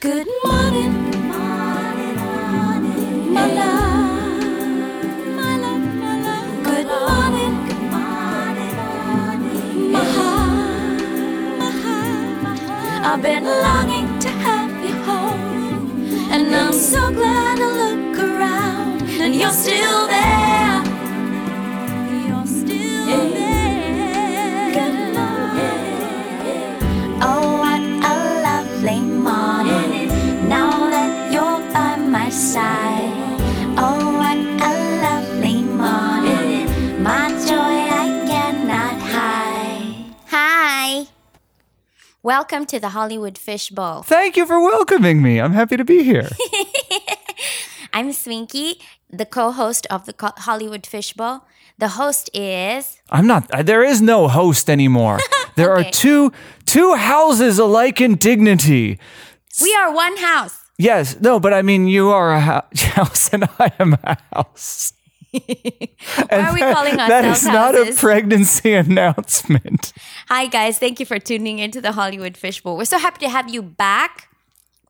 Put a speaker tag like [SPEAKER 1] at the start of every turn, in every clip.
[SPEAKER 1] Good morning, morning, morning, my love, my love, my love. Good morning, good morning, morning, my heart, my heart, my heart. I've been longing to have you home, and I'm so glad I look around, and you're still there. You're still there. Good morning. Oh, what a lovely morning. Now that you're by my side. Oh, what a lovely morning. My joy I cannot hide.
[SPEAKER 2] Hi. Welcome to the Hollywood Fishbowl.
[SPEAKER 3] Thank you for welcoming me. I'm happy to be here.
[SPEAKER 2] I'm Swinky, the co host of the Co- Hollywood Fishbowl. The host is.
[SPEAKER 3] I'm not uh, there is no host anymore. There
[SPEAKER 2] Okay.
[SPEAKER 3] are two two houses alike in dignity.
[SPEAKER 2] We are one house.
[SPEAKER 3] Yes, no, but I mean you are a hou- house and I am a house.
[SPEAKER 2] Why are we calling ourselves
[SPEAKER 3] that is not a
[SPEAKER 2] houses?
[SPEAKER 3] pregnancy announcement.
[SPEAKER 2] Hi, guys. Thank you for tuning into the Hollywood Fishbowl. We're so happy to have you back.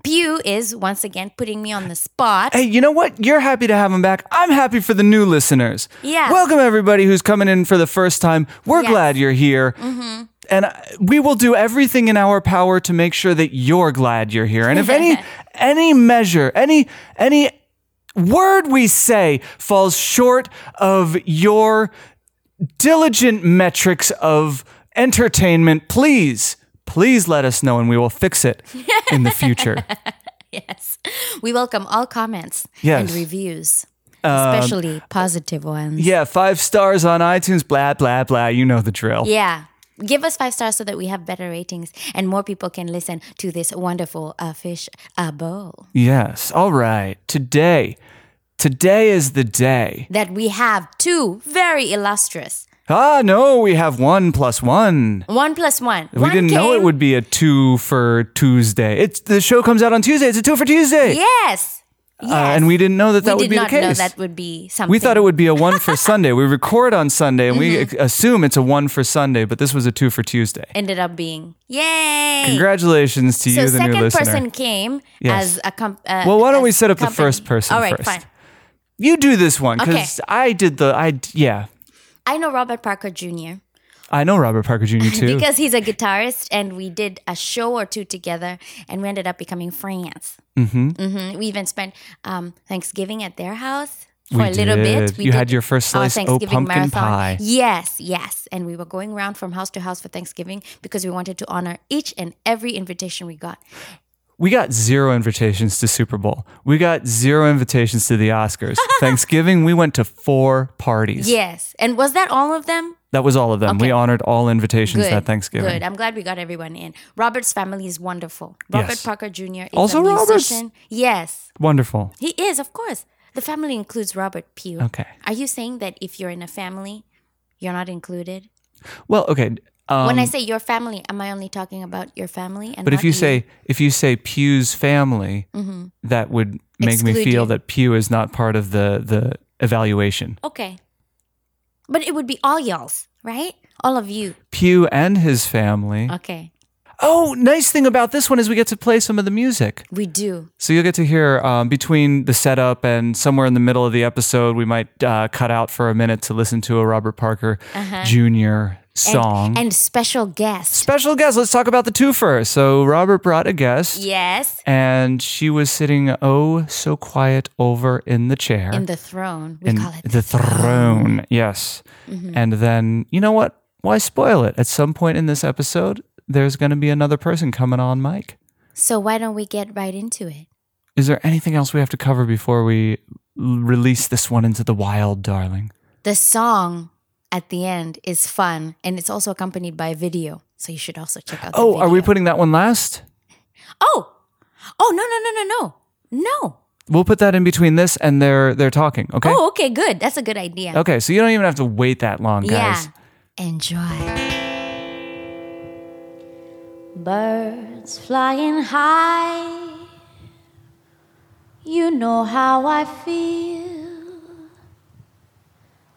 [SPEAKER 2] Pew is once again putting me on the spot.
[SPEAKER 3] Hey, you know what? You're happy to have him back. I'm happy for the new listeners.
[SPEAKER 2] Yeah.
[SPEAKER 3] Welcome everybody who's coming in for the first time. We're
[SPEAKER 2] Yes.
[SPEAKER 3] glad you're here. Mm-hmm. And uh, we will do everything in our power to make sure that you're glad you're here. And if any any measure, any any word we say falls short of your diligent metrics of entertainment, please please let us know and we will fix it in the future.
[SPEAKER 2] Yes. We welcome all comments
[SPEAKER 3] Yes. Um,
[SPEAKER 2] and reviews, especially positive ones.
[SPEAKER 3] Yeah, five stars on iTunes, blah, blah, blah. You know the drill.
[SPEAKER 2] Yeah. Give us five stars so that we have better ratings and more people can listen to this wonderful uh, fish uh, bowl
[SPEAKER 3] Yes. All right. Today, today is the day.
[SPEAKER 2] that we have two very illustrious.
[SPEAKER 3] Ah, no, we have one plus one.
[SPEAKER 2] One plus one.
[SPEAKER 3] we didn't know it would be a two for Tuesday. It's the show comes out on Tuesday. It's a two for Tuesday.
[SPEAKER 2] Yes. Yes.
[SPEAKER 3] Uh, and we didn't know that that
[SPEAKER 2] We did
[SPEAKER 3] would be
[SPEAKER 2] not
[SPEAKER 3] the case.
[SPEAKER 2] know that would be something.
[SPEAKER 3] we thought it would be a one for Sunday. We record on Sunday and
[SPEAKER 2] Mm-hmm.
[SPEAKER 3] we assume it's a one for Sunday, but this was a two for Tuesday.
[SPEAKER 2] ended up being. Yay.
[SPEAKER 3] Congratulations to
[SPEAKER 2] So
[SPEAKER 3] you, the
[SPEAKER 2] second
[SPEAKER 3] new listener.
[SPEAKER 2] person came
[SPEAKER 3] Yes.
[SPEAKER 2] as a comp. Uh,
[SPEAKER 3] Well, why don't
[SPEAKER 2] as
[SPEAKER 3] we set up the
[SPEAKER 2] company.
[SPEAKER 3] first person
[SPEAKER 2] All right,
[SPEAKER 3] first?
[SPEAKER 2] fine.
[SPEAKER 3] You do this one
[SPEAKER 2] Okay.
[SPEAKER 3] because I did the I d- yeah.
[SPEAKER 2] I know Robert Parker Jr.
[SPEAKER 3] I know Robert Parker Jr. too.
[SPEAKER 2] because he's a guitarist and we did a show or two together and we ended up becoming friends mm-hmm. we even spent um, thanksgiving at their house for
[SPEAKER 3] We
[SPEAKER 2] a little
[SPEAKER 3] did.
[SPEAKER 2] bit we
[SPEAKER 3] You
[SPEAKER 2] did
[SPEAKER 3] had your first
[SPEAKER 2] our
[SPEAKER 3] slice of pumpkin pie.
[SPEAKER 2] yes yes and we were going around from house to house for thanksgiving because we wanted to honor each and every invitation we got
[SPEAKER 3] we got zero invitations to Super Bowl. We got zero invitations to the Oscars. Thanksgiving, we went to four parties.
[SPEAKER 2] yes and was that all of them
[SPEAKER 3] That was all of them.
[SPEAKER 2] Okay.
[SPEAKER 3] We honored all invitations that Thanksgiving.
[SPEAKER 2] Good. I'm glad we got everyone in. Robert's family is wonderful. Robert
[SPEAKER 3] Yes.
[SPEAKER 2] Parker Jr. is
[SPEAKER 3] Also
[SPEAKER 2] a
[SPEAKER 3] Robert's-
[SPEAKER 2] musician. Yes.
[SPEAKER 3] Wonderful.
[SPEAKER 2] He is, of course. The family includes Robert Pugh.
[SPEAKER 3] Okay.
[SPEAKER 2] Are you saying that if you're in a family, you're not included?
[SPEAKER 3] Well, okay. Um,
[SPEAKER 2] when I say your family, am I only talking about your family? And
[SPEAKER 3] but if
[SPEAKER 2] not
[SPEAKER 3] you say if you say Pew's family,
[SPEAKER 2] Mm-hmm.
[SPEAKER 3] that would make me
[SPEAKER 2] Exclude
[SPEAKER 3] feel
[SPEAKER 2] you.
[SPEAKER 3] that Pew is not part of the the evaluation.
[SPEAKER 2] okay, but it would be all y'all's, right? All of you.
[SPEAKER 3] Pew and his family.
[SPEAKER 2] Okay,
[SPEAKER 3] Oh, nice thing about this one is we get to play some of the music.
[SPEAKER 2] we do.
[SPEAKER 3] So you'll get to hear um, between the setup and somewhere in the middle of the episode, we might uh, cut out for a minute to listen to a Robert Parker Jr. song.
[SPEAKER 2] Uh-huh. and special guest.
[SPEAKER 3] Special guest, let's talk about the twofer. So Robert brought a guest,
[SPEAKER 2] Yes,
[SPEAKER 3] and she was sitting oh so quiet over in the chair.
[SPEAKER 2] in the throne. Mm-hmm. We
[SPEAKER 3] in
[SPEAKER 2] call it
[SPEAKER 3] the throne. Yes. And then, you know what? Why spoil it? At some point in this episode, there's going to be another person coming on mic.
[SPEAKER 2] So why don't we get right into it?
[SPEAKER 3] Is there anything else we have to cover before we l- release this one into the wild, darling?
[SPEAKER 2] The song at the end is fun, and it's also accompanied by a video. So you should also check out. The
[SPEAKER 3] Oh, are we
[SPEAKER 2] video.
[SPEAKER 3] putting that one last?
[SPEAKER 2] Oh, oh no no no no no no.
[SPEAKER 3] We'll put that in between this and they're they're talking, okay?
[SPEAKER 2] Oh, okay, good. That's a good idea.
[SPEAKER 3] Okay, so you don't even have to wait that long,
[SPEAKER 2] yeah.
[SPEAKER 3] guys.
[SPEAKER 2] Enjoy. Birds flying high. You know how I feel.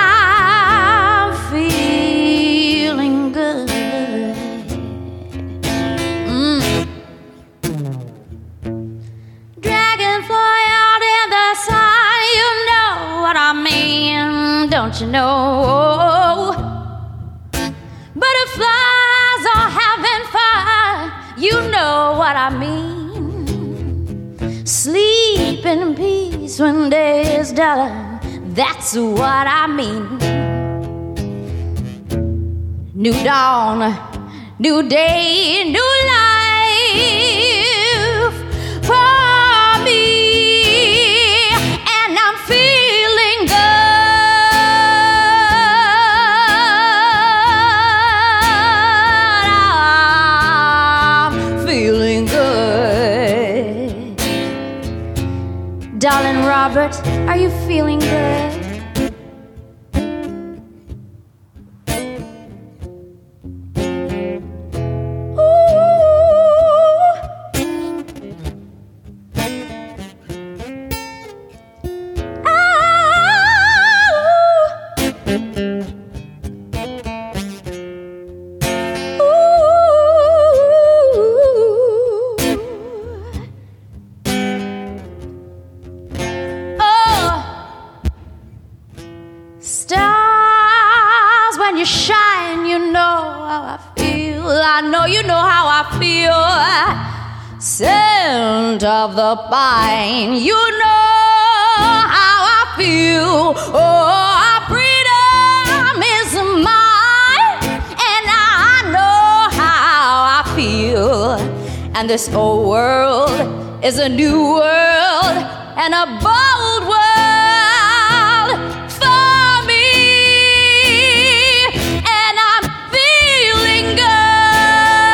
[SPEAKER 2] I'm feeling good. Mm. Dragonfly out in the sun, you know what I mean, don't you know? Butterflies are having fun, you know what I mean. Sleep in peace when day is done. That's what I mean. New dawn, new day, new life for me. And I'm feeling good. I'm feeling good. Darling Robert, are you feeling good? Ooh. Ah, ooh. Ooh. Oh, stars, when you shine, you know how I feel. I know you know how I feel. Scent of the pine, you know how I feel. Oh, our freedom is mine, and I know how I feel. And this old world is a new world and a bold world for me. And I'm feeling good.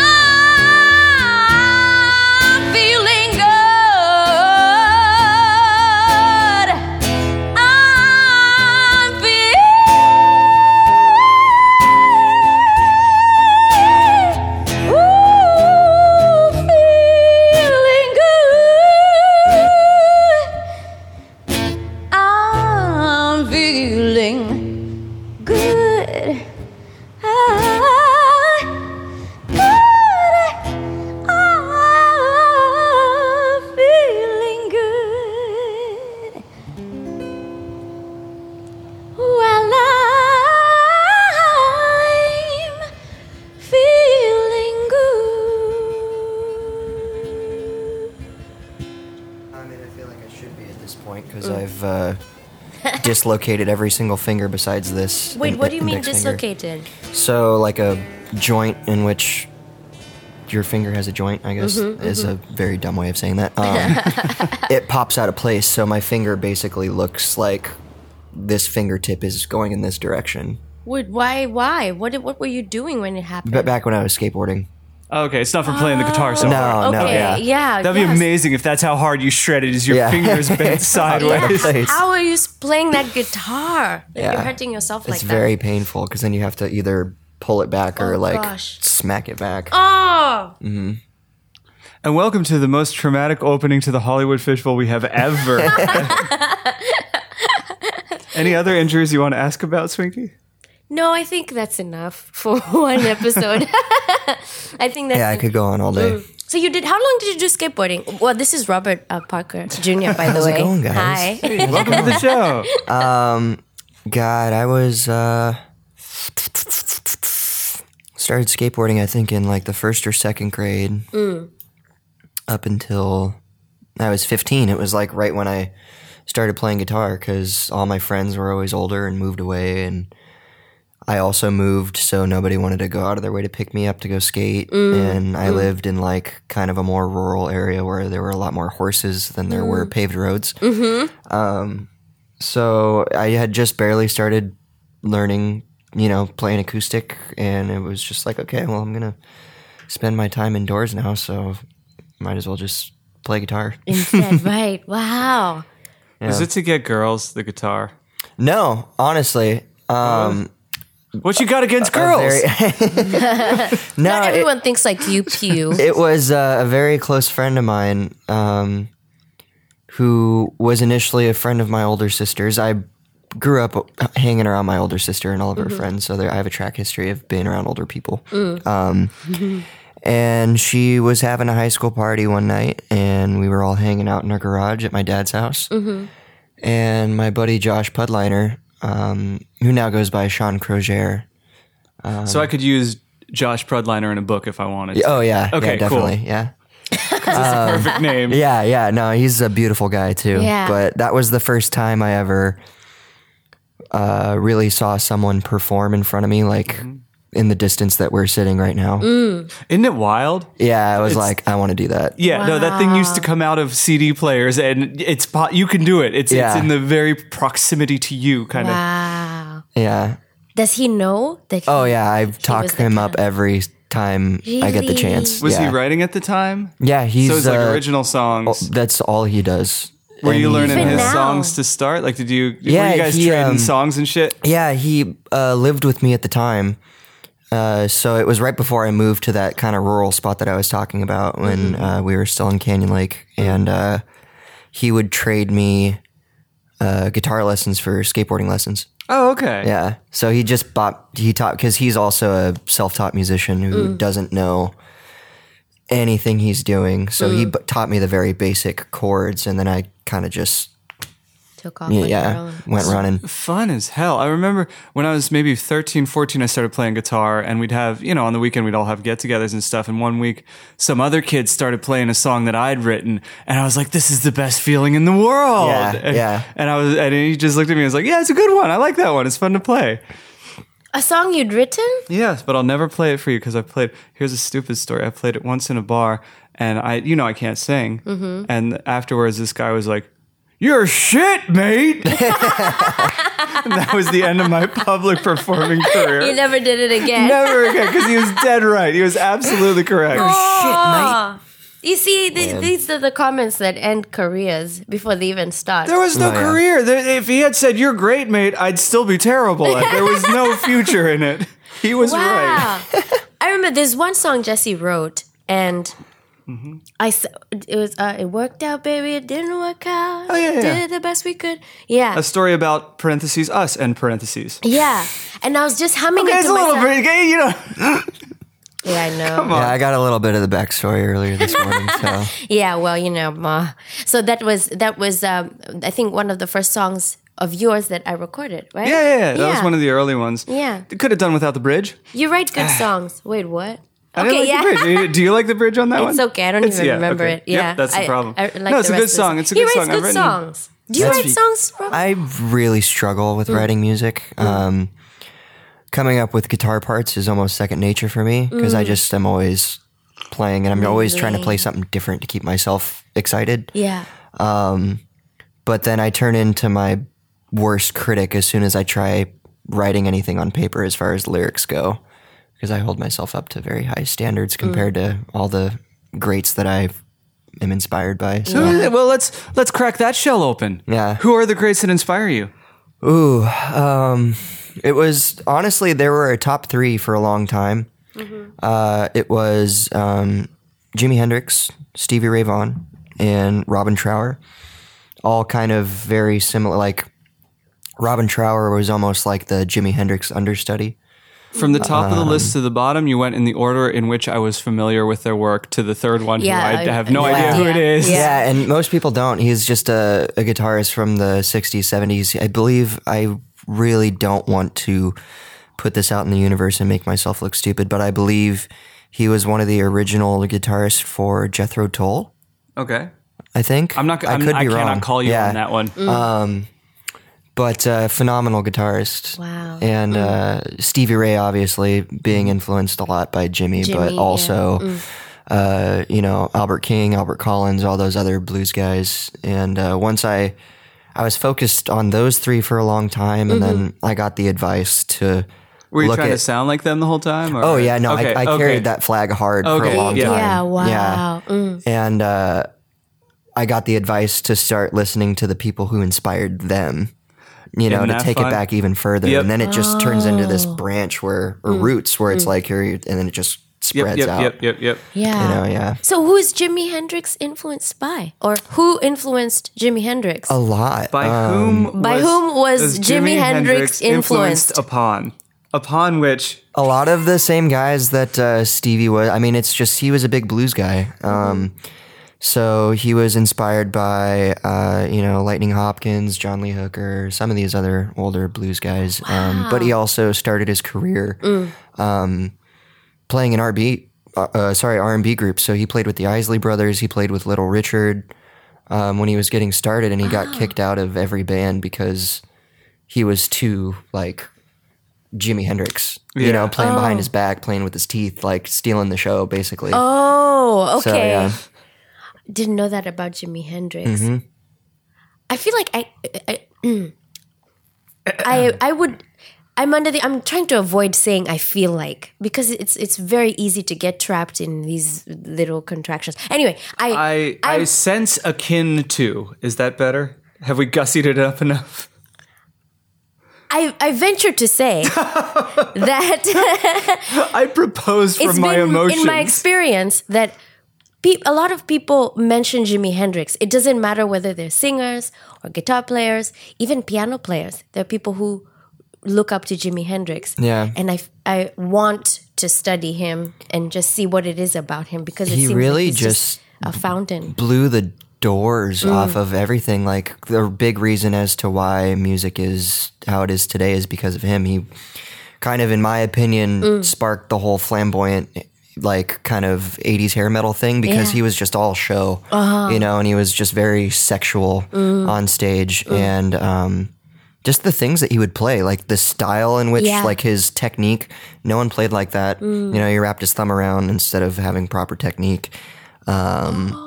[SPEAKER 2] I'm feeling good. I'm feeling, ooh, feeling good. I'm feeling good. Ah, good. I'm feeling good. Well, I'm feeling good.
[SPEAKER 4] I mean, I feel like I should be at this point because I've uh, dislocated every single finger besides this.
[SPEAKER 5] Wait,
[SPEAKER 4] in-
[SPEAKER 5] what do you mean
[SPEAKER 4] index finger.
[SPEAKER 5] dislocated?
[SPEAKER 4] So, like a joint in which your finger has a joint, I guess, is a very dumb way of saying that. Um, it pops out of place, so my finger basically looks like this fingertip is going in this direction.
[SPEAKER 5] Wait, why? Why? What? did- What were you doing when it happened?
[SPEAKER 4] But back when I was skateboarding,
[SPEAKER 6] Okay, it's not from playing the guitar so
[SPEAKER 4] No,
[SPEAKER 6] hard.
[SPEAKER 4] no,
[SPEAKER 2] okay,
[SPEAKER 4] yeah.
[SPEAKER 2] yeah,
[SPEAKER 6] That'd be
[SPEAKER 2] Oh, yes.
[SPEAKER 6] amazing if that's how hard you shredded is your
[SPEAKER 4] Yeah.
[SPEAKER 6] fingers bent
[SPEAKER 4] Yeah.
[SPEAKER 6] sideways.
[SPEAKER 4] place.
[SPEAKER 2] How are you s- playing that guitar? Like
[SPEAKER 4] Yeah.
[SPEAKER 2] You're hurting yourself like
[SPEAKER 4] It's very
[SPEAKER 2] that.
[SPEAKER 4] painful because then you have to either pull it back or
[SPEAKER 2] Oh,
[SPEAKER 4] like
[SPEAKER 2] gosh.
[SPEAKER 4] smack it back.
[SPEAKER 2] Oh,
[SPEAKER 6] And welcome to the most traumatic opening to the Hollywood Fishbowl we have ever. Any other injuries you want to ask about, Swinky?
[SPEAKER 2] no, I think that's enough for one episode. I think that's
[SPEAKER 4] Yeah, I could go on all day.
[SPEAKER 2] So you did. How long did you do skateboarding? Well, this is Robert uh, Parker Jr. By the
[SPEAKER 4] How's
[SPEAKER 2] way.
[SPEAKER 4] it going, guys?
[SPEAKER 2] Hi.
[SPEAKER 6] Welcome to the show.
[SPEAKER 4] God, I was uh started skateboarding I think in like the first or second grade. Up until I was 15. It was like right when I started playing guitar cuz all my friends were always older and moved away and I also moved so nobody wanted to go out of their way to pick me up to go skate and I lived in like kind of a more rural area where there were a lot more horses than there were paved roads. So I had just barely started learning, you know, playing acoustic, and it was just like, okay, well, I'm gonna spend my time indoors now, so might as well just play guitar.
[SPEAKER 2] Instead, right? Wow.
[SPEAKER 6] Is it to get girls the guitar?
[SPEAKER 4] no, honestly, um,
[SPEAKER 6] What you got against
[SPEAKER 4] a
[SPEAKER 6] girls?
[SPEAKER 4] very- no,
[SPEAKER 2] Not
[SPEAKER 4] Oh, it,
[SPEAKER 2] everyone thinks like you, Pew.
[SPEAKER 4] it was uh, a very close friend of mine um, who was initially a friend of my older sister's. I grew up hanging around my older sister and all of
[SPEAKER 6] Mm-hmm.
[SPEAKER 4] her friends, so there, I have a track history of being around older people.
[SPEAKER 6] Mm.
[SPEAKER 4] Um, and she was having a high school party one night, and we were all hanging out in her garage at my dad's house.
[SPEAKER 6] Mm-hmm.
[SPEAKER 4] And my buddy Josh Pudliner, um, who now goes by Sean Crozier.
[SPEAKER 6] so I could use Josh Prudliner in a book if I wanted. to.
[SPEAKER 4] Oh yeah,
[SPEAKER 6] Okay,
[SPEAKER 4] yeah,
[SPEAKER 6] cool.
[SPEAKER 4] definitely, yeah.
[SPEAKER 2] Uh,
[SPEAKER 6] Perfect name.
[SPEAKER 4] Yeah, yeah. No, he's a beautiful guy too.
[SPEAKER 2] Yeah.
[SPEAKER 4] But that was the first time I ever uh, really saw someone perform in front of me, like
[SPEAKER 2] Mm-hmm.
[SPEAKER 4] in the distance that we're sitting right now.
[SPEAKER 2] Mm.
[SPEAKER 6] Isn't it wild?
[SPEAKER 4] Yeah, I was like, I want to do that.
[SPEAKER 6] Yeah, no, that thing used to come out of CD players, and it's po- you can do it. It's
[SPEAKER 4] Yeah.
[SPEAKER 6] it's in the very proximity to you, kind of.
[SPEAKER 2] Wow. Ah.
[SPEAKER 4] Yeah.
[SPEAKER 2] Does he know that?
[SPEAKER 4] Oh yeah, I've talked
[SPEAKER 2] was the
[SPEAKER 4] him up every time I get the
[SPEAKER 2] Really?
[SPEAKER 4] chance.
[SPEAKER 6] Was
[SPEAKER 4] yeah.
[SPEAKER 6] he writing at the time?
[SPEAKER 4] Yeah, he's
[SPEAKER 6] so it's like
[SPEAKER 4] uh,
[SPEAKER 6] original songs.
[SPEAKER 4] That's all he does.
[SPEAKER 6] Were
[SPEAKER 4] And
[SPEAKER 6] you
[SPEAKER 4] he-
[SPEAKER 6] learning
[SPEAKER 2] Even
[SPEAKER 6] his
[SPEAKER 2] now.
[SPEAKER 6] songs to start? Like, did you? were
[SPEAKER 4] Yeah,
[SPEAKER 6] you guys
[SPEAKER 4] he,
[SPEAKER 6] trading
[SPEAKER 4] um,
[SPEAKER 6] songs and shit?
[SPEAKER 4] Yeah, he uh, lived with me at the time. Uh, so it was right before I moved to that kind of rural spot that I was talking about when uh, we were still in Canyon Lake. And uh, he would trade me uh, guitar lessons for skateboarding lessons.
[SPEAKER 6] Oh, okay.
[SPEAKER 4] Yeah. So he just bought, he taught, because he's also a self taught musician who doesn't know anything he's doing. So he b- taught me the very basic chords. And then I kind of just,
[SPEAKER 2] Took off.
[SPEAKER 4] yeah,
[SPEAKER 2] on your
[SPEAKER 4] yeah
[SPEAKER 2] own.
[SPEAKER 4] went running.
[SPEAKER 6] Fun as hell. I remember when I was maybe 13, 14, I started playing guitar, and we'd have, you know, on the weekend, we'd all have get togethers and stuff. And one week, some other kid started playing a song that I'd written, and I was like, this is the best feeling in the world.
[SPEAKER 4] Yeah,
[SPEAKER 6] and,
[SPEAKER 4] yeah.
[SPEAKER 6] And, I was, and he just looked at me and was like, yeah, it's a good one. I like that one. It's fun to play.
[SPEAKER 2] A song you'd written?
[SPEAKER 6] Yes, but I'll never play it for you because I played. Here's a stupid story. I played it once in a bar, and I, you know, I can't sing.
[SPEAKER 2] Mm-hmm.
[SPEAKER 6] And afterwards, this guy was like, "You're shit, mate." and that was the end of my public performing
[SPEAKER 2] You
[SPEAKER 6] career.
[SPEAKER 2] never did it again.
[SPEAKER 6] Never again, because he was dead right. He was absolutely correct.
[SPEAKER 2] Oh. Ah. You see, th- these are the comments that end careers before they even start.
[SPEAKER 6] There was no
[SPEAKER 4] Oh, yeah.
[SPEAKER 6] career. There, if he had said, "You're great, mate," I'd still be terrible. at it. There was no future in it. He was right.
[SPEAKER 2] wow. I remember there's one song Jesse wrote, and
[SPEAKER 6] Mm-hmm.
[SPEAKER 2] I s it was uh, it worked out, baby. It didn't work out.
[SPEAKER 6] Oh, yeah, yeah, yeah.
[SPEAKER 2] Did the best we could. Yeah,
[SPEAKER 6] A story about parentheses us and parentheses.
[SPEAKER 2] yeah. And I was just humming it
[SPEAKER 6] It's
[SPEAKER 2] to
[SPEAKER 6] a little
[SPEAKER 2] myself.
[SPEAKER 6] bit, you know.
[SPEAKER 2] yeah, I know.
[SPEAKER 4] Yeah, I got a little bit of the backstory earlier this morning. So.
[SPEAKER 2] Yeah, well, you know, ma. So that was that was um, I think one of the first songs of yours that I recorded, right?
[SPEAKER 6] Yeah, yeah, yeah. That was one of the early ones.
[SPEAKER 2] Yeah.
[SPEAKER 6] Could have done without the bridge.
[SPEAKER 2] You write good songs. Wait, what?
[SPEAKER 6] I didn't like the bridge. Do you- Do you like the bridge on that one?
[SPEAKER 2] It's okay. I don't even
[SPEAKER 6] yeah,
[SPEAKER 2] remember
[SPEAKER 6] okay.
[SPEAKER 2] it. Yeah,
[SPEAKER 6] Yep, that's the
[SPEAKER 2] I-
[SPEAKER 6] problem.
[SPEAKER 2] I, like the
[SPEAKER 6] no,
[SPEAKER 2] rest
[SPEAKER 6] it's a good
[SPEAKER 2] of the
[SPEAKER 6] song. It's a
[SPEAKER 2] he
[SPEAKER 6] good
[SPEAKER 2] writes
[SPEAKER 6] song. I've
[SPEAKER 2] good
[SPEAKER 6] written.
[SPEAKER 2] songs. Do you write songs? Rob?
[SPEAKER 4] I really struggle with writing music. Um, coming up with guitar parts is almost second nature for me because I just am always playing and I'm always trying to play something different to keep myself excited.
[SPEAKER 2] yeah.
[SPEAKER 4] But then I turn into my worst critic as soon as I try writing anything on paper as far as lyrics go. because I hold myself up to very high standards compared to all the greats that I am inspired by. So
[SPEAKER 6] Who- Well, let's let's crack that shell open.
[SPEAKER 4] Yeah.
[SPEAKER 6] Who are the greats that inspire you?
[SPEAKER 4] it was honestly there were a top three for a long time. Uh, it was um, Jimi Hendrix, Stevie Ray Vaughan, and Robin Trower. All kind of very similar. Like Robin Trower was almost like the Jimi Hendrix understudy.
[SPEAKER 6] From the top of the
[SPEAKER 4] Um,
[SPEAKER 6] list to the bottom, you went in the order in which I was familiar with their work to the third one,
[SPEAKER 7] Yeah,
[SPEAKER 6] who I
[SPEAKER 7] I-
[SPEAKER 6] have no
[SPEAKER 7] yeah.
[SPEAKER 6] idea who it
[SPEAKER 7] Yeah.
[SPEAKER 6] is.
[SPEAKER 4] Yeah, and most people don't. He's just a, a guitarist from the 60s, 70s. I believe I really don't want to put this out in the universe and make myself look stupid, but I believe he was one of the original guitarists for Jethro Tull,
[SPEAKER 6] Okay.
[SPEAKER 4] I think.
[SPEAKER 6] I'm not. I'm, I, cannot call you
[SPEAKER 4] Yeah,
[SPEAKER 6] on that one.
[SPEAKER 2] Mm.
[SPEAKER 4] But uh, phenomenal guitarist.
[SPEAKER 7] Wow. Mm-hmm.
[SPEAKER 4] And uh, Stevie Ray, obviously, being influenced a lot by Jimmy, but
[SPEAKER 7] Jimmy, yeah. Mm.
[SPEAKER 4] also. Uh, you know Albert King, Albert Collins, all those other blues guys, and uh, once I I was focused on those three for a long time, and
[SPEAKER 7] Mm-hmm.
[SPEAKER 4] then I got the advice to
[SPEAKER 6] Were you
[SPEAKER 4] look
[SPEAKER 6] trying to
[SPEAKER 4] at.
[SPEAKER 6] sound like them the whole time? or-
[SPEAKER 4] oh yeah, no,
[SPEAKER 6] Okay,
[SPEAKER 4] I, I
[SPEAKER 6] okay.
[SPEAKER 4] carried that flag hard for
[SPEAKER 6] Okay,
[SPEAKER 4] a long
[SPEAKER 6] yeah.
[SPEAKER 4] time.
[SPEAKER 7] Yeah, wow. Mm.
[SPEAKER 4] and uh, I got the advice to start listening to the people who inspired them. You know,
[SPEAKER 6] Isn't
[SPEAKER 4] to
[SPEAKER 6] that
[SPEAKER 4] take
[SPEAKER 6] fun?
[SPEAKER 4] it back even further,
[SPEAKER 6] Yep.
[SPEAKER 4] and then it just turns into this
[SPEAKER 7] Oh.
[SPEAKER 4] branch where or
[SPEAKER 7] Mm.
[SPEAKER 4] roots where it's like here, and then it just
[SPEAKER 6] Yep.
[SPEAKER 4] spreads
[SPEAKER 6] Yep.
[SPEAKER 4] out.
[SPEAKER 6] Yep. Yep. Yep.
[SPEAKER 4] You
[SPEAKER 2] Yeah.
[SPEAKER 4] know, yeah.
[SPEAKER 2] So who is Jimi Hendrix influenced by? Or who influenced Jimi Hendrix?
[SPEAKER 4] A lot.
[SPEAKER 6] By
[SPEAKER 4] Uh,
[SPEAKER 6] whom?
[SPEAKER 2] by
[SPEAKER 6] was,
[SPEAKER 2] whom was
[SPEAKER 6] Jimi
[SPEAKER 2] Jimi Hendrix influenced?
[SPEAKER 6] upon? Upon which
[SPEAKER 4] a lot of the same guys that uh, Stevie was. I mean, it's just he was a big blues guy. Um, so he was inspired by uh, you know Lightning Hopkins, John Lee Hooker, some of these other older blues guys. Um, but he also started his career um, playing in RB. Uh, uh, sorry, R and B groups. So he played with the Isley Brothers. He played with Little Richard um, when he was getting started, and he got kicked out of every band because he was too like Jimi Hendrix, you know, playing behind his back, playing with his teeth, like stealing the show, basically.
[SPEAKER 2] oh, okay.
[SPEAKER 4] So, yeah. Mm-hmm.
[SPEAKER 2] Didn't know that about Jimi Hendrix. I feel like I, I, I, I would. I'm under the. I'm trying to avoid saying I feel like because it's it's very easy to get trapped in these little contractions. Anyway, I,
[SPEAKER 6] I I sense akin to. Is that better? Have we gussied it up enough?
[SPEAKER 2] I I venture to say that
[SPEAKER 6] I propose from
[SPEAKER 2] it's
[SPEAKER 6] my
[SPEAKER 2] been
[SPEAKER 6] emotions.
[SPEAKER 2] in my experience that pe- a lot of people mention Jimi Hendrix. It doesn't matter whether they're singers or guitar players, even piano players. There are people who look up to Jimi Hendrix.
[SPEAKER 4] Yeah.
[SPEAKER 2] and I f- I want to study him and just see what it is about him because it
[SPEAKER 4] He
[SPEAKER 2] seems
[SPEAKER 4] really
[SPEAKER 2] like he's
[SPEAKER 4] just-
[SPEAKER 2] a fountain.
[SPEAKER 4] Blew the doors
[SPEAKER 2] Mm.
[SPEAKER 4] off of everything. Like the big reason as to why music is how it is today is because of him. He kind of, in my opinion,
[SPEAKER 2] Mm.
[SPEAKER 4] sparked the whole flamboyant, like kind of 80s hair metal thing because
[SPEAKER 2] Yeah. Uh-huh.
[SPEAKER 4] he was just all show, you know, and he was just very sexual
[SPEAKER 2] Mm.
[SPEAKER 4] on stage. And, um, just the things that he would play, like the style in which,
[SPEAKER 2] Yeah. Mm.
[SPEAKER 4] like his technique, no one played like that. You know, he wrapped his thumb around instead of having proper technique. Um,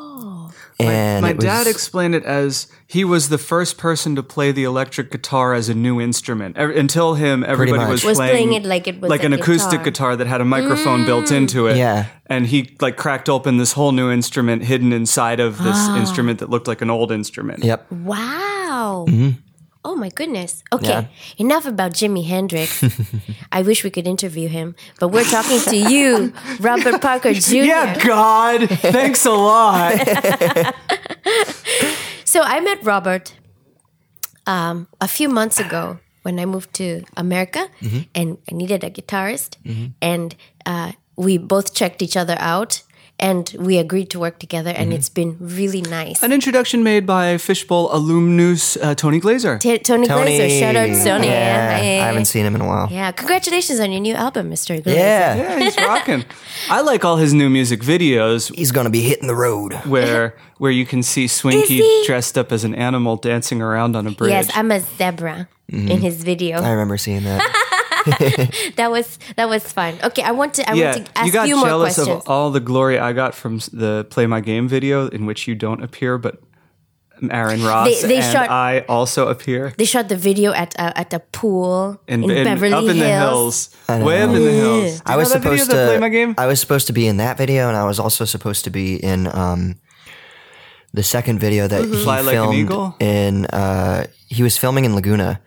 [SPEAKER 4] and
[SPEAKER 6] My
[SPEAKER 4] it was-
[SPEAKER 6] dad explained it as he was the first person to play the electric guitar as a new instrument. Ev- until him, everybody
[SPEAKER 4] much.
[SPEAKER 6] was,
[SPEAKER 2] Was
[SPEAKER 6] playing,
[SPEAKER 2] playing it like it was
[SPEAKER 6] like
[SPEAKER 2] a
[SPEAKER 6] an acoustic
[SPEAKER 2] guitar. Mm.
[SPEAKER 6] guitar that had a microphone built into it.
[SPEAKER 4] Yeah.
[SPEAKER 6] and he like cracked open this whole new instrument hidden inside of this
[SPEAKER 2] Ah.
[SPEAKER 6] instrument that looked like an old instrument.
[SPEAKER 4] yep,
[SPEAKER 2] Wow. Oh my goodness. Okay,
[SPEAKER 4] Mm-hmm. Yeah.
[SPEAKER 2] enough about Jimi Hendrix. I wish we could interview him, but we're talking to you, Robert Parker Jr.
[SPEAKER 6] Yeah, God, thanks a lot.
[SPEAKER 2] So I met Robert um, a few months ago when I moved to America,
[SPEAKER 4] Mm-hmm.
[SPEAKER 2] and I needed a guitarist, and uh, we both checked each other out, and we agreed to work together, and
[SPEAKER 4] Mm-hmm.
[SPEAKER 2] it's been really nice.
[SPEAKER 6] An introduction made by Fishbowl alumnus uh, Tony Glazer.
[SPEAKER 2] T- Tony, Glazer, shout out Tony.
[SPEAKER 4] Yeah, I
[SPEAKER 2] Yeah.
[SPEAKER 4] haven't seen him in a while. Yeah,
[SPEAKER 2] Yeah, congratulations on your new album, Mr. Glazer.
[SPEAKER 6] Yeah, he's rocking. I like all his new music videos
[SPEAKER 4] he's gonna be hitting the road.
[SPEAKER 6] where where you can see Swinky
[SPEAKER 2] he?
[SPEAKER 6] dressed up as an animal dancing around on a bridge.
[SPEAKER 2] Yes, I'm a zebra in
[SPEAKER 4] Mm-hmm.
[SPEAKER 2] his video.
[SPEAKER 4] I remember seeing that.
[SPEAKER 2] That was that was fun. Okay, I want to I
[SPEAKER 6] yeah,
[SPEAKER 2] want to ask
[SPEAKER 6] you
[SPEAKER 2] you,
[SPEAKER 6] got
[SPEAKER 2] more
[SPEAKER 6] jealous
[SPEAKER 2] questions.
[SPEAKER 6] of all the glory I got from s- the Play My Game video in which you don't appear, but Aaron Ross
[SPEAKER 2] They- they
[SPEAKER 6] and
[SPEAKER 2] shot-
[SPEAKER 6] I also appear
[SPEAKER 2] They shot the video at a, at a pool in,
[SPEAKER 6] in, in-
[SPEAKER 2] Beverly
[SPEAKER 6] up in the hills, way up in the hills. Do you
[SPEAKER 4] I was
[SPEAKER 6] know that video
[SPEAKER 4] supposed
[SPEAKER 6] that
[SPEAKER 4] to
[SPEAKER 6] play my game.
[SPEAKER 4] I was supposed to be in that video, and I was also supposed to be in um, the second video that
[SPEAKER 2] Mm-hmm.
[SPEAKER 4] he
[SPEAKER 6] Fly Like an
[SPEAKER 4] filmed
[SPEAKER 6] Eagle?
[SPEAKER 4] in. Uh, he was filming in Laguna.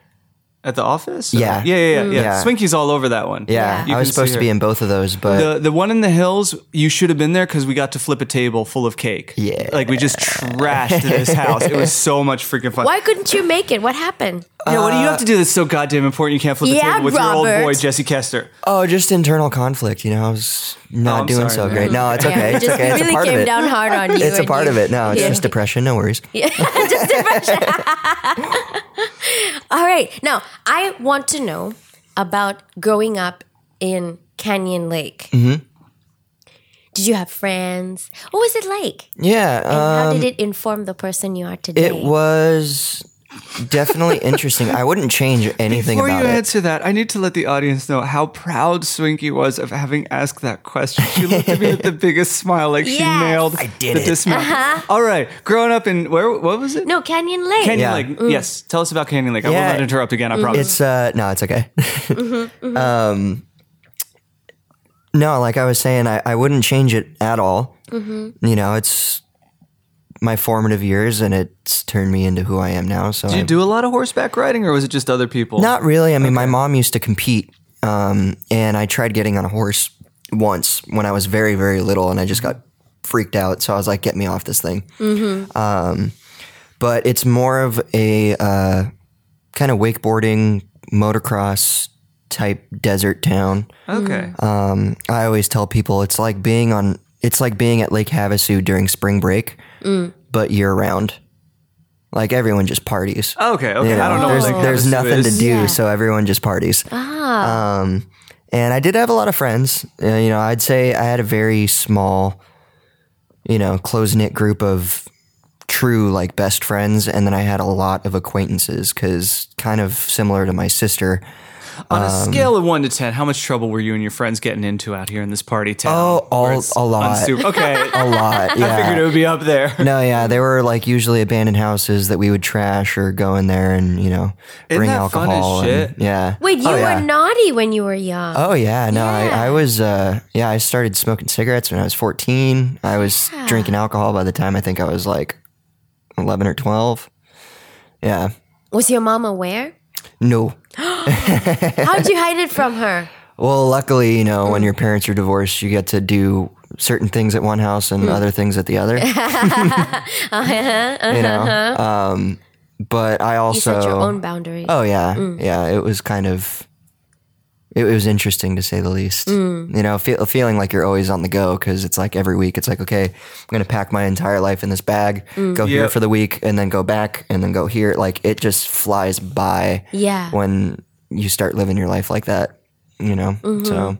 [SPEAKER 6] At the office?
[SPEAKER 4] Yeah.
[SPEAKER 6] Yeah, yeah, yeah. yeah.
[SPEAKER 4] Yeah.
[SPEAKER 6] Swinky's all over that one.
[SPEAKER 4] Yeah,
[SPEAKER 6] You
[SPEAKER 4] I was
[SPEAKER 6] can see
[SPEAKER 4] supposed to
[SPEAKER 6] her.
[SPEAKER 4] be in both of those, but
[SPEAKER 6] The, the one in the hills, you should have been there because we got to flip a table full of cake.
[SPEAKER 4] Yeah.
[SPEAKER 6] Like we just trashed this house. It was so much freaking fun.
[SPEAKER 2] Why couldn't you make it? What happened?
[SPEAKER 6] Yeah, what do you have to do that's so goddamn important you can't flip a
[SPEAKER 2] Yeah,
[SPEAKER 6] table with your
[SPEAKER 2] Robert.
[SPEAKER 6] old boy, Jesse Kester?
[SPEAKER 4] oh, just internal conflict. You know, I was
[SPEAKER 6] Oh,
[SPEAKER 4] not
[SPEAKER 6] I'm
[SPEAKER 4] doing
[SPEAKER 6] sorry,
[SPEAKER 4] so
[SPEAKER 6] man.
[SPEAKER 4] great. No, it's
[SPEAKER 2] Yeah,
[SPEAKER 4] okay.
[SPEAKER 2] we
[SPEAKER 4] It's
[SPEAKER 2] just
[SPEAKER 4] okay. It's
[SPEAKER 2] really
[SPEAKER 4] a part of
[SPEAKER 2] came
[SPEAKER 4] it.
[SPEAKER 2] down hard on you.
[SPEAKER 4] It's a
[SPEAKER 2] and
[SPEAKER 4] part
[SPEAKER 2] you-
[SPEAKER 4] of it. No, it's
[SPEAKER 2] Yeah.
[SPEAKER 4] just depression. No worries.
[SPEAKER 2] All right. Now, I want to know about growing up in Canyon Lake.
[SPEAKER 4] Mm-hmm.
[SPEAKER 2] Did you have friends? What was it like?
[SPEAKER 4] Yeah. Um,
[SPEAKER 2] How did it inform the person you are today?
[SPEAKER 4] It was definitely interesting. I wouldn't change anything
[SPEAKER 6] Before you
[SPEAKER 4] about it.
[SPEAKER 6] answer that, I need to let the audience know how proud Swinky was of having asked that question. She looked at me with the biggest smile, like she
[SPEAKER 2] Yes. Uh-huh.
[SPEAKER 6] nailed
[SPEAKER 4] I did
[SPEAKER 6] the
[SPEAKER 4] it.
[SPEAKER 6] dismount. All right, growing up in where? What was it?
[SPEAKER 2] no, Canyon Lake.
[SPEAKER 6] Canyon
[SPEAKER 4] Yeah.
[SPEAKER 6] Lake. Yes, tell us about Canyon Lake. I will
[SPEAKER 4] Yeah.
[SPEAKER 6] not interrupt again. I promise.
[SPEAKER 4] It's uh no, it's okay.
[SPEAKER 6] Mm-hmm,
[SPEAKER 4] um No, like I was saying, I, I wouldn't change it at all.
[SPEAKER 6] Mm-hmm.
[SPEAKER 4] You know, it's my formative years and it's turned me into who I am now. So
[SPEAKER 6] Did you
[SPEAKER 4] I'm-
[SPEAKER 6] do a lot of horseback riding, or was it just other people?
[SPEAKER 4] not really. I mean, my mom used to compete, um, and I tried getting on a horse once when I was very, very little, and I just got freaked out. So I was like, "Get me off this thing." Um, but it's more of a uh, kind of wakeboarding, motocross type desert town.
[SPEAKER 6] Okay.
[SPEAKER 4] Um, I always tell people it's like being on it's like being at Lake Havasu during spring break, but year round. Like everyone just parties.
[SPEAKER 6] Okay, okay.
[SPEAKER 4] You
[SPEAKER 6] I don't know.
[SPEAKER 4] There's,
[SPEAKER 6] what Lake
[SPEAKER 4] there's
[SPEAKER 6] Havasu
[SPEAKER 4] nothing to
[SPEAKER 6] is.
[SPEAKER 4] do, so everyone just parties.
[SPEAKER 2] Ah.
[SPEAKER 4] Um, and I did have a lot of friends. Uh, you know, I'd say I had a very small, you know, close knit group of true like best friends, and then I had a lot of acquaintances because kind of similar to my sister.
[SPEAKER 6] On a
[SPEAKER 4] um,
[SPEAKER 6] scale of one to ten, how much trouble were you and your friends getting into out here in this party town?
[SPEAKER 4] Oh, all-
[SPEAKER 6] Where it's
[SPEAKER 4] a lot.
[SPEAKER 6] unsup- okay.
[SPEAKER 4] A lot. Yeah.
[SPEAKER 6] I figured it would be up there.
[SPEAKER 4] No, yeah, they were like usually abandoned houses that we would trash or go in there and you know
[SPEAKER 6] Isn't
[SPEAKER 4] bring
[SPEAKER 6] that fun as
[SPEAKER 4] alcohol. and-
[SPEAKER 6] shit?
[SPEAKER 4] Yeah.
[SPEAKER 2] Wait, you
[SPEAKER 4] oh, yeah.
[SPEAKER 2] were naughty when you were
[SPEAKER 6] Uh,
[SPEAKER 2] young.
[SPEAKER 4] Oh yeah, no, I, I was uh yeah, I started smoking cigarettes when I was 14. I was drinking alcohol by the time I think I was like 11 or 12. Yeah.
[SPEAKER 2] Was your mom aware?
[SPEAKER 4] No.
[SPEAKER 2] How'd you hide it from her?
[SPEAKER 4] Well, luckily, you know,
[SPEAKER 2] Mm.
[SPEAKER 4] when your parents are divorced, you get to do certain things at one house
[SPEAKER 2] Mm.
[SPEAKER 4] and other things at the other.
[SPEAKER 2] Uh-huh,
[SPEAKER 4] You know. Um but I
[SPEAKER 2] You
[SPEAKER 4] also
[SPEAKER 2] set your own boundaries.
[SPEAKER 4] Oh yeah, yeah. It was kind of, it, it was interesting to say the least. You know, feel, feeling like you're always on the go because it's like every week it's like, okay, I'm gonna pack my entire life in this bag, go here
[SPEAKER 6] Yep.
[SPEAKER 4] for the week, and then go back, and then go here. Like it just flies by.
[SPEAKER 2] Yeah.
[SPEAKER 4] When you start living your life like that, you know. So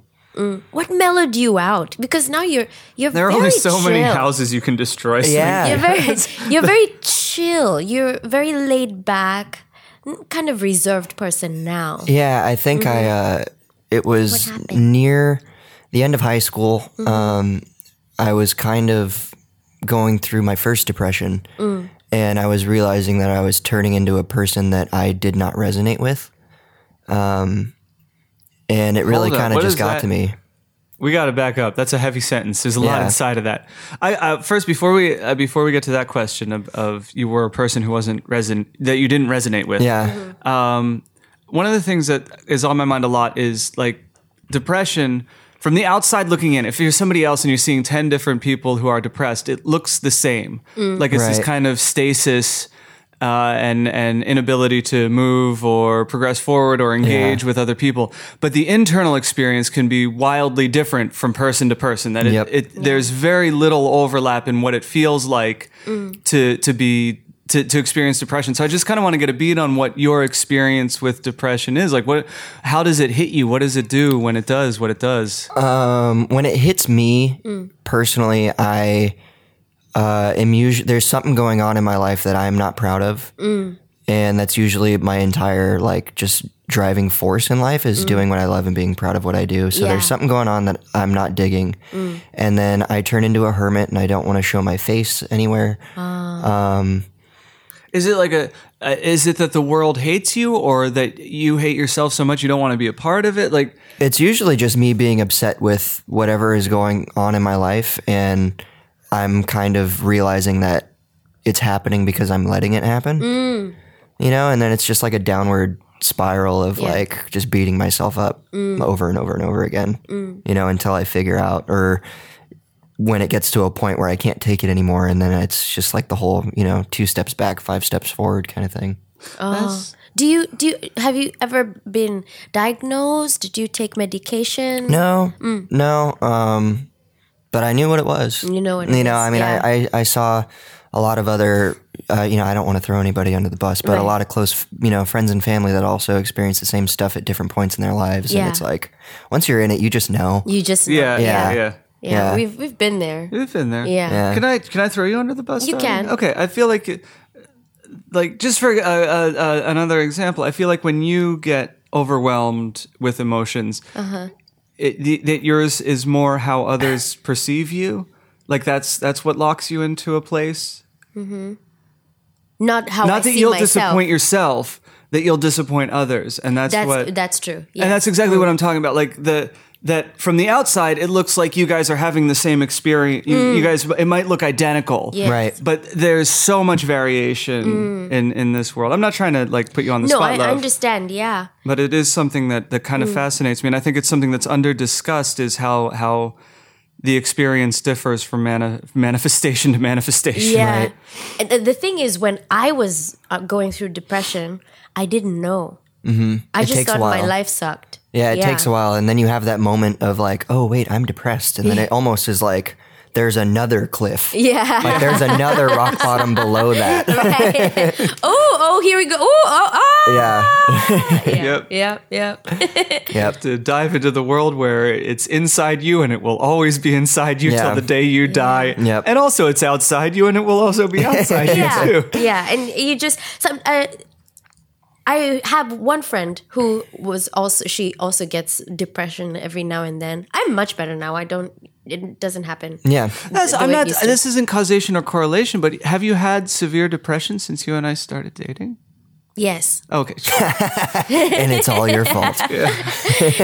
[SPEAKER 2] What mellowed you out? Because now you're you're
[SPEAKER 6] There are
[SPEAKER 2] very
[SPEAKER 6] only so many
[SPEAKER 2] chill.
[SPEAKER 6] houses you can destroy. Swinky.
[SPEAKER 4] Yeah.
[SPEAKER 2] You're very, you're very chill. You're very laid back, n- kind of reserved person now.
[SPEAKER 4] Yeah, I think I. Uh, it was near the end of high school. Um, I was kind of going through my first depression, and I was realizing that I was turning into a person that I did not resonate with. Um, and it really
[SPEAKER 6] Hold up,
[SPEAKER 4] kind of
[SPEAKER 6] what
[SPEAKER 4] just
[SPEAKER 6] is
[SPEAKER 4] got
[SPEAKER 6] that?
[SPEAKER 4] to me.
[SPEAKER 6] We got to back up. That's a heavy sentence. There's a lot
[SPEAKER 4] Yeah.
[SPEAKER 6] inside of that. I uh, first before we uh, before we get to that question of, of you were a person who wasn't reson that you didn't resonate with.
[SPEAKER 4] Yeah,
[SPEAKER 6] One of the things that is on my mind a lot is like depression from the outside looking in. If you're somebody else and you're seeing 10 different people who are depressed, it looks the same. like it's this
[SPEAKER 4] Right.
[SPEAKER 6] kind of stasis uh, and and inability to move or progress forward or engage with other people. But the internal experience can be wildly different from person to person. That it,
[SPEAKER 4] Yep.
[SPEAKER 6] it there's very little overlap in what it feels like to to be to, to experience depression. So I just kind of want to get a beat on what your experience with depression is. Like what how does it hit you? What does it do when it does what it does?
[SPEAKER 4] when it hits me personally, I uh, am usually there's something going on in my life that I am not proud of, and that's usually my entire like just driving force in life is doing what I love and being proud of what I do. So
[SPEAKER 2] Yeah.
[SPEAKER 4] there's something going on that I'm not digging, and then I turn into a hermit and I don't want to show my face anywhere. Um,
[SPEAKER 6] Is it like a? Uh, is it that the world hates you, or that you hate yourself so much you don't want to be a part of it? Like,
[SPEAKER 4] It's usually just me being upset with whatever is going on in my life, and I'm kind of realizing that it's happening because I'm letting it happen. You know, and then it's just like a downward spiral of like just beating myself up over and over and over again, you know, until I figure out or when it gets to a point where I can't take it anymore. And then it's just like the whole, you know, two steps back, five steps forward kind of thing.
[SPEAKER 2] Oh. Do you do you, have you ever been diagnosed? Do you take medication?
[SPEAKER 4] No,
[SPEAKER 2] Mm.
[SPEAKER 4] no. Um, but I knew what it was. You
[SPEAKER 2] know what it
[SPEAKER 4] You know.
[SPEAKER 2] is,
[SPEAKER 4] I mean,
[SPEAKER 2] yeah.
[SPEAKER 4] I, I I saw a lot of other. Uh, you know, I don't want to throw anybody under the bus, but a
[SPEAKER 2] Right.
[SPEAKER 4] lot of close, you know, friends and family that also experience the same stuff at different points in their lives,
[SPEAKER 2] Yeah.
[SPEAKER 4] and it's like once you're in it, you just know.
[SPEAKER 2] You just
[SPEAKER 6] yeah, yeah,
[SPEAKER 4] Yeah.
[SPEAKER 6] yeah.
[SPEAKER 2] yeah.
[SPEAKER 4] yeah.
[SPEAKER 2] We've we've been there.
[SPEAKER 6] You've been there.
[SPEAKER 2] Yeah. Yeah.
[SPEAKER 6] Can I can I throw you under the bus?
[SPEAKER 2] You
[SPEAKER 6] darling?
[SPEAKER 2] can.
[SPEAKER 6] Okay. I feel like, it- like just for uh, uh, uh, another example, I feel like when you get overwhelmed with emotions,
[SPEAKER 2] Uh-huh.
[SPEAKER 6] it, the, that yours is more how others perceive you. Like that's that's what locks you into a place.
[SPEAKER 2] Not how I
[SPEAKER 6] Not that
[SPEAKER 2] see
[SPEAKER 6] you'll
[SPEAKER 2] myself.
[SPEAKER 6] disappoint yourself, that you'll disappoint others, and that's,
[SPEAKER 2] That's
[SPEAKER 6] what
[SPEAKER 2] that's true. Yeah. Mm.
[SPEAKER 6] and that's exactly what I'm talking about. Like the that from the outside, it looks like you guys are having the same experience. You,
[SPEAKER 2] Mm.
[SPEAKER 6] you guys, it might look identical,
[SPEAKER 2] Yes.
[SPEAKER 4] Right.
[SPEAKER 6] But there's so much variation in in this world. I'm not trying to like put you on the
[SPEAKER 2] Mm. no,
[SPEAKER 6] spot,
[SPEAKER 2] I Mm.
[SPEAKER 6] love,
[SPEAKER 2] understand. Yeah.
[SPEAKER 6] but it is something that that kind of fascinates me, and I think it's something that's under discussed is how how the experience differs from mani- manifestation to manifestation.
[SPEAKER 2] Yeah. And the, the thing is, when I was uh, going through depression, I didn't know. Mm-hmm. I just
[SPEAKER 4] takes a
[SPEAKER 2] thought my
[SPEAKER 4] while.
[SPEAKER 2] life sucked.
[SPEAKER 4] Yeah, it takes a while, and then you have that moment of like, oh wait, I'm depressed, and then it almost is like there's another cliff.
[SPEAKER 2] Yeah.
[SPEAKER 4] Like there's another rock bottom below that.
[SPEAKER 2] oh, oh, here we go. Oh, oh, oh.
[SPEAKER 4] Yeah.
[SPEAKER 6] Yep.
[SPEAKER 2] Yeah, yeah.
[SPEAKER 4] Yep.
[SPEAKER 6] To dive into the world where it's inside you and it will always be inside you
[SPEAKER 4] Yeah.
[SPEAKER 6] till the day you die.
[SPEAKER 4] Yep.
[SPEAKER 6] And also it's outside you and it will also be outside you too.
[SPEAKER 2] yeah and you just some uh, i have one friend who was also she also gets depression every now and then i'm much better now i don't it doesn't happen
[SPEAKER 4] Yeah.
[SPEAKER 6] That's,
[SPEAKER 2] The
[SPEAKER 6] I'm
[SPEAKER 2] way it
[SPEAKER 6] not,
[SPEAKER 2] used to.
[SPEAKER 6] this isn't causation or correlation, but have you had severe depression since you and I started dating?
[SPEAKER 2] yes
[SPEAKER 6] Okay.
[SPEAKER 4] And it's all your fault.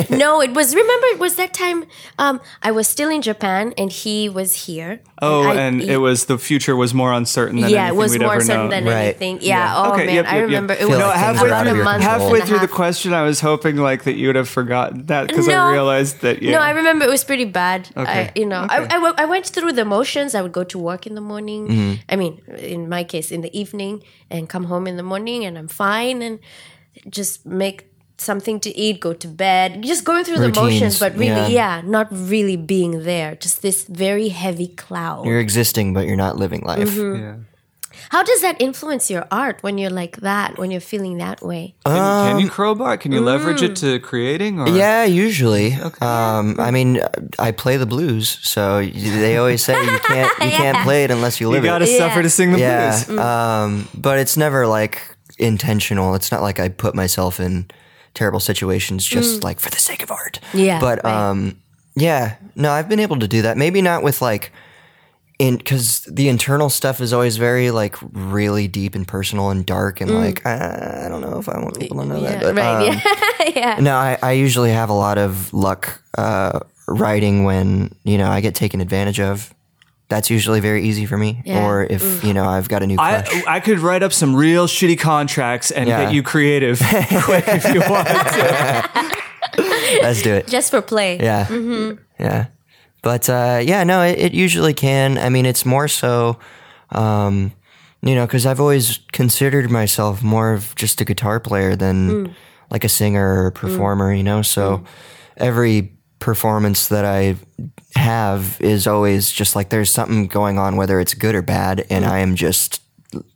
[SPEAKER 2] no it was remember it was that time um i was still in japan and he was here
[SPEAKER 6] Oh,
[SPEAKER 2] I-
[SPEAKER 6] and it was the future was more uncertain than
[SPEAKER 2] yeah, it
[SPEAKER 6] anything
[SPEAKER 2] was
[SPEAKER 6] we'd
[SPEAKER 2] more
[SPEAKER 6] ever
[SPEAKER 2] certain
[SPEAKER 6] known.
[SPEAKER 2] than
[SPEAKER 4] Right.
[SPEAKER 2] anything. Yeah. Oh
[SPEAKER 6] okay,
[SPEAKER 2] man,
[SPEAKER 6] yep, yep,
[SPEAKER 2] I
[SPEAKER 6] yep.
[SPEAKER 2] remember it
[SPEAKER 4] Feel
[SPEAKER 2] was
[SPEAKER 6] no,
[SPEAKER 4] like things
[SPEAKER 6] halfway
[SPEAKER 4] are out of
[SPEAKER 6] through,
[SPEAKER 4] your control.
[SPEAKER 6] halfway
[SPEAKER 2] And a
[SPEAKER 6] through the
[SPEAKER 2] half.
[SPEAKER 6] question, I was hoping like that you would have forgotten that because
[SPEAKER 2] No.
[SPEAKER 6] I realized that yeah,
[SPEAKER 2] No, I remember it was pretty bad.
[SPEAKER 6] Okay.
[SPEAKER 2] I, you know, I I,
[SPEAKER 6] Okay.
[SPEAKER 2] I, w- I went through the motions. I would go to work in the morning. I mean, in my case, in the evening, and come home in the morning, and I'm fine, and just make something to eat, go to bed, just going through the motions,
[SPEAKER 4] Routines,
[SPEAKER 2] but really,
[SPEAKER 4] yeah.
[SPEAKER 2] yeah. not really being there. Just this very heavy cloud.
[SPEAKER 4] You're existing, but you're not living life.
[SPEAKER 2] Mm-hmm.
[SPEAKER 6] yeah.
[SPEAKER 2] How does that influence your art when you're like that? When you're feeling that way?
[SPEAKER 6] Can, can you crowbar? it? Can you leverage
[SPEAKER 2] Mm.
[SPEAKER 6] it to creating? Or?
[SPEAKER 4] Yeah, usually. Um, I mean, I play the blues, so y- they always say you can't you can't play it unless you
[SPEAKER 6] You
[SPEAKER 4] live
[SPEAKER 6] gotta
[SPEAKER 4] it.
[SPEAKER 6] suffer to sing the
[SPEAKER 4] Yeah,
[SPEAKER 2] Mm.
[SPEAKER 6] blues.
[SPEAKER 4] um, but it's never like intentional. It's not like I put myself in terrible situations just like for the sake of art.
[SPEAKER 2] Mm. Yeah,
[SPEAKER 4] but
[SPEAKER 2] right.
[SPEAKER 4] um, yeah, no, I've been able to do that. Maybe not with like in because the internal stuff is always very like really deep and personal and dark and like "Ah, I, I don't know if I want people to know that. But,
[SPEAKER 2] right. Mm. yeah.
[SPEAKER 4] no, I, I usually have a lot of luck uh, writing when you know I get taken advantage of. That's usually very easy for me.
[SPEAKER 2] Yeah.
[SPEAKER 4] Or if you know I've got a new crush.
[SPEAKER 6] I, I could write up some real shitty contracts and
[SPEAKER 4] Yeah.
[SPEAKER 6] get you creative quick if you want.
[SPEAKER 4] Let's do it.
[SPEAKER 2] Just for play.
[SPEAKER 4] Yeah, yeah. But uh, yeah, no, it, it usually can. I mean, it's more so, um, you know, because I've always considered myself more of just a guitar player than like a singer or performer. You know, so every performance that I have is always just like there's something going on, whether it's good or bad, and I am just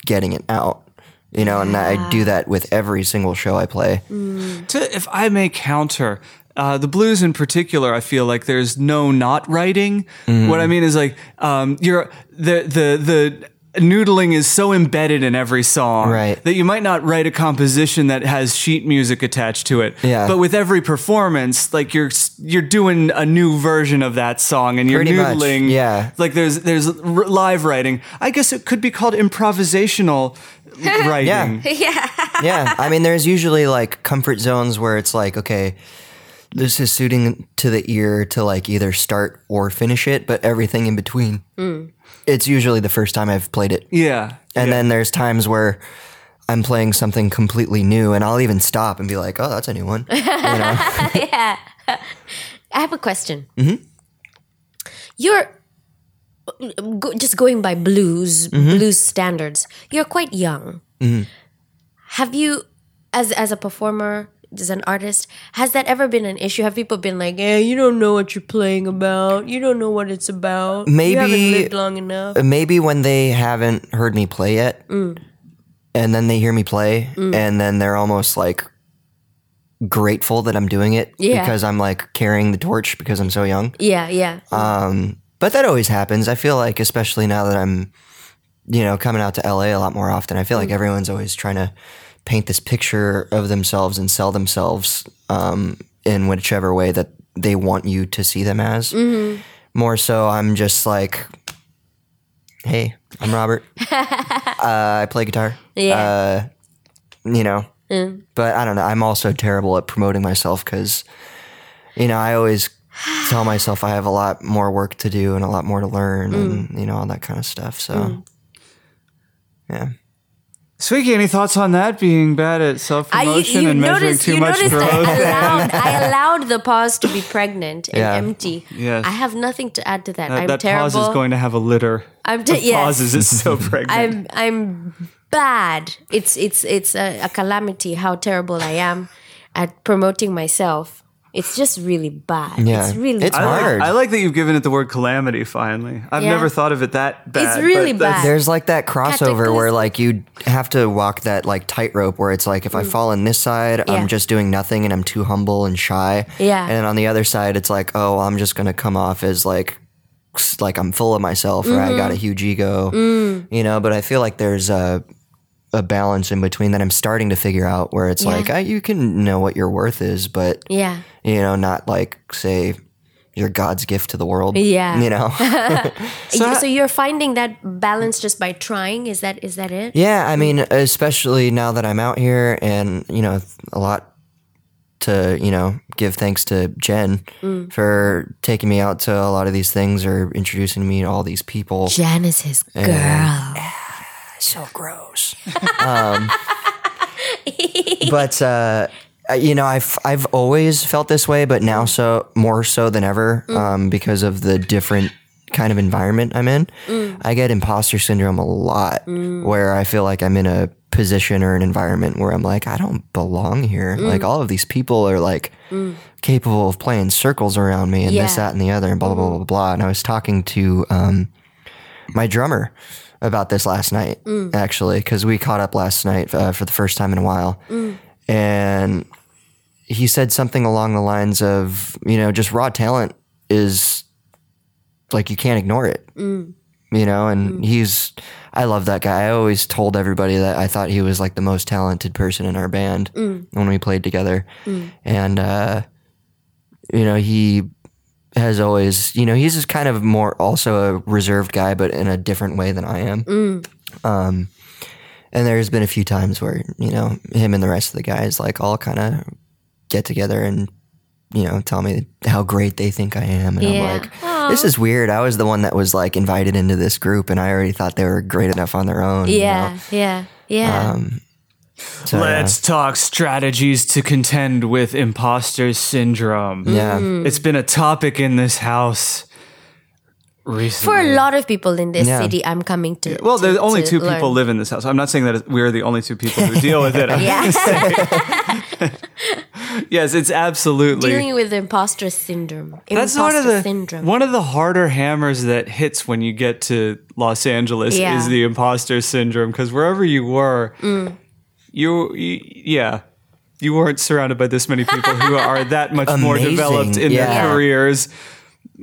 [SPEAKER 4] getting it out. You know, and I do that with every single show I play.
[SPEAKER 6] to, if I may counter, uh, the blues in particular, I feel like
[SPEAKER 4] Mm-hmm.
[SPEAKER 6] there's no not writing. What I mean is like um, you're the the the. noodling is so embedded in every song
[SPEAKER 4] Right.
[SPEAKER 6] that you might not write a composition that has sheet music attached to it.
[SPEAKER 4] Yeah.
[SPEAKER 6] But with every performance, like you're s- you're doing a new version of that song and you're
[SPEAKER 4] Pretty much,
[SPEAKER 6] noodling.
[SPEAKER 4] yeah.
[SPEAKER 6] Like there's there's r- live writing. I guess it could be called improvisational writing.
[SPEAKER 4] Yeah. yeah. I mean, there's usually like comfort zones where it's like, okay, this is suiting to the ear to like either start or finish it, but everything in between. It's usually the first time I've played it.
[SPEAKER 6] Yeah.
[SPEAKER 4] And then there's times where I'm playing something completely new and I'll even stop and be like, oh, that's a new one.
[SPEAKER 2] I have a question. Mm-hmm. You're go, just going by blues
[SPEAKER 4] Mm-hmm.
[SPEAKER 2] blues standards. You're quite young. Have you, as as a performer, as an artist, has that ever been an issue? Have people been like, "Yeah, you don't know what you're playing about. You don't know what it's about. you haven't
[SPEAKER 4] Maybe- Uh,
[SPEAKER 2] lived long enough."
[SPEAKER 4] Maybe when they haven't heard me play yet and then they hear me play and then they're almost like grateful that I'm doing it
[SPEAKER 2] Yeah.
[SPEAKER 4] because I'm like carrying the torch because I'm so young.
[SPEAKER 2] Yeah, yeah.
[SPEAKER 4] uh, But that always happens. I feel like, especially now that I'm, you know, coming out to LA a lot more often, I feel like everyone's always trying to paint this picture of themselves and sell themselves um, in whichever way that they want you to see them as. More so, I'm just like, hey, I'm Robert. uh, I play guitar.
[SPEAKER 2] Yeah.
[SPEAKER 4] Uh, you know, but I don't know. I'm also terrible at promoting myself because, you know, I always tell myself I have a lot more work to do and a lot more to learn and, you know, all that kind of stuff. So, yeah.
[SPEAKER 6] Swiggy, any thoughts on that being bad at self promotion and measuring
[SPEAKER 2] noticed-
[SPEAKER 6] too
[SPEAKER 2] you
[SPEAKER 6] much
[SPEAKER 2] noticed
[SPEAKER 6] growth?
[SPEAKER 2] I allowed, I allowed the pause to be pregnant and
[SPEAKER 4] Yeah.
[SPEAKER 2] empty.
[SPEAKER 6] Yes.
[SPEAKER 2] I have nothing to add to that.
[SPEAKER 6] That,
[SPEAKER 2] I'm
[SPEAKER 6] that
[SPEAKER 2] terrible.
[SPEAKER 6] pause is going to have a litter.
[SPEAKER 2] I'm t-
[SPEAKER 6] The
[SPEAKER 2] yes.
[SPEAKER 6] Pauses is so pregnant.
[SPEAKER 2] I'm I'm bad. It's it's it's a, a calamity how terrible I am at promoting myself. It's just really bad.
[SPEAKER 4] Yeah.
[SPEAKER 2] It's really
[SPEAKER 4] It's
[SPEAKER 6] I like-
[SPEAKER 2] bad.
[SPEAKER 4] hard.
[SPEAKER 6] I like that you've given it the word calamity finally. I've
[SPEAKER 2] Yeah.
[SPEAKER 6] never thought of it that bad. but
[SPEAKER 2] really
[SPEAKER 6] that's-
[SPEAKER 2] bad.
[SPEAKER 4] There's like that crossover where like you have to walk that like tightrope where it's like if I fall on this side,
[SPEAKER 2] Mm. Yeah.
[SPEAKER 4] I'm just doing nothing and I'm too humble and shy.
[SPEAKER 2] Yeah.
[SPEAKER 4] And then on the other side, it's like, oh, I'm just gonna come off as like s- like I'm full of myself or I got a
[SPEAKER 2] Mm-hmm.
[SPEAKER 4] huge ego,
[SPEAKER 2] Mm.
[SPEAKER 4] you know. But I feel like there's a a balance in between that I'm starting to figure out where it's like I, you can know what your worth is, but
[SPEAKER 2] Yeah.
[SPEAKER 4] you know, not like say you're God's gift to the world.
[SPEAKER 2] Yeah.
[SPEAKER 4] you know.
[SPEAKER 2] So, you're finding that balance just by trying? Is that is that it?
[SPEAKER 4] Yeah, I mean, especially now that I'm out here and, you know, a lot to, you know, give thanks to Jen for taking me out to a lot of these things or introducing me to all these people.
[SPEAKER 2] Jan is his girl.
[SPEAKER 4] So gross. um, but, uh, I- you know, I've I've always felt this way, but now so more so than ever um, because of the different kind of environment I'm in. I get imposter syndrome a lot, where I feel like I'm in a position or an environment where I'm like, I don't belong here. Like all of these people are like capable of playing circles around me and this,
[SPEAKER 2] Yeah.
[SPEAKER 4] that, and the other, and blah blah blah blah blah. And I was talking to um, my drummer about this last night, actually, because we caught up last night uh, for the first time in a while. And he said something along the lines of, you know, just raw talent is like you can't ignore it. You know, and he's I love that guy. I always told everybody that I thought he was like the most talented person in our band when we played together. And uh you know, he has always, you know, he's just kind of more also a reserved guy but in a different way than I am. Um, And there's been a few times where, you know, him and the rest of the guys like all kind of get together and, you know, tell me how great they think I am. And
[SPEAKER 2] Yeah.
[SPEAKER 4] I'm like, this is weird. I was the one that was like invited into this group and I already thought they were great enough on their own. you
[SPEAKER 2] Yeah,
[SPEAKER 4] know?
[SPEAKER 2] yeah, yeah.
[SPEAKER 6] Um,
[SPEAKER 4] So, uh,
[SPEAKER 6] Let's talk strategies to contend with imposter syndrome.
[SPEAKER 4] Yeah.
[SPEAKER 2] Mm.
[SPEAKER 6] It's been a topic in this house
[SPEAKER 2] For
[SPEAKER 6] recently.
[SPEAKER 2] a lot of people in this
[SPEAKER 4] Yeah.
[SPEAKER 2] city, I'm coming to.
[SPEAKER 6] well,
[SPEAKER 2] to-
[SPEAKER 6] there's only
[SPEAKER 2] to
[SPEAKER 6] two
[SPEAKER 2] learn.
[SPEAKER 6] people live in this house. I'm not saying that we're the only two people who deal with it. I'm just saying. yes, it's absolutely
[SPEAKER 2] dealing with imposter syndrome.
[SPEAKER 6] That's
[SPEAKER 2] imposter
[SPEAKER 6] one of the
[SPEAKER 2] syndrome.
[SPEAKER 6] one of the harder hammers that hits when you get to Los Angeles
[SPEAKER 2] Yeah. Mm.
[SPEAKER 6] is the imposter syndrome because wherever you were, you, you yeah, you weren't surrounded by this many people who are that much more
[SPEAKER 4] Amazing.
[SPEAKER 6] developed in
[SPEAKER 4] Yeah.
[SPEAKER 6] their careers.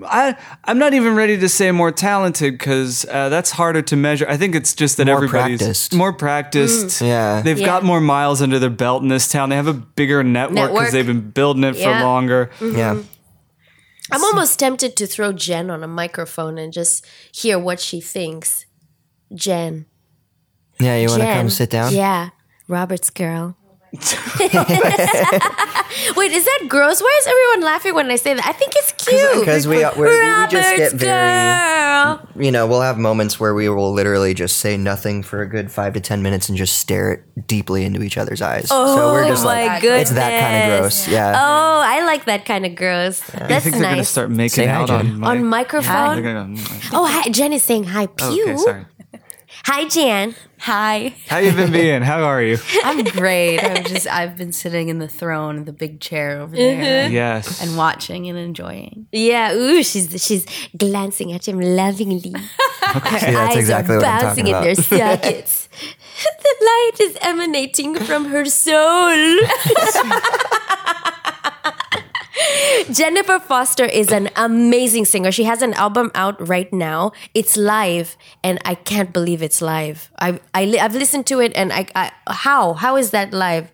[SPEAKER 6] I I'm not even ready to say more talented because uh, that's harder to measure. I think it's just that
[SPEAKER 4] More
[SPEAKER 6] everybody's
[SPEAKER 4] practiced.
[SPEAKER 6] more practiced.
[SPEAKER 2] Mm.
[SPEAKER 4] Yeah.
[SPEAKER 6] they've
[SPEAKER 8] Yeah.
[SPEAKER 6] got more miles under their belt in this town. They have a bigger network
[SPEAKER 2] Network.
[SPEAKER 6] because they've been building it
[SPEAKER 2] Yeah. Mm-hmm.
[SPEAKER 6] for longer.
[SPEAKER 4] Yeah.
[SPEAKER 2] I'm almost tempted to throw Jen on a microphone and just hear what she thinks. Jen.
[SPEAKER 4] Yeah, you want to
[SPEAKER 2] Jen.
[SPEAKER 4] come sit down?
[SPEAKER 2] Yeah. Robert's girl. Wait, is that gross? Why is everyone laughing when I say that? I think it's cute.
[SPEAKER 4] Because we, we're, we just get
[SPEAKER 2] Robert's
[SPEAKER 4] very,
[SPEAKER 2] girl.
[SPEAKER 4] you know, we'll have moments where we will literally just say nothing for a good five to 10 minutes and just stare deeply into each other's eyes. Oh, so we're just
[SPEAKER 2] my
[SPEAKER 4] like, it's that kind of
[SPEAKER 2] goodness.
[SPEAKER 4] gross. Yeah.
[SPEAKER 2] Oh, I like that kind of gross.
[SPEAKER 6] I
[SPEAKER 2] That's
[SPEAKER 6] think they're gonna
[SPEAKER 2] nice.
[SPEAKER 6] start making
[SPEAKER 4] Say hi,
[SPEAKER 6] out
[SPEAKER 4] Jen.
[SPEAKER 6] on mic.
[SPEAKER 2] on microphone.
[SPEAKER 6] They're gonna- "Oh,
[SPEAKER 2] Oh, hi. Jen is saying hi, pew.
[SPEAKER 6] okay, sorry.
[SPEAKER 2] Hi, Jan.
[SPEAKER 9] Hi.
[SPEAKER 6] How you been being? How are you?
[SPEAKER 9] I'm great. I'm just I've been sitting in the throne, the big chair over there,
[SPEAKER 6] Yes.
[SPEAKER 9] and watching and enjoying.
[SPEAKER 2] Yeah, ooh, she's she's glancing at him lovingly. Her
[SPEAKER 4] that's
[SPEAKER 2] eyes
[SPEAKER 4] exactly
[SPEAKER 2] are
[SPEAKER 4] what I'm
[SPEAKER 2] bouncing
[SPEAKER 4] talking
[SPEAKER 2] in their sockets. the light is emanating from her soul. Jennifer Foster is an amazing singer. She has an album out right now. It's live, and I can't believe it's live. I, I li- I've listened to it, and I, I how how is that live?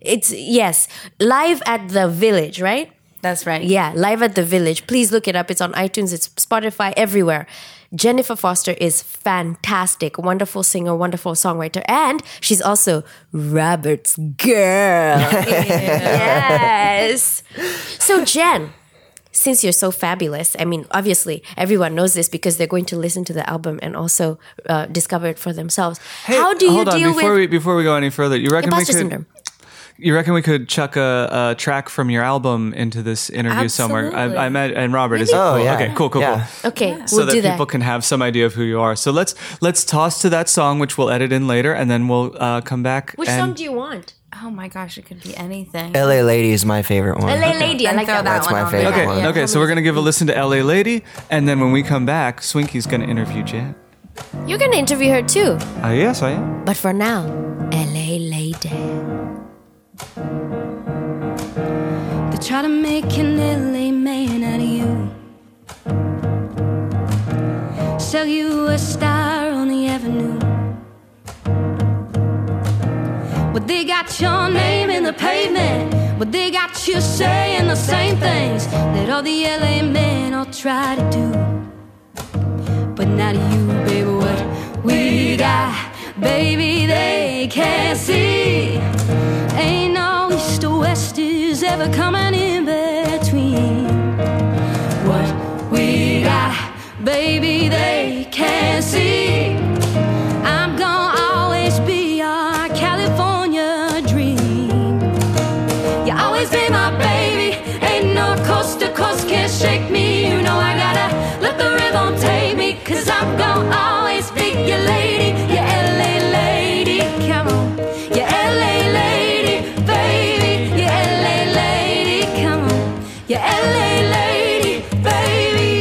[SPEAKER 2] It's yes, live at the Village, right?
[SPEAKER 9] That's right.
[SPEAKER 2] Yeah, live at the village. Please look it up. It's on iTunes, it's Spotify, everywhere. Jennifer Foster is fantastic, wonderful singer, wonderful songwriter, and she's also Robert's girl. yes. So, Jen, since you're so fabulous, I mean, obviously everyone knows this because they're going to listen to the album and also uh, discover it for themselves. How do you
[SPEAKER 6] Hold on,
[SPEAKER 2] deal
[SPEAKER 6] before
[SPEAKER 2] with
[SPEAKER 6] we before we go any further, you reckon we
[SPEAKER 2] imposter
[SPEAKER 6] could
[SPEAKER 2] syndrome?
[SPEAKER 6] you reckon we could chuck a, a track from your album into this interview somewhere?
[SPEAKER 9] Absolutely.
[SPEAKER 6] I, I met and Robert is that
[SPEAKER 4] Oh,
[SPEAKER 6] cool?
[SPEAKER 4] yeah.
[SPEAKER 6] okay, cool, cool,
[SPEAKER 4] Yeah.
[SPEAKER 6] cool.
[SPEAKER 2] Okay, we'll
[SPEAKER 6] so that
[SPEAKER 2] do
[SPEAKER 6] people
[SPEAKER 2] that.
[SPEAKER 6] can have some idea of who you are. So let's let's toss to that song, which we'll edit in later, and then we'll uh, come back.
[SPEAKER 2] Which
[SPEAKER 6] and
[SPEAKER 2] song do you want?
[SPEAKER 9] Oh my gosh, it could be anything.
[SPEAKER 4] LA Lady is my favorite one.
[SPEAKER 2] LA Lady, I
[SPEAKER 9] Then
[SPEAKER 2] like
[SPEAKER 9] throw
[SPEAKER 2] that. one.
[SPEAKER 9] that
[SPEAKER 4] That's
[SPEAKER 9] one
[SPEAKER 4] my
[SPEAKER 9] on
[SPEAKER 4] favorite
[SPEAKER 9] there.
[SPEAKER 6] Okay,
[SPEAKER 4] one.
[SPEAKER 9] Yeah.
[SPEAKER 6] okay. So we're gonna give a listen to "L.A. Lady," and then when we come back, Swinky's gonna interview Jen.
[SPEAKER 2] You're going to interview her too.
[SPEAKER 6] Uh, yes, I am.
[SPEAKER 2] But for now, LA Lady.
[SPEAKER 9] They try to make an LA man out of you. Sell you a star on the avenue. Well, they got your name in the pavement. Well, they got you saying the same things that all the LA men all try to do. But not you, baby, what we got, baby, they can't see. Ain't no east or west is ever coming in between. What we got, baby, they can't see. I'm gonna always be our California dream. You always be my baby. Ain't no coast to coast can't shake me. You know I gotta let the rhythm take me. Cause I'm gonna always be your lady, your LA lady. Come on, your LA lady, baby, your LA lady. Come on, your LA lady, baby.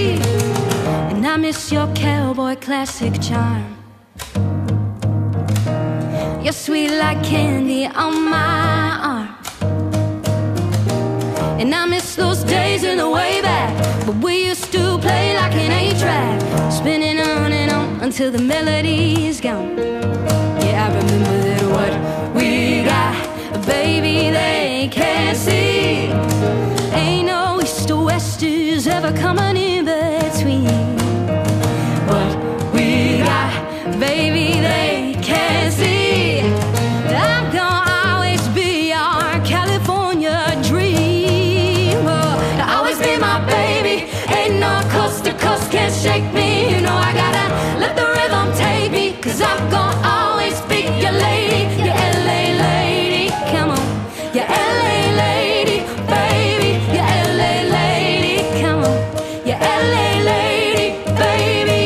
[SPEAKER 9] And I miss your cowboy classic charm. You're sweet like candy on my arm. And I miss those days in the way back. But we used to play like an eight track, spinning on and on until the melody's gone. Yeah, I remember that what we got, baby, they can't see. Ain't no east or west is ever coming in between. What we got, baby, they can't see. I'm gonna always be our California dream. Oh, I'll always be my baby. Ain't no coast to coast can't shake me. You know I gotta let the rhythm take me. Cause I'm gonna always be your lady, your LA lady. Come on, your LA lady, baby, your LA lady. Come on, your LA lady, baby.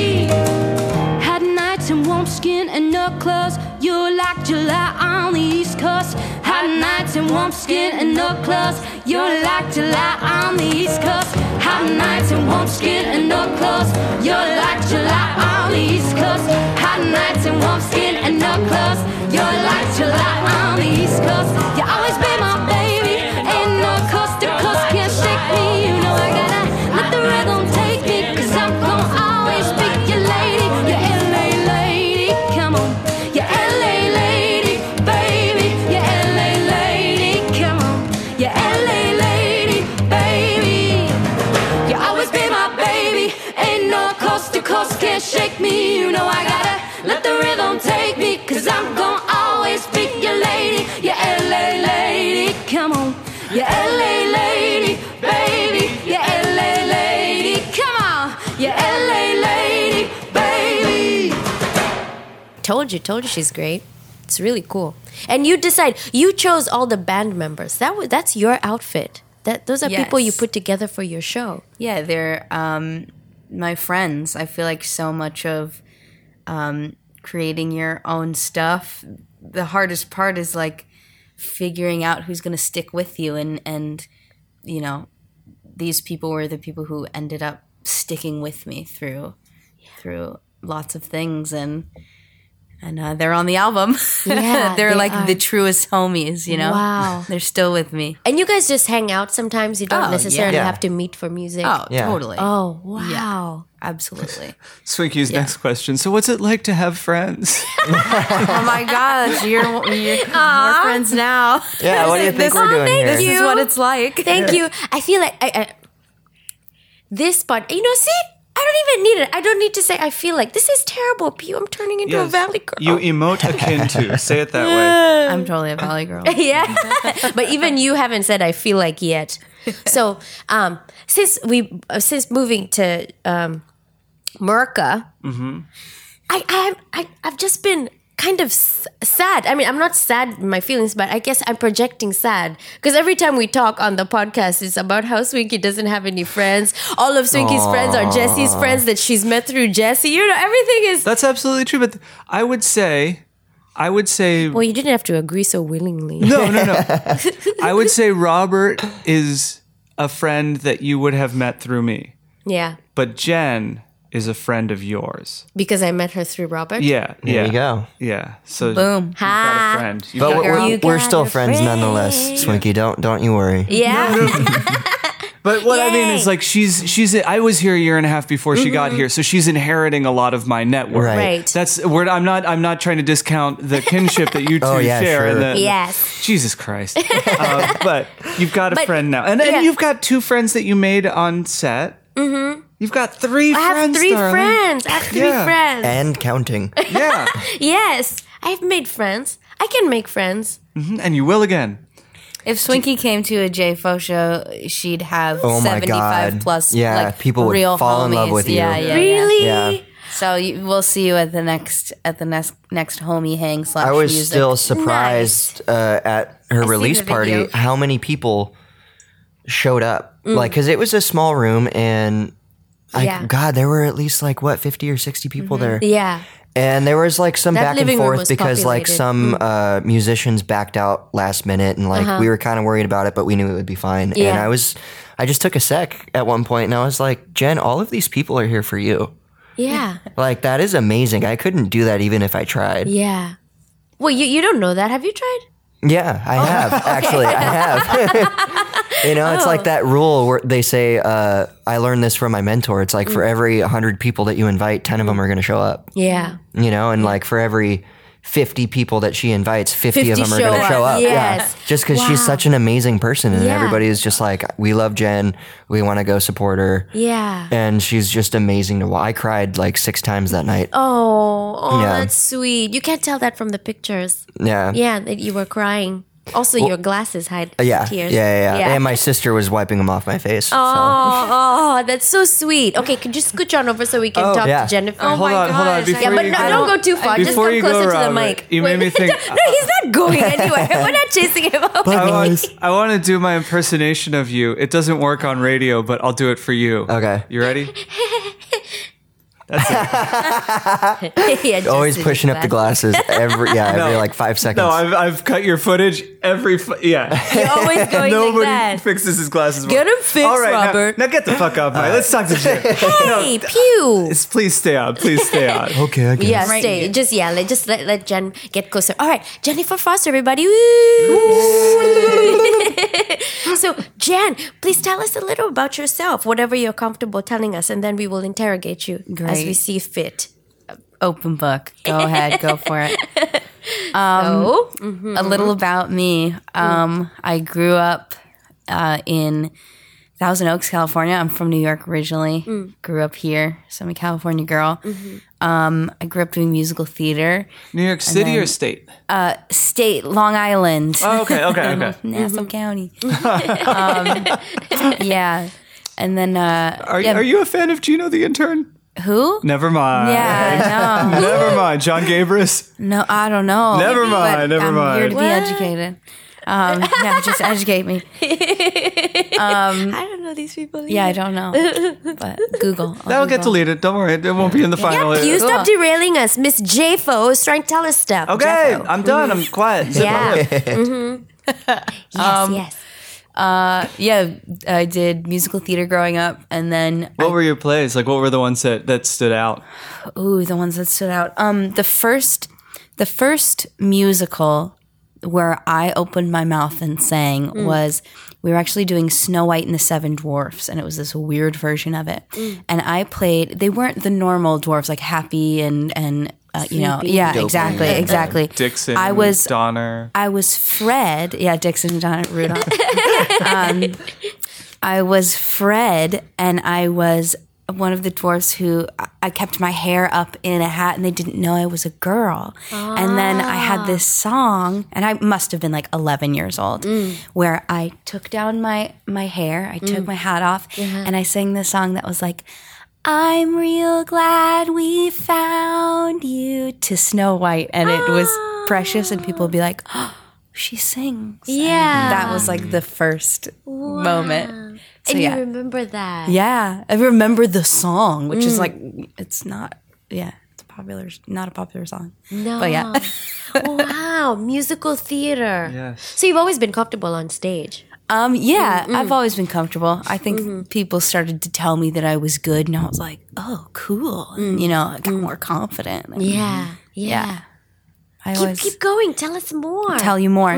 [SPEAKER 9] Had nights in warm skin and no clothes. You're like July on the East Coast. Had nights in warm skin and no clothes. You're like July on the East Coast. Had nights in warm skin and no clothes. You're like July on the East Coast. Had nights in warm skin and no clothes. You're like July on the East Coast. You always be my baby. Ain't no coast to coast can shake me. You know I gotta let the rhythm take. You LA lady, baby. You LA lady, come on. You LA lady, baby.
[SPEAKER 2] Told you, told you she's great. It's really cool. And you decide, you chose all the band members. That was that's your outfit. That those are people you
[SPEAKER 10] Yes.
[SPEAKER 2] put together for your show.
[SPEAKER 10] yeah, they're um, my friends. I feel like so much of um, creating your own stuff. The hardest part is like figuring out who's going to stick with you, and and you know, these people were the people who ended up sticking with me through through lots of things, and and uh, they're on the album.
[SPEAKER 2] Yeah,
[SPEAKER 10] they're
[SPEAKER 2] they
[SPEAKER 10] like
[SPEAKER 2] are.
[SPEAKER 10] the truest homies. You know,
[SPEAKER 2] Wow.
[SPEAKER 10] they're still with me.
[SPEAKER 2] And you guys just hang out sometimes. You don't
[SPEAKER 10] Oh,
[SPEAKER 2] necessarily
[SPEAKER 4] yeah.
[SPEAKER 2] have to meet for music.
[SPEAKER 10] Oh,
[SPEAKER 4] Yeah.
[SPEAKER 10] totally.
[SPEAKER 2] Oh, wow.
[SPEAKER 10] absolutely.
[SPEAKER 6] Swinky's next question. So, what's it like to have friends?
[SPEAKER 10] Oh my gosh, you're, you're more friends now.
[SPEAKER 4] Yeah, what do you think we're doing here?
[SPEAKER 10] This is what it's like.
[SPEAKER 2] Thank you. I feel like I, I this part, you know, see? I don't even need it. I don't need to say I feel like this is terrible, Pew. I'm turning into a valley girl.
[SPEAKER 6] You emote akin to. Say it that way.
[SPEAKER 10] I'm totally a Valley girl.
[SPEAKER 2] yeah. but even you haven't said I feel like yet. So um, since we uh, since moving to um, Merca, I, I I I've just been kind of s- sad. I mean, I'm not sad in my feelings, but I guess I'm projecting sad because every time we talk on the podcast, it's about how Swinky doesn't have any friends. All of Swinky's friends are Jesse's friends that she's met through Jesse. You know, everything is.
[SPEAKER 6] That's absolutely true. But I would say, I would say,
[SPEAKER 2] well, you didn't have to agree so willingly.
[SPEAKER 6] no, no, no. I would say Robert is a friend that you would have met through me,
[SPEAKER 2] Yeah,
[SPEAKER 6] but Jen is a friend of yours.
[SPEAKER 2] because I met her through Robert.
[SPEAKER 6] Yeah, yeah,
[SPEAKER 4] There you go.
[SPEAKER 6] yeah. So
[SPEAKER 10] Boom.
[SPEAKER 6] you've got a friend. You've
[SPEAKER 4] But
[SPEAKER 6] got a
[SPEAKER 4] we're,
[SPEAKER 6] friend.
[SPEAKER 4] we're, we're still friends nonetheless. Swinky, don't don't you worry.
[SPEAKER 2] Yeah.
[SPEAKER 6] But what I mean is like she's she's I was here a year and a half before she got here, so she's inheriting a lot of my network.
[SPEAKER 4] Right.
[SPEAKER 2] Mm-hmm. Right.
[SPEAKER 6] That's where I'm not I'm not trying to discount the kinship that you two
[SPEAKER 4] Oh, yeah,
[SPEAKER 6] share. and
[SPEAKER 4] sure.
[SPEAKER 6] the-
[SPEAKER 2] Yes.
[SPEAKER 6] Jesus Christ. uh, but you've got a friend now, and,
[SPEAKER 2] yeah.
[SPEAKER 6] and you've got two friends that you made on set. Mm-hmm. You've got three
[SPEAKER 2] I have
[SPEAKER 6] friends.
[SPEAKER 2] three
[SPEAKER 6] darling.
[SPEAKER 2] friends. I have three
[SPEAKER 6] Yeah.
[SPEAKER 2] friends.
[SPEAKER 4] And counting.
[SPEAKER 6] Yeah,
[SPEAKER 2] yes, I've made friends. I can make friends.
[SPEAKER 6] Mhm, and you will again.
[SPEAKER 10] If Swinky came to a JFO show, she'd have
[SPEAKER 4] Oh my
[SPEAKER 10] 75
[SPEAKER 4] God.
[SPEAKER 10] plus
[SPEAKER 4] Yeah,
[SPEAKER 10] like,
[SPEAKER 4] people would
[SPEAKER 10] real
[SPEAKER 4] fall in love
[SPEAKER 10] homies.
[SPEAKER 4] with you.
[SPEAKER 10] Yeah, yeah,
[SPEAKER 2] Really?
[SPEAKER 4] Yeah.
[SPEAKER 10] yeah. So you, we'll see you at the next at the next next homie hang slash
[SPEAKER 4] I was
[SPEAKER 10] music.
[SPEAKER 4] still surprised uh, at her release
[SPEAKER 10] the video.
[SPEAKER 4] party how many people showed up. Like, because it was a small room, and like,
[SPEAKER 2] Mm. Yeah. Mm-hmm.
[SPEAKER 4] God, there were at least like what fifty or sixty people there.
[SPEAKER 2] Yeah.
[SPEAKER 4] And there was like some
[SPEAKER 2] That
[SPEAKER 4] back and
[SPEAKER 2] living room
[SPEAKER 4] forth
[SPEAKER 2] was
[SPEAKER 4] because like
[SPEAKER 2] populated. Mm.
[SPEAKER 4] some uh, musicians backed out last minute, and like we were kind of worried about it, but we knew it would be fine. And
[SPEAKER 2] Uh-huh. Yeah.
[SPEAKER 4] I was, I just took a sec at one point, and I was like, Jen, all of these people are here for you.
[SPEAKER 2] Yeah.
[SPEAKER 4] Like that is amazing. I couldn't do that even if I tried.
[SPEAKER 2] Yeah. Well, you, you don't know that. Have you tried?
[SPEAKER 4] Yeah,
[SPEAKER 2] Oh.
[SPEAKER 4] I have actually. I have. you know, it's
[SPEAKER 2] Oh.
[SPEAKER 4] like that rule where they say, uh, "I learned this from my mentor." It's like for
[SPEAKER 2] Mm.
[SPEAKER 4] every hundred people that you invite, ten of them are going to show up.
[SPEAKER 2] Yeah.
[SPEAKER 4] You know, and like for every fifty people that she invites, fifty, of
[SPEAKER 2] 50
[SPEAKER 4] them are
[SPEAKER 2] show
[SPEAKER 4] going to show
[SPEAKER 2] up.
[SPEAKER 4] up.
[SPEAKER 2] Yes.
[SPEAKER 4] Yeah, just because she's such an amazing person, and
[SPEAKER 2] Yeah.
[SPEAKER 4] everybody is just like, "We love Jen. We want to go support her."
[SPEAKER 2] Yeah.
[SPEAKER 4] And she's just amazing to watch. I cried like six times that night.
[SPEAKER 2] Oh, oh,
[SPEAKER 4] Yeah.
[SPEAKER 2] that's sweet. You can't tell that from the pictures.
[SPEAKER 4] Yeah.
[SPEAKER 2] Yeah, that you were crying. Also, your glasses hide
[SPEAKER 4] Yeah. Yeah,
[SPEAKER 2] tears.
[SPEAKER 4] yeah, yeah. And my sister was wiping them off my face. so-
[SPEAKER 2] Oh, oh, that's so sweet. Okay, could you scooch on over so we can talk
[SPEAKER 4] yeah.
[SPEAKER 2] to Jennifer?
[SPEAKER 6] hold
[SPEAKER 9] Oh
[SPEAKER 6] on, hold on. Before
[SPEAKER 2] Yeah, but
[SPEAKER 6] you
[SPEAKER 2] no,
[SPEAKER 6] go,
[SPEAKER 2] don't go too far. Just
[SPEAKER 6] Before
[SPEAKER 2] come
[SPEAKER 6] you go,
[SPEAKER 2] closer to the
[SPEAKER 6] Robert,
[SPEAKER 2] mic.
[SPEAKER 6] you made me think- uh,
[SPEAKER 2] no, he's not going anywhere. We're not chasing him. Up.
[SPEAKER 4] But
[SPEAKER 6] I
[SPEAKER 4] guys-
[SPEAKER 6] want, I want to do my impersonation of you. It doesn't work on radio, but I'll do it for you.
[SPEAKER 4] Okay.
[SPEAKER 6] You ready?
[SPEAKER 2] yeah, just
[SPEAKER 4] always
[SPEAKER 2] in
[SPEAKER 4] pushing up the glasses every yeah every like five seconds.
[SPEAKER 6] No, I've, I've cut your footage every. Fu- yeah.
[SPEAKER 2] You're always going
[SPEAKER 6] Nobody
[SPEAKER 2] like that.
[SPEAKER 6] fixes his glasses.
[SPEAKER 2] Get him fixed,
[SPEAKER 6] All right, now-
[SPEAKER 2] Robert.
[SPEAKER 6] Now, get the fuck off, Mike. Let's talk to Jen.
[SPEAKER 2] Hey, pew.
[SPEAKER 6] Yes, please stay on. Please stay on.
[SPEAKER 4] okay, I guess.
[SPEAKER 2] Yeah, stay. Just yeah, let just let, let Jen get closer. All right, Jennifer Foster, everybody. Woo! so Jen, please tell us a little about yourself, whatever you're comfortable telling us, and then we will interrogate you as we
[SPEAKER 10] Great.
[SPEAKER 2] see fit.
[SPEAKER 10] open book. Go ahead, go for it.
[SPEAKER 2] Oh,
[SPEAKER 10] Um, a little about me. Um, I grew up uh, in Thousand Oaks, California. I'm from New York originally. Grew up here, so I'm a California girl. Um, I grew up doing musical theater.
[SPEAKER 6] New York City or state?
[SPEAKER 10] State, Long Island.
[SPEAKER 6] Oh, okay, okay, okay.
[SPEAKER 10] Nassau County. um, yeah. And then uh
[SPEAKER 6] Are, are you a fan of Gino the Intern?
[SPEAKER 10] who?
[SPEAKER 6] Never mind.
[SPEAKER 10] Yeah, no.
[SPEAKER 6] Never mind. John Gabris.
[SPEAKER 10] No, I don't know.
[SPEAKER 6] Never mind, never
[SPEAKER 10] I'm Here to
[SPEAKER 6] mind.
[SPEAKER 10] be educated. Um, no, just educate me.
[SPEAKER 2] I don't know these people.
[SPEAKER 10] Yeah, I don't know. But Google. I'll
[SPEAKER 6] That'll get
[SPEAKER 10] Google.
[SPEAKER 6] deleted. Don't worry. It won't be in the final.
[SPEAKER 11] You
[SPEAKER 10] Cool.
[SPEAKER 11] stop derailing us. Miss JFO is trying to tell us stuff.
[SPEAKER 6] okay,
[SPEAKER 11] Jeffo.
[SPEAKER 6] I'm done. I'm quiet. Zip my lip.
[SPEAKER 2] Mm-hmm.
[SPEAKER 11] Yes,
[SPEAKER 10] Um,
[SPEAKER 11] yes.
[SPEAKER 10] Yeah, I did musical theater growing up, and then
[SPEAKER 6] What were your plays? Like, what were the ones that, that stood out?
[SPEAKER 10] Ooh, the ones that stood out. Um, the first, the first musical where I opened my mouth and sang was we were actually doing Snow White and the Seven Dwarfs, and it was this weird version of it. And I played. They weren't the normal dwarfs, like happy and and uh, you know, yeah, exactly, exactly.
[SPEAKER 6] Dixon.
[SPEAKER 10] I was
[SPEAKER 6] Donner.
[SPEAKER 10] I was Fred. Yeah, Dixon Don Rudolph. um, I was Fred, and I was one of the dwarfs who I kept my hair up in a hat, and they didn't know I was a girl. And then I had this song, and I must have been like 11 years old, where I took down my my hair, I took my hat off, and I sang this song that was like. I'm real glad we found you to Snow White. And it was precious, and people would be like, oh, she sings. Yeah. that was like the first moment. So,
[SPEAKER 2] and
[SPEAKER 10] yeah.
[SPEAKER 2] you remember that.
[SPEAKER 10] yeah. I remember the song, which
[SPEAKER 2] Mm.
[SPEAKER 10] is like, it's not, yeah, it's a popular, not a popular song.
[SPEAKER 2] No.
[SPEAKER 10] But yeah.
[SPEAKER 2] wow, musical theater. So you've always been comfortable on stage.
[SPEAKER 10] Um, yeah,
[SPEAKER 2] Mm-hmm.
[SPEAKER 10] I've always been comfortable. I think people started to tell me that I was good, and I was like, oh, cool. And, you know, I got more confident. And
[SPEAKER 2] Mm. Yeah. Yeah.
[SPEAKER 10] I
[SPEAKER 2] Keep, keep going. Tell us more.
[SPEAKER 10] tell you more.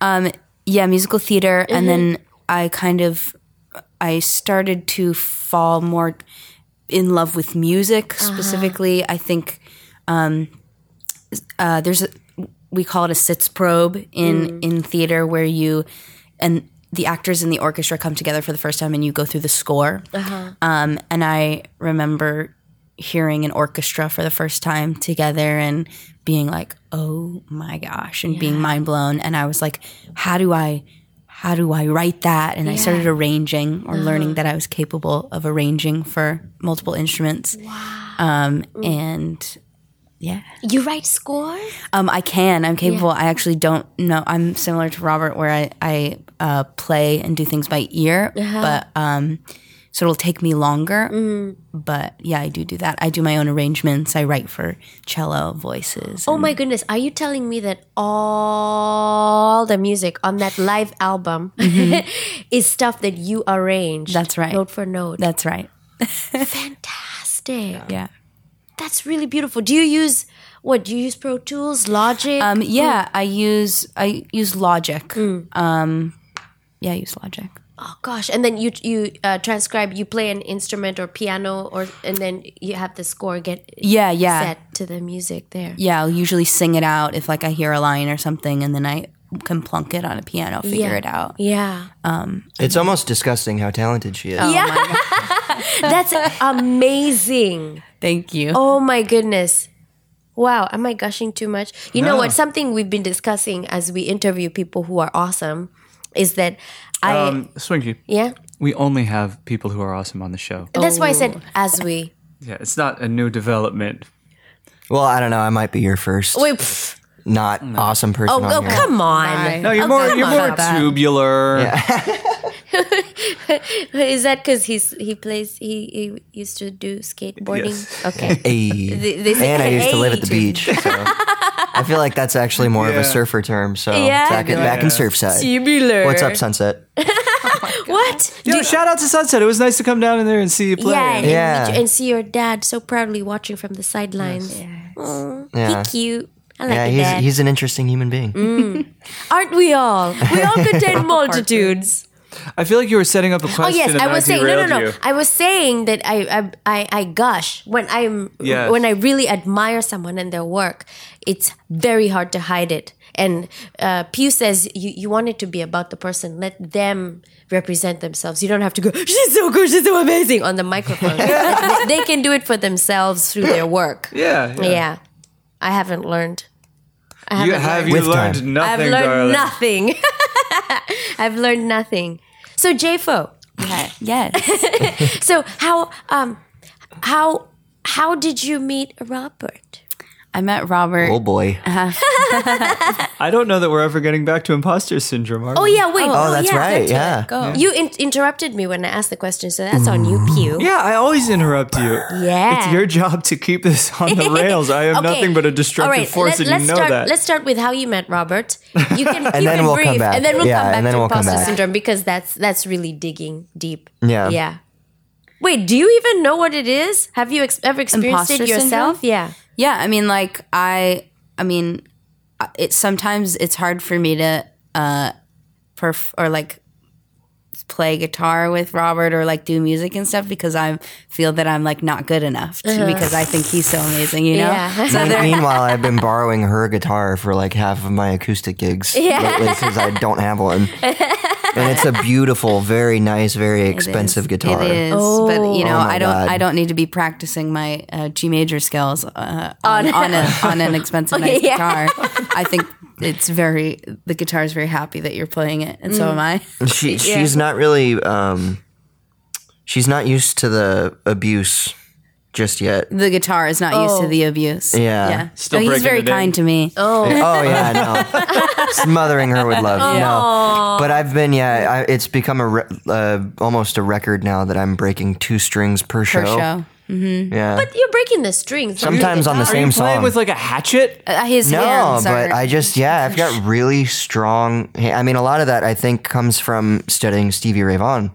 [SPEAKER 10] Um, yeah, musical theater, and then I kind of I started to fall more in love with music specifically. I think um, uh, there's a, we call it a sits probe in in theater where you and the actors and the orchestra come together for the first time and you go through the score. Um, and I remember hearing an orchestra for the first time together and being like, "Oh my gosh!" and being mind blown. And I was like, "How do I?" How do I write that? And I started arranging or learning that I was capable of arranging for multiple instruments. Wow. Um, and yeah.
[SPEAKER 2] you write scores?
[SPEAKER 10] Um, I can. I'm capable. I actually don't know. I'm similar to Robert, where I, I uh, play and do things by ear,
[SPEAKER 2] Uh-huh.
[SPEAKER 10] but um, so it'll take me longer.
[SPEAKER 2] Mm-hmm.
[SPEAKER 10] But yeah, I do do that. I do my own arrangements. I write for cello voices.
[SPEAKER 2] Oh my goodness, are you telling me that all the music on that live album is stuff that you arranged?
[SPEAKER 10] Mm-hmm. That's right.
[SPEAKER 2] Note for note.
[SPEAKER 10] That's right.
[SPEAKER 2] Fantastic.
[SPEAKER 10] Yeah.
[SPEAKER 2] That's really beautiful. Do you use what? Do you use Pro Tools, Logic?
[SPEAKER 10] Um, yeah. I use I use Logic.
[SPEAKER 2] Mm.
[SPEAKER 10] Um, yeah, I use Logic.
[SPEAKER 2] oh gosh, and then you you uh, transcribe. You play an instrument or piano, or and then you have the score get
[SPEAKER 10] Yeah, yeah.
[SPEAKER 2] set to the music there.
[SPEAKER 10] yeah, I'll usually sing it out if like I hear a line or something, and then I can plunk it on a piano, figure it out.
[SPEAKER 2] Yeah,
[SPEAKER 4] It's almost disgusting how talented she is.
[SPEAKER 2] Oh.
[SPEAKER 10] Oh
[SPEAKER 2] that's amazing.
[SPEAKER 10] Thank you.
[SPEAKER 2] Oh my goodness. Wow, am I gushing too much? You know what? Something we've been discussing as we interview people who are awesome is that I
[SPEAKER 6] Um, Swinky.
[SPEAKER 2] yeah.
[SPEAKER 6] We only have people who are awesome on the show.
[SPEAKER 2] And that's why I
[SPEAKER 10] Oh.
[SPEAKER 2] said as we.
[SPEAKER 6] Yeah, it's not a new development.
[SPEAKER 4] Well, I don't know. I might be your first
[SPEAKER 2] Wait, pff,
[SPEAKER 4] not awesome person.
[SPEAKER 2] oh,
[SPEAKER 4] on
[SPEAKER 2] oh
[SPEAKER 4] here.
[SPEAKER 2] come on.
[SPEAKER 6] No, you're more you're more tubular.
[SPEAKER 2] Is that because he's he plays he, he used to do skateboarding?
[SPEAKER 6] Yes.
[SPEAKER 2] Okay.
[SPEAKER 4] Ayy.
[SPEAKER 2] They say
[SPEAKER 4] and I used to live at
[SPEAKER 2] hey
[SPEAKER 4] the beach. So I feel like that's actually more of
[SPEAKER 6] Yeah.
[SPEAKER 4] a surfer term. So
[SPEAKER 2] Yeah.
[SPEAKER 4] back, in, back in Surfside. What's up, Sunset?
[SPEAKER 2] What?
[SPEAKER 6] Yo, shout out to Sunset. It was nice to come down in there and see you play.
[SPEAKER 2] Yeah, and,
[SPEAKER 4] Yeah.
[SPEAKER 2] and see your dad so proudly watching from the sidelines. Oh,
[SPEAKER 4] Yeah.
[SPEAKER 2] He cute. I like
[SPEAKER 4] Yeah,
[SPEAKER 2] your
[SPEAKER 4] he's,
[SPEAKER 2] dad.
[SPEAKER 4] he's an interesting human being.
[SPEAKER 2] Mm. Aren't we all? We all contain multitudes.
[SPEAKER 6] I feel like you were setting up a question.
[SPEAKER 2] Oh yes,
[SPEAKER 6] and
[SPEAKER 2] I was saying no,
[SPEAKER 6] derailed
[SPEAKER 2] no, no.
[SPEAKER 6] you.
[SPEAKER 2] I was saying that I I, I, I gush when I'm
[SPEAKER 6] Yes.
[SPEAKER 2] when I really admire someone and their work. It's very hard to hide it, And uh, Pew says you, you want it to be about the person. Let them represent themselves. You don't have to go, she's so good, she's so amazing on the microphone. they can do it for themselves through their work.
[SPEAKER 6] Yeah.
[SPEAKER 2] Yeah. I haven't learned. I
[SPEAKER 6] You
[SPEAKER 2] haven't
[SPEAKER 6] have
[SPEAKER 2] learned.
[SPEAKER 6] you
[SPEAKER 4] With
[SPEAKER 6] learned
[SPEAKER 4] time.
[SPEAKER 2] I've
[SPEAKER 6] nothing,
[SPEAKER 2] learned
[SPEAKER 6] darling.
[SPEAKER 2] nothing. I've learned nothing. So JFO,
[SPEAKER 8] Yes.
[SPEAKER 2] so how um how how did you meet Robert?
[SPEAKER 10] I met Robert.
[SPEAKER 4] Oh boy.
[SPEAKER 6] I don't know that we're ever getting back to imposter syndrome. Are
[SPEAKER 2] Oh yeah, wait.
[SPEAKER 4] Oh, that's
[SPEAKER 2] yeah,
[SPEAKER 4] right. yeah. Mm.
[SPEAKER 2] You in- interrupted me when I asked the question, so that's on you, Pew.
[SPEAKER 6] Yeah, I always interrupt you.
[SPEAKER 2] Yeah.
[SPEAKER 6] It's your job to keep this on the rails. I am
[SPEAKER 2] Okay.
[SPEAKER 6] nothing but a
[SPEAKER 2] All
[SPEAKER 6] destructive
[SPEAKER 2] right,
[SPEAKER 6] force,
[SPEAKER 2] let,
[SPEAKER 6] and
[SPEAKER 2] let's
[SPEAKER 6] you know
[SPEAKER 2] start,
[SPEAKER 6] that.
[SPEAKER 2] Let's start with how you met Robert. You can, you
[SPEAKER 4] then
[SPEAKER 2] can
[SPEAKER 4] we'll come
[SPEAKER 2] brief,
[SPEAKER 4] back.
[SPEAKER 2] and then we'll
[SPEAKER 4] Yeah,
[SPEAKER 2] come back
[SPEAKER 4] and then
[SPEAKER 2] to
[SPEAKER 4] we'll come
[SPEAKER 2] imposter
[SPEAKER 4] back.
[SPEAKER 2] syndrome because that's that's really digging deep.
[SPEAKER 4] Yeah.
[SPEAKER 2] yeah. Wait, do you even know what it is? Have you ex- ever experienced
[SPEAKER 10] Imposter
[SPEAKER 2] it yourself?
[SPEAKER 10] syndrome?
[SPEAKER 2] Yeah.
[SPEAKER 10] Yeah, I mean, like I, I mean, I- it sometimes it's hard for me to uh, perf or like play guitar with Robert or like do music and stuff because I feel that I'm like not good enough to, because I think he's so amazing, you know.
[SPEAKER 2] Yeah.
[SPEAKER 10] So there,
[SPEAKER 4] Meanwhile, I've been borrowing her guitar for like half of my acoustic gigs lately because I don't have one. And it's a beautiful, very nice, very expensive guitar.
[SPEAKER 10] It is, but you know,
[SPEAKER 4] Oh my
[SPEAKER 10] I don't.
[SPEAKER 4] God.
[SPEAKER 10] I don't need to be practicing my uh, G major skills uh, on on, a, on an expensive nice
[SPEAKER 2] yeah.
[SPEAKER 10] guitar. I think it's very. The guitar is very happy that you're playing it, and
[SPEAKER 2] Mm.
[SPEAKER 10] so am I.
[SPEAKER 4] She, She's not really. Um, she's not used to the abuse just yet.
[SPEAKER 10] The guitar is not used to the abuse.
[SPEAKER 4] Yeah.
[SPEAKER 10] yeah.
[SPEAKER 6] Still
[SPEAKER 10] But he's
[SPEAKER 6] breaking
[SPEAKER 10] very
[SPEAKER 6] it in.
[SPEAKER 10] kind to me. Oh,
[SPEAKER 4] Oh yeah, no, smothering her with love. No, but I've been yeah. I, it's become a re- uh, almost a record now that I'm breaking two strings per show.
[SPEAKER 10] for show.
[SPEAKER 4] Yeah,
[SPEAKER 2] You're breaking the strings. not
[SPEAKER 4] sometimes on the
[SPEAKER 2] guitar.
[SPEAKER 4] same
[SPEAKER 6] Playing
[SPEAKER 4] song.
[SPEAKER 6] with like a hatchet?
[SPEAKER 10] Uh, his
[SPEAKER 4] No,
[SPEAKER 10] hands
[SPEAKER 4] but
[SPEAKER 10] are-
[SPEAKER 4] I just yeah, I've got really strong. ha- I mean, a lot of that I think comes from studying Stevie Ray Vaughan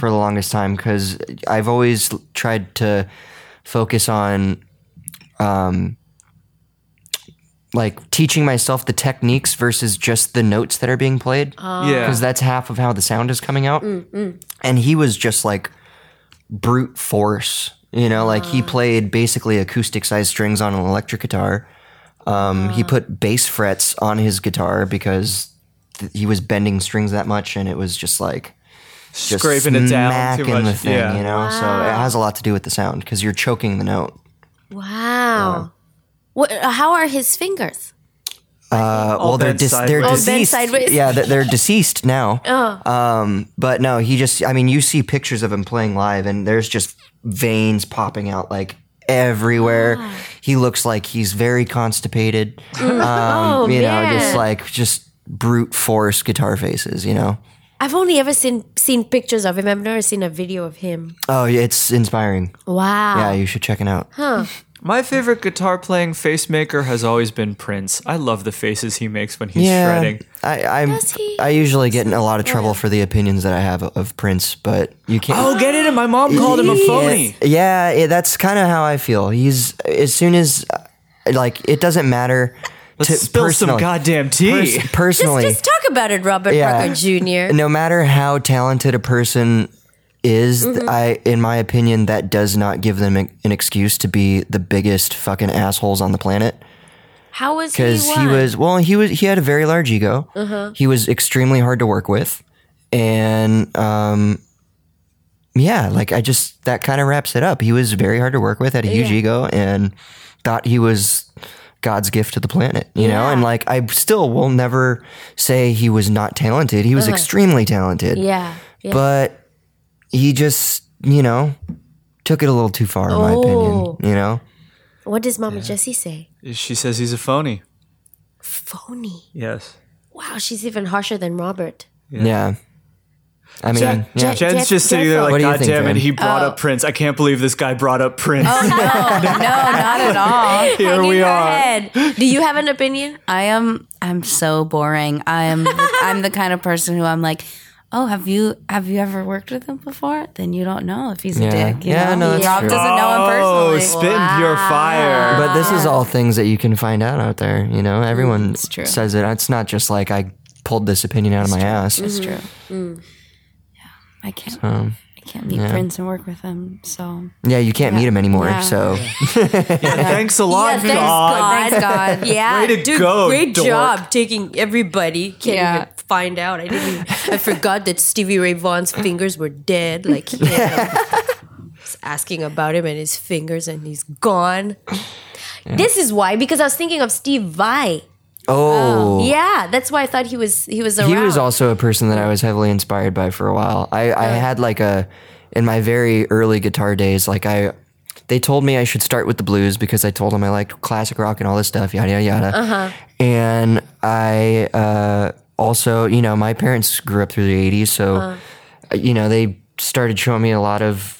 [SPEAKER 4] for the longest time because I've always l- tried to focus on, um, like teaching myself the techniques versus just the notes that are being played
[SPEAKER 6] yeah. Mm,
[SPEAKER 4] because that's half of how the sound is coming out. And he was just like brute force, you know, like
[SPEAKER 6] Ah.
[SPEAKER 4] he played basically acoustic sized strings on an electric guitar. Um,
[SPEAKER 6] Ah.
[SPEAKER 4] he put bass frets on his guitar because th- he was bending strings that much, and it was just like just
[SPEAKER 6] Scraping it down too
[SPEAKER 4] smacking
[SPEAKER 6] much.
[SPEAKER 4] the thing,
[SPEAKER 6] yeah.
[SPEAKER 4] you know. So it has a lot to do with the sound because you're choking the note.
[SPEAKER 2] Wow. What, how are his fingers?
[SPEAKER 4] Uh, well, they're
[SPEAKER 6] bent
[SPEAKER 4] dis- they're
[SPEAKER 6] sideways. All
[SPEAKER 2] bent
[SPEAKER 4] deceased.
[SPEAKER 2] Oh, sideways. Uh.
[SPEAKER 4] Yeah, they're, they're deceased now. Um, but no, he just. I mean, you see pictures of him playing live, and there's just veins popping out like everywhere.
[SPEAKER 2] Ah.
[SPEAKER 4] He looks like he's very constipated. Um, you know,
[SPEAKER 2] Mm. Oh, man.
[SPEAKER 4] just like just brute force guitar faces. You know.
[SPEAKER 2] I've only ever seen seen pictures of him. I've never seen a video of him.
[SPEAKER 4] Oh, yeah, it's inspiring. Yeah,
[SPEAKER 2] Wow.
[SPEAKER 4] you should check it out.
[SPEAKER 6] My favorite guitar playing face maker has always been Prince. I love the faces he makes when he's shredding.
[SPEAKER 4] I I'm,
[SPEAKER 2] he- Oh,
[SPEAKER 4] I usually get in a lot of trouble for the opinions that I have of- of Prince, but you can't.
[SPEAKER 6] Oh, get it? My mom called him a phony.
[SPEAKER 4] Yeah, yeah that's kind of how I feel. He's as soon as uh, like it doesn't matter.
[SPEAKER 6] Let's spill some
[SPEAKER 4] personally-
[SPEAKER 6] goddamn tea.
[SPEAKER 4] pers- personally,
[SPEAKER 2] Just talk about it, Robert
[SPEAKER 4] Yeah.
[SPEAKER 2] Parker Jr.
[SPEAKER 4] no matter how talented a person is, th-
[SPEAKER 2] Mm-hmm.
[SPEAKER 4] I in my opinion that does not give them a- an excuse to be the biggest fucking assholes on the planet.
[SPEAKER 2] How was he?
[SPEAKER 4] because he
[SPEAKER 2] one?
[SPEAKER 4] was well he was he had a very large ego he was extremely hard to work with and um yeah like i just that kind of wraps it up he was very hard to work with had a huge ego and thought he was god's gift to the planet you know and like i still will never say he was not talented he was extremely talented
[SPEAKER 2] Yeah. yeah.
[SPEAKER 4] but he just you know took it a little too far in my opinion you know
[SPEAKER 2] What does Mama Jessie say?
[SPEAKER 6] She says he's a phony.
[SPEAKER 2] Phony.
[SPEAKER 6] Yes.
[SPEAKER 2] Wow, she's even harsher than Robert.
[SPEAKER 4] yeah, i mean yeah.
[SPEAKER 2] Je-
[SPEAKER 6] Jen's
[SPEAKER 2] Jeff-
[SPEAKER 6] just sitting there
[SPEAKER 2] Jeffo.
[SPEAKER 6] like,
[SPEAKER 4] What do you
[SPEAKER 6] God
[SPEAKER 4] think,
[SPEAKER 6] damn it,
[SPEAKER 4] Jen?"
[SPEAKER 6] he brought
[SPEAKER 2] Oh.
[SPEAKER 6] up Prince. I can't believe this guy brought up Prince.
[SPEAKER 10] not at all.
[SPEAKER 6] Here we are.
[SPEAKER 2] Do you have an opinion?
[SPEAKER 10] I am. I'm so boring. I am. I'm the kind of person who I'm like. Oh, have you have you ever worked with him before? Then you don't know if he's
[SPEAKER 4] Yeah.
[SPEAKER 10] a dick. You
[SPEAKER 4] Yeah,
[SPEAKER 10] know?
[SPEAKER 4] no, that's
[SPEAKER 10] Rob
[SPEAKER 4] true.
[SPEAKER 10] doesn't know him
[SPEAKER 6] Oh,
[SPEAKER 10] personally.
[SPEAKER 6] spitting pure fire.
[SPEAKER 4] But this is all things that you can find out out there. You know, everyone
[SPEAKER 10] true.
[SPEAKER 4] says it. It's not just like
[SPEAKER 10] Mm.
[SPEAKER 4] I pulled this opinion out of my ass.
[SPEAKER 10] It's true. Yeah, I can't. I can't meet Prince and work with him. So
[SPEAKER 4] Yeah, you can't meet him anymore.
[SPEAKER 10] Yeah.
[SPEAKER 4] So
[SPEAKER 6] Thanks a lot,
[SPEAKER 2] thanks
[SPEAKER 4] Ah.
[SPEAKER 6] God.
[SPEAKER 2] God. Thanks God. yeah.
[SPEAKER 6] Way to go,
[SPEAKER 2] great
[SPEAKER 6] dork.
[SPEAKER 2] job taking everybody. Can't
[SPEAKER 10] Yeah.
[SPEAKER 2] even find out. I didn't even, I forgot that Stevie Ray Vaughan's fingers were dead. Like he had them. Just asking about him and his fingers and he's gone.
[SPEAKER 8] This is why, because I was thinking of Steve Vai.
[SPEAKER 4] oh,
[SPEAKER 8] Yeah, that's why I thought he was he was around.
[SPEAKER 4] he was also a person that I was heavily inspired by for a while. I, I had like a in my very early guitar days, like I they told me I should start with the blues because I told them I liked classic rock and all this stuff, yada yada yada. And I uh, also, you know, my parents grew up through the '80s, so uh, you know they started showing me a lot of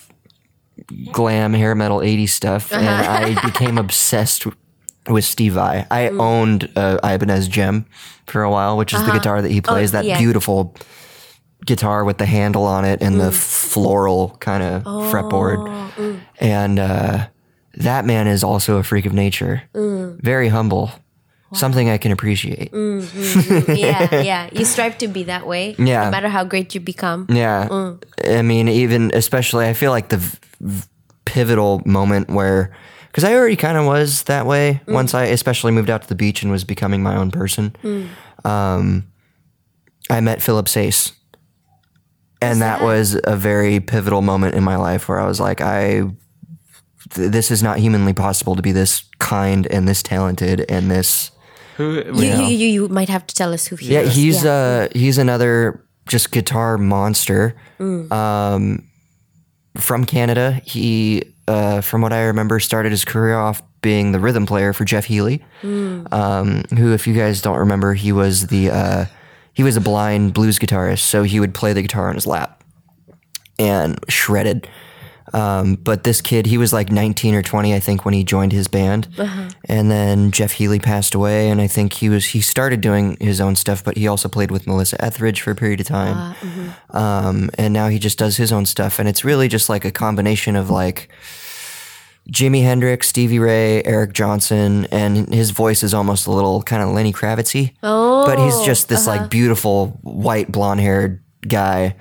[SPEAKER 4] glam hair metal 80s stuff and I became obsessed w- with Steve Vai. I owned uh, Ibanez Gem for a while, which is the guitar that he plays, that beautiful guitar with the handle on it and the floral kind of fretboard. And uh, that man is also a freak of nature. Very humble. Something I can appreciate.
[SPEAKER 8] yeah, yeah. You strive to be that way.
[SPEAKER 4] Yeah.
[SPEAKER 8] No matter how great you become.
[SPEAKER 4] Yeah. I mean, even especially, I feel like the v- v- pivotal moment where, because I already kind of was that way once I especially moved out to the beach and was becoming my own person. Um, I met Philip Sace. And that was a very pivotal moment in my life where I was like, I, th- this is not humanly possible to be this kind and this talented and this.
[SPEAKER 6] Who,
[SPEAKER 2] You, you, you, you might have to tell us who he
[SPEAKER 4] Yeah,
[SPEAKER 2] is.
[SPEAKER 4] he's uh he's another just guitar monster. Um, from Canada, he uh, from what I remember started his career off being the rhythm player for Jeff Healey, um, who, if you guys don't remember, he was the uh, he was a blind blues guitarist, so he would play the guitar on his lap and shredded. Um, but this kid, he was like 19 or 20, I think, when he joined his band. And then Jeff Healy passed away, and I think he was he started doing his own stuff, but he also played with Melissa Etheridge for a period of time. Um, and now he just does his own stuff, and it's really just like a combination of like Jimi Hendrix, Stevie Ray, Eric Johnson, and his voice is almost a little kind of Lenny Kravitzy. Oh, but he's just this like beautiful white blonde haired guy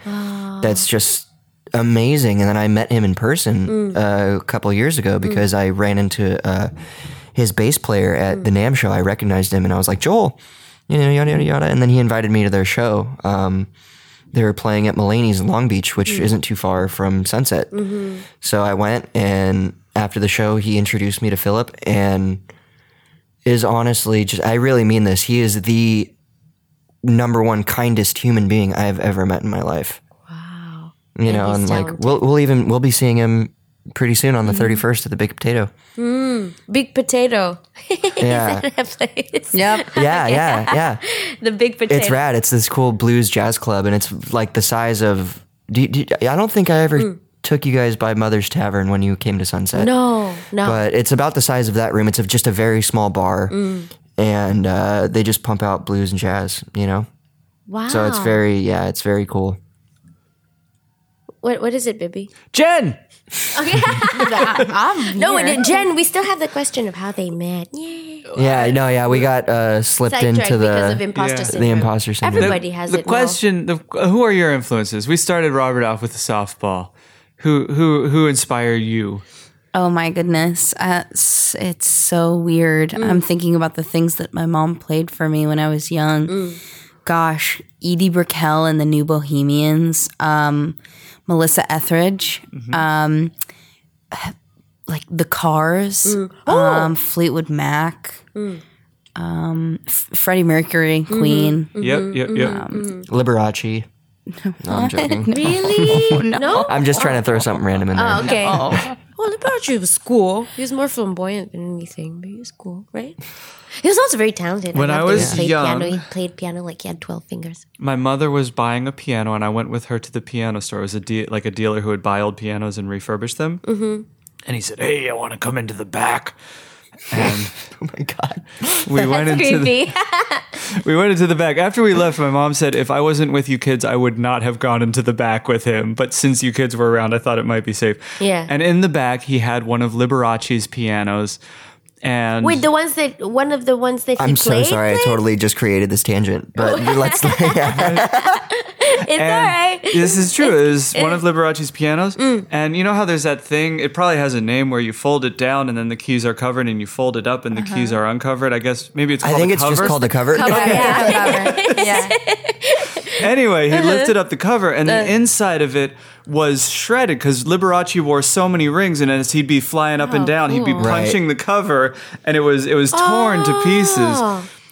[SPEAKER 4] that's just amazing. And then I met him in person uh, a couple years ago because I ran into uh, his bass player at the Nam show. I recognized him and I was like, Joel, you know, yada, yada, yada. And then he invited me to their show. Um, they were playing at Mulaney's in Long Beach, which isn't too far from Sunset. So I went and after the show, he introduced me to Philip and is honestly just, I really mean this. He is the number one kindest human being I have ever met in my life you know, and like we'll we'll even we'll be seeing him pretty soon on the thirty first at the Big Potato.
[SPEAKER 8] Big potato.
[SPEAKER 4] Yeah,
[SPEAKER 8] place.
[SPEAKER 10] yep,
[SPEAKER 4] uh, yeah, yeah, yeah.
[SPEAKER 8] The big potato.
[SPEAKER 4] It's rad. It's this cool blues jazz club, and it's like the size of. Do you, do you- I don't think I ever took you guys by Mother's Tavern when you came to
[SPEAKER 2] Mm.
[SPEAKER 4] Sunset.
[SPEAKER 2] No, no.
[SPEAKER 4] but it's about the size of that room. It's of just a very small bar,
[SPEAKER 2] Mm.
[SPEAKER 4] and uh, they just pump out blues and jazz. You know,
[SPEAKER 2] wow.
[SPEAKER 4] so it's very yeah, it's very cool.
[SPEAKER 2] what, what is it, Bibby?
[SPEAKER 3] Jen,
[SPEAKER 2] No, and then, Jen, we still have the question of how they met. Yay.
[SPEAKER 4] Yeah, no, yeah, we got uh, slipped
[SPEAKER 2] Sidetracked
[SPEAKER 4] into
[SPEAKER 2] because of
[SPEAKER 4] the
[SPEAKER 2] imposter
[SPEAKER 6] Yeah. The
[SPEAKER 2] syndrome.
[SPEAKER 4] the imposter syndrome.
[SPEAKER 2] Everybody has
[SPEAKER 6] the
[SPEAKER 2] it. Mo.
[SPEAKER 6] question the, who are your influences we started robert off with a softball who who who inspire you
[SPEAKER 10] Oh my goodness. Uh, it's, it's so weird.
[SPEAKER 2] Mm.
[SPEAKER 10] I'm thinking about the things that my mom played for me when I was young.
[SPEAKER 2] Mm.
[SPEAKER 10] Gosh, Edie Brickell and the New Bohemians, um, Melissa Etheridge,
[SPEAKER 2] Mm-hmm.
[SPEAKER 10] um, like The Cars,
[SPEAKER 2] Mm. Oh!
[SPEAKER 10] um, Fleetwood Mac, um, F- Freddie Mercury,
[SPEAKER 2] Mm-hmm.
[SPEAKER 10] Queen.
[SPEAKER 6] yep yep yep
[SPEAKER 4] Liberace. No, I'm joking.
[SPEAKER 2] Really? Oh, no?
[SPEAKER 4] I'm just trying to throw something random in there.
[SPEAKER 2] Okay. Well, about you was cool. He was more flamboyant than anything, but he was cool, right? He was also very talented.
[SPEAKER 6] When I
[SPEAKER 2] loved that
[SPEAKER 6] was
[SPEAKER 2] he played
[SPEAKER 6] young-
[SPEAKER 2] piano. he played piano like he had twelve fingers.
[SPEAKER 6] my mother was buying a piano and i went with her to the piano store it was a de- like a dealer who would buy old pianos and refurbish them mm-hmm. and he said hey i want to come into the back and
[SPEAKER 4] Oh my god.
[SPEAKER 6] we went into the,
[SPEAKER 8] Creepy.
[SPEAKER 6] we went into the back after we left my mom said if i wasn't with you kids i would not have gone into the back with him but since you kids were around i thought it might be safe
[SPEAKER 2] Yeah.
[SPEAKER 6] and in the back he had one of liberace's pianos and
[SPEAKER 2] Wait, the ones that one of the ones that he
[SPEAKER 4] I'm so
[SPEAKER 2] played.
[SPEAKER 4] sorry. I totally just created this tangent, but let's.
[SPEAKER 2] It's all right.
[SPEAKER 6] This is true. It was
[SPEAKER 2] Eh.
[SPEAKER 6] one of Liberace's pianos.
[SPEAKER 2] Mm.
[SPEAKER 6] And you know how there's that thing, it probably has a name where you fold it down and then the keys are covered and you fold it up and the keys
[SPEAKER 2] Uh-huh.
[SPEAKER 6] are uncovered. I guess maybe it's
[SPEAKER 4] I
[SPEAKER 6] called
[SPEAKER 4] think
[SPEAKER 6] a
[SPEAKER 4] it's
[SPEAKER 6] cover.
[SPEAKER 4] just called a cover.
[SPEAKER 10] yeah.
[SPEAKER 6] Anyway,
[SPEAKER 2] Uh-huh.
[SPEAKER 6] he lifted up the cover, and
[SPEAKER 2] Uh.
[SPEAKER 6] the inside of it was shredded because Liberace wore so many rings, and as he'd be flying up and
[SPEAKER 2] Oh,
[SPEAKER 6] down, he'd be punching the cover, and it was it was torn to pieces.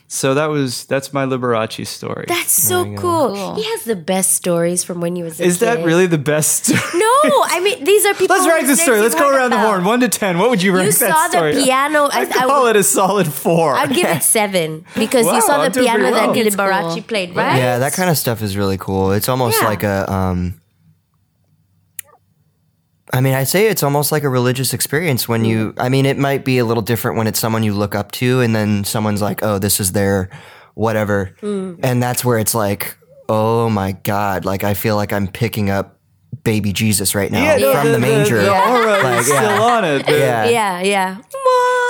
[SPEAKER 6] So that was that's my Liberace story.
[SPEAKER 2] Oh. That's so cool. He has the best stories from when he was. A
[SPEAKER 6] Is that
[SPEAKER 2] kid.
[SPEAKER 6] really the best? story?
[SPEAKER 2] No, I mean these are people.
[SPEAKER 6] Let's
[SPEAKER 2] whose
[SPEAKER 6] rank the
[SPEAKER 2] names
[SPEAKER 6] story.
[SPEAKER 2] you
[SPEAKER 6] Let's go
[SPEAKER 2] heard
[SPEAKER 6] around the
[SPEAKER 2] about.
[SPEAKER 6] horn, one to ten. What would you rank
[SPEAKER 2] You
[SPEAKER 6] that
[SPEAKER 2] saw
[SPEAKER 6] story?
[SPEAKER 2] the piano. I, I,
[SPEAKER 6] Call
[SPEAKER 2] would-
[SPEAKER 6] it a solid four.
[SPEAKER 2] I'd give it seven because
[SPEAKER 6] Wow,
[SPEAKER 2] you saw
[SPEAKER 6] I'm
[SPEAKER 2] the
[SPEAKER 6] doing
[SPEAKER 2] piano
[SPEAKER 6] pretty
[SPEAKER 2] that
[SPEAKER 6] well.
[SPEAKER 2] Gilly
[SPEAKER 6] That's
[SPEAKER 2] Barachi
[SPEAKER 10] cool.
[SPEAKER 2] played, right?
[SPEAKER 4] Yeah, that kind of stuff is really cool. It's almost
[SPEAKER 2] Yeah.
[SPEAKER 4] like a um I mean, I say it's almost like a religious experience when you I mean, it might be a little different when it's someone you look up to and then someone's like, "Oh, this is their whatever." And that's where it's like, "Oh my god, like I feel like I'm picking up baby Jesus right now
[SPEAKER 6] Yeah, no,
[SPEAKER 4] from the, manger."
[SPEAKER 6] The, aura is
[SPEAKER 4] Like, yeah.
[SPEAKER 6] still on it. The-
[SPEAKER 4] yeah.
[SPEAKER 2] Yeah, yeah.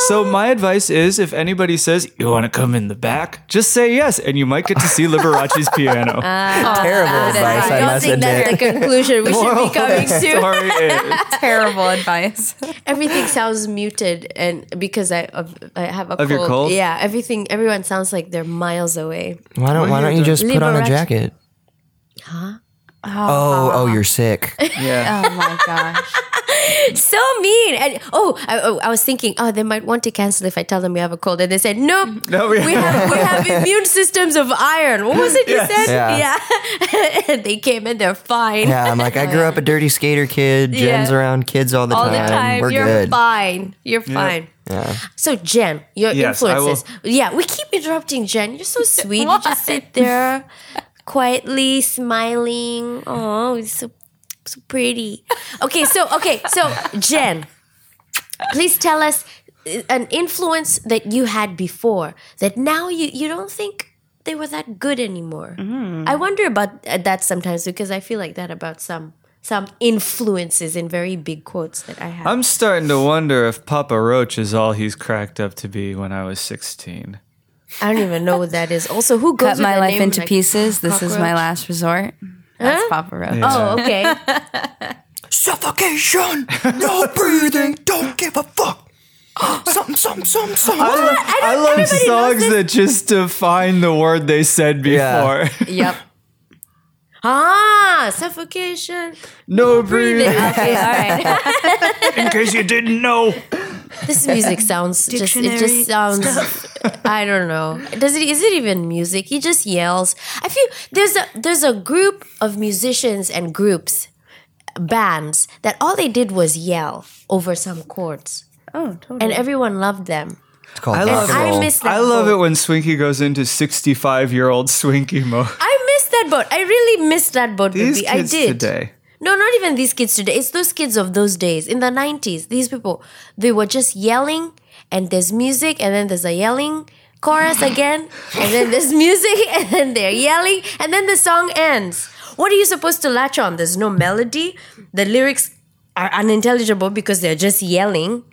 [SPEAKER 6] So my advice is, if anybody says you want to come in the back, just say yes, and you might get to see Liberace's piano.
[SPEAKER 2] Uh.
[SPEAKER 4] Terrible advice, I
[SPEAKER 2] I don't
[SPEAKER 4] must
[SPEAKER 2] think
[SPEAKER 4] admit.
[SPEAKER 2] that's the conclusion we should be coming to.
[SPEAKER 6] Sorry, Ed.
[SPEAKER 10] Terrible advice.
[SPEAKER 2] Everything sounds muted, and because I of, I have a
[SPEAKER 6] Of your cold?
[SPEAKER 2] yeah, everything everyone sounds like they're miles away.
[SPEAKER 4] Why don't Why don't you just put on a
[SPEAKER 2] Liberace-
[SPEAKER 4] jacket? Huh? Oh, oh, you're sick.
[SPEAKER 6] Yeah.
[SPEAKER 10] Oh my gosh.
[SPEAKER 2] So mean. And oh, I, oh, I was thinking, oh, they might want to cancel if I tell them we have a cold, and they said nope.
[SPEAKER 6] No, we-
[SPEAKER 2] we have we have immune systems of iron. What was it you said?
[SPEAKER 4] Yeah.
[SPEAKER 2] Yeah, And they came and they're fine.
[SPEAKER 4] Yeah, I'm like, I grew up a dirty skater kid. Jen's
[SPEAKER 2] Yeah.
[SPEAKER 4] around kids all the
[SPEAKER 2] All
[SPEAKER 4] time.
[SPEAKER 2] the time,
[SPEAKER 4] We're
[SPEAKER 2] you're
[SPEAKER 4] good.
[SPEAKER 2] fine. You're fine. So Jen, your
[SPEAKER 6] Yes, I will-
[SPEAKER 2] influences. Yeah, we keep interrupting Jen. You're so sweet. You just sit there quietly smiling. Oh, it's so so pretty. Okay, so okay, so Jen, please tell us uh, an influence that you had before that now you you don't think they were that good anymore.
[SPEAKER 6] Mm-hmm.
[SPEAKER 2] I wonder about uh, that sometimes because I feel like that about some some influences in very big quotes that I have.
[SPEAKER 6] I'm starting to wonder if Papa Roach is all he's cracked up to be when I was 16.
[SPEAKER 2] I don't even know what that is. Also, who goes
[SPEAKER 10] Cut
[SPEAKER 2] with
[SPEAKER 10] my
[SPEAKER 2] a
[SPEAKER 10] life
[SPEAKER 2] name
[SPEAKER 10] into
[SPEAKER 2] like-
[SPEAKER 10] pieces. This is my
[SPEAKER 2] cockroach.
[SPEAKER 10] last resort. That's Papa Roach.
[SPEAKER 2] Oh, okay.
[SPEAKER 4] Suffocation, no breathing, don't give a fuck. Something, something, something,
[SPEAKER 6] I,
[SPEAKER 4] something.
[SPEAKER 6] lo- I love songs that just define the word they said before.
[SPEAKER 4] Yeah.
[SPEAKER 10] Yep.
[SPEAKER 2] ah, suffocation.
[SPEAKER 6] no breathing.
[SPEAKER 2] Okay, all right.
[SPEAKER 6] In case you didn't know.
[SPEAKER 2] This music sounds just it just sounds I don't know. Does it is it even music? He just yells. I feel there's a there's a group of musicians and groups bands that all they did was yell over some chords.
[SPEAKER 10] Oh, totally.
[SPEAKER 2] And everyone loved them.
[SPEAKER 4] It's called
[SPEAKER 6] I
[SPEAKER 4] rock
[SPEAKER 6] love,
[SPEAKER 4] and
[SPEAKER 2] I
[SPEAKER 4] roll.
[SPEAKER 2] miss that
[SPEAKER 6] I love
[SPEAKER 2] boat.
[SPEAKER 6] it when Swinky goes into 65 year old Swinky mode.
[SPEAKER 2] I missed that boat. I really missed that boat.
[SPEAKER 6] These
[SPEAKER 2] baby.
[SPEAKER 6] kids
[SPEAKER 2] I did.
[SPEAKER 6] today.
[SPEAKER 2] No, not even these kids today. It's those kids of those days in the 90s. These people, they were just yelling, and there's music, and then there's a yelling chorus again, and then there's music, and then they're yelling, and then the song ends. What are you supposed to latch on? There's no melody. The lyrics are unintelligible because they're just yelling.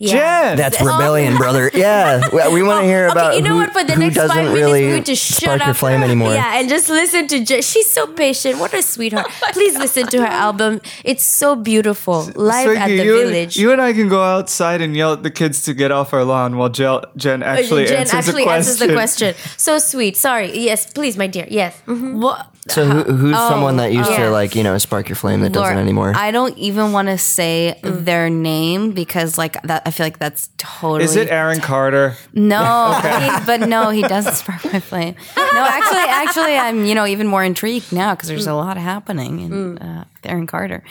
[SPEAKER 6] Jen!
[SPEAKER 4] That's rebellion, brother. Yeah, we, want to hear about
[SPEAKER 2] okay, you know
[SPEAKER 4] who,
[SPEAKER 2] what? For the
[SPEAKER 4] who
[SPEAKER 2] next
[SPEAKER 4] doesn't
[SPEAKER 2] five minutes,
[SPEAKER 4] really
[SPEAKER 2] we're going to shut
[SPEAKER 4] spark
[SPEAKER 2] up.
[SPEAKER 4] your flame anymore.
[SPEAKER 2] Yeah, and just listen to. Je- She's so patient. What a sweetheart!
[SPEAKER 4] Oh
[SPEAKER 2] Please listen to her album. It's so beautiful. Live
[SPEAKER 6] Swiggy,
[SPEAKER 2] at the
[SPEAKER 6] you,
[SPEAKER 2] Village.
[SPEAKER 6] you and I can go outside and yell at the kids to get off our lawn while Jel- Jen actually,
[SPEAKER 2] Oh, Jen
[SPEAKER 6] answers,
[SPEAKER 2] actually
[SPEAKER 6] the question.
[SPEAKER 2] answers the question. So sweet. Sorry. Yes, please, my dear. Yes.
[SPEAKER 4] Mm-hmm.
[SPEAKER 10] What?
[SPEAKER 4] So who, who's someone that used
[SPEAKER 2] Oh, yeah.
[SPEAKER 4] to like you know spark your flame that doesn't
[SPEAKER 10] Laura,
[SPEAKER 4] anymore?
[SPEAKER 10] I don't even want to say
[SPEAKER 6] Mm.
[SPEAKER 10] their name because, like, that I feel like that's totally.
[SPEAKER 6] Is it Aaron Carter?
[SPEAKER 10] No, he- but no, he doesn't spark my flame. No, actually, actually, I'm you know even more intrigued now because
[SPEAKER 6] Mm.
[SPEAKER 10] there's a lot happening in uh, with Aaron Carter.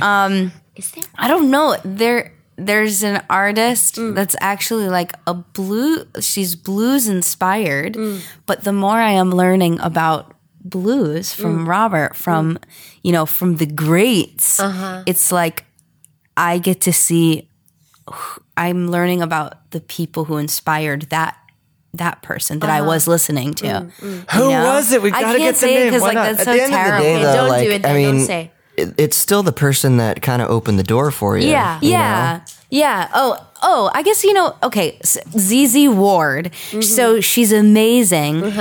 [SPEAKER 10] Um,
[SPEAKER 2] Is there?
[SPEAKER 10] I don't know. There, there's an artist that's actually like a blue. She's blues inspired, but the more I am learning about blues from Robert, from you know, from the greats, it's like I get to see. wh- I'm learning about the people who inspired that that person that I was listening to.
[SPEAKER 6] Who
[SPEAKER 10] know?
[SPEAKER 6] was it? We
[SPEAKER 10] I
[SPEAKER 6] gotta
[SPEAKER 10] can't
[SPEAKER 6] get the
[SPEAKER 10] say it
[SPEAKER 6] name.
[SPEAKER 10] 'cause,
[SPEAKER 6] Why
[SPEAKER 10] like
[SPEAKER 6] not?
[SPEAKER 10] that's
[SPEAKER 6] At
[SPEAKER 10] so
[SPEAKER 4] At the end of the
[SPEAKER 10] terrible.
[SPEAKER 4] day, though,
[SPEAKER 2] Don't
[SPEAKER 4] like
[SPEAKER 2] do it.
[SPEAKER 4] I
[SPEAKER 2] Then.
[SPEAKER 4] mean,
[SPEAKER 2] Don't say.
[SPEAKER 4] it- it's still the person that kind of opened the door for you.
[SPEAKER 2] Yeah.
[SPEAKER 4] you know?
[SPEAKER 10] Yeah. Yeah. Oh, oh, I guess you know, okay, s- ZZ Ward. So she's amazing.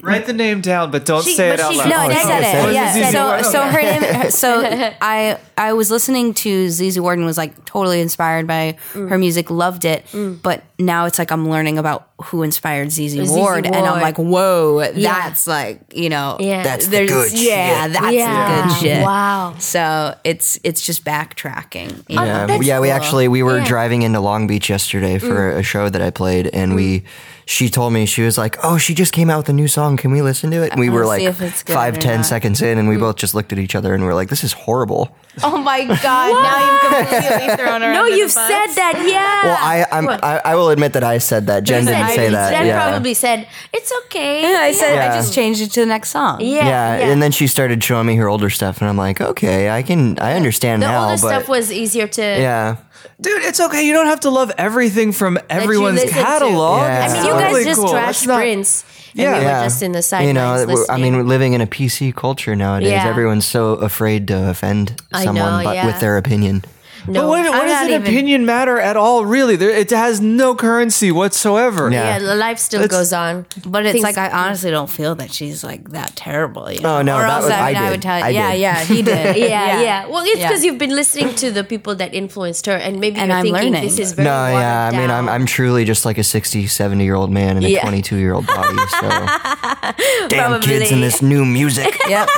[SPEAKER 6] Write the name down, but don't say it
[SPEAKER 2] but
[SPEAKER 6] out
[SPEAKER 2] she-
[SPEAKER 6] loud.
[SPEAKER 2] no,
[SPEAKER 10] No,
[SPEAKER 2] Oh,
[SPEAKER 10] I
[SPEAKER 2] it's
[SPEAKER 10] said
[SPEAKER 2] okay,
[SPEAKER 10] it.
[SPEAKER 2] so
[SPEAKER 10] Yeah.
[SPEAKER 2] it's
[SPEAKER 10] So, so her name. her- So I, I was listening to Zizi Warden. Was like totally inspired by her music. Loved it. But now it's like I'm learning about who inspired Zizi Ward, and I'm
[SPEAKER 2] Ward.
[SPEAKER 10] like, whoa, that's like you know,
[SPEAKER 2] Yeah. That's
[SPEAKER 4] the
[SPEAKER 10] there's-
[SPEAKER 4] good
[SPEAKER 10] yeah,
[SPEAKER 4] shit.
[SPEAKER 10] that's
[SPEAKER 2] Yeah.
[SPEAKER 10] the good shit.
[SPEAKER 2] Wow.
[SPEAKER 10] So it's it's just backtracking. you know?
[SPEAKER 4] Yeah,
[SPEAKER 2] that's
[SPEAKER 4] yeah. We
[SPEAKER 2] cool.
[SPEAKER 4] actually we were
[SPEAKER 2] Yeah.
[SPEAKER 4] driving into Long Beach yesterday for a show that I played, and we she told me she was like, "Oh, she just came out with a new song. Can we listen to it?" And we were
[SPEAKER 10] wanna
[SPEAKER 4] like
[SPEAKER 10] see if it's good
[SPEAKER 4] five
[SPEAKER 10] or
[SPEAKER 4] ten
[SPEAKER 10] not.
[SPEAKER 4] seconds in, and we both just looked at each other and we are like, "This is horrible."
[SPEAKER 10] Oh my god! now you've completely thrown her.
[SPEAKER 2] No,
[SPEAKER 10] under the
[SPEAKER 2] you've
[SPEAKER 10] bus.
[SPEAKER 2] said that. Yeah.
[SPEAKER 4] Well, I I'm, I I will admit that I said that. Jen
[SPEAKER 2] Ah, said-
[SPEAKER 4] didn't say that.
[SPEAKER 2] Jen
[SPEAKER 4] yeah.
[SPEAKER 2] probably said it's okay.
[SPEAKER 10] I said
[SPEAKER 4] Yeah.
[SPEAKER 10] I just changed it to the next song.
[SPEAKER 2] yeah,
[SPEAKER 4] yeah,
[SPEAKER 2] yeah.
[SPEAKER 4] and then she started showing me her older stuff, and I'm like, okay, I can, I understand
[SPEAKER 8] The
[SPEAKER 4] now,
[SPEAKER 8] older
[SPEAKER 4] but
[SPEAKER 8] stuff was easier to.
[SPEAKER 4] yeah,
[SPEAKER 6] Dude, it's okay. You don't have to love everything from everyone's
[SPEAKER 2] listen to.
[SPEAKER 6] catalog.
[SPEAKER 4] Yeah.
[SPEAKER 2] I
[SPEAKER 6] It's
[SPEAKER 2] mean, you
[SPEAKER 6] totally
[SPEAKER 2] guys just
[SPEAKER 6] cool.
[SPEAKER 2] trash
[SPEAKER 6] That's not-
[SPEAKER 2] Prince, and
[SPEAKER 6] Yeah.
[SPEAKER 2] we were
[SPEAKER 4] yeah.
[SPEAKER 2] just in the sidelines
[SPEAKER 4] You know, we're- I
[SPEAKER 2] listening.
[SPEAKER 4] mean, we're living in a PC culture nowadays.
[SPEAKER 2] Yeah.
[SPEAKER 4] Everyone's so afraid to offend
[SPEAKER 2] I
[SPEAKER 4] someone,
[SPEAKER 2] know,
[SPEAKER 4] but
[SPEAKER 2] yeah.
[SPEAKER 4] with their opinion.
[SPEAKER 2] no,
[SPEAKER 6] but what, what
[SPEAKER 2] I'm
[SPEAKER 6] does
[SPEAKER 2] not
[SPEAKER 6] an
[SPEAKER 2] even-
[SPEAKER 6] opinion matter at all, really? There, it has no currency whatsoever.
[SPEAKER 2] Yeah,
[SPEAKER 4] Yeah.
[SPEAKER 2] the life still
[SPEAKER 6] It's-
[SPEAKER 2] goes on,
[SPEAKER 10] But it's
[SPEAKER 2] Things-
[SPEAKER 10] like I honestly don't feel that she's like that terrible. You know?
[SPEAKER 4] Oh, no,
[SPEAKER 10] or
[SPEAKER 4] that
[SPEAKER 10] else
[SPEAKER 4] was-
[SPEAKER 10] I, mean,
[SPEAKER 4] I
[SPEAKER 10] I,
[SPEAKER 4] did.
[SPEAKER 10] would tell.
[SPEAKER 4] I
[SPEAKER 10] yeah,
[SPEAKER 4] did.
[SPEAKER 10] yeah, he did.
[SPEAKER 2] yeah, yeah, Well, it's
[SPEAKER 10] Yeah.
[SPEAKER 2] because you've been listening to the people that influenced her, and maybe
[SPEAKER 10] And
[SPEAKER 2] you're
[SPEAKER 10] I'm
[SPEAKER 2] thinking
[SPEAKER 10] learning.
[SPEAKER 2] this is very
[SPEAKER 4] No, yeah,
[SPEAKER 2] watered
[SPEAKER 4] I mean, I'm,
[SPEAKER 2] down.
[SPEAKER 4] I'm truly just like a 60, 70 year old man in a
[SPEAKER 2] Yeah.
[SPEAKER 4] 22 year old body. So, damn kids
[SPEAKER 2] Probably.
[SPEAKER 4] and this new music.
[SPEAKER 10] Yep.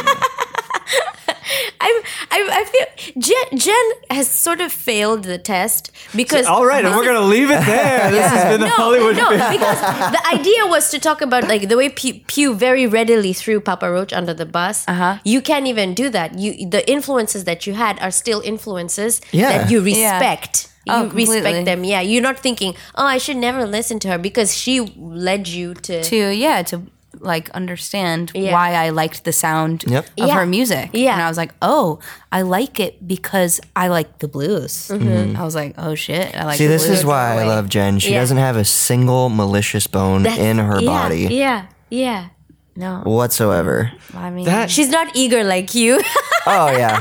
[SPEAKER 2] I, I, I feel Jen, Jen has sort of failed the test because
[SPEAKER 6] All right, and we're going to leave it there. This has been the Hollywood
[SPEAKER 2] no,
[SPEAKER 6] Big-
[SPEAKER 2] because the idea was to talk about like the way Pew, Pew very readily threw Papa Roach under the bus. Uh-huh. You can't even do that. You the influences that you had are still influences
[SPEAKER 4] Yeah.
[SPEAKER 2] that you
[SPEAKER 10] Yeah.
[SPEAKER 2] respect.
[SPEAKER 10] Oh,
[SPEAKER 2] you respect
[SPEAKER 10] completely.
[SPEAKER 2] them. Yeah, you're not thinking, oh, I should never listen to her because she led you to.
[SPEAKER 10] to yeah to like understand
[SPEAKER 2] Yeah.
[SPEAKER 10] why I liked the sound
[SPEAKER 4] Yep.
[SPEAKER 10] of
[SPEAKER 2] Yeah.
[SPEAKER 10] her music.
[SPEAKER 2] Yeah.
[SPEAKER 10] and I was like, oh, I like it because I like the blues. I was like, oh shit, I like.
[SPEAKER 4] See,
[SPEAKER 10] the
[SPEAKER 4] this
[SPEAKER 10] blues.
[SPEAKER 4] is why I love Jen. She doesn't have a single malicious bone in her
[SPEAKER 2] yeah,
[SPEAKER 4] body
[SPEAKER 2] Yeah, yeah.
[SPEAKER 10] No,
[SPEAKER 4] whatsoever.
[SPEAKER 10] I mean,
[SPEAKER 6] that,
[SPEAKER 2] She's not eager like you.
[SPEAKER 4] Oh, yeah.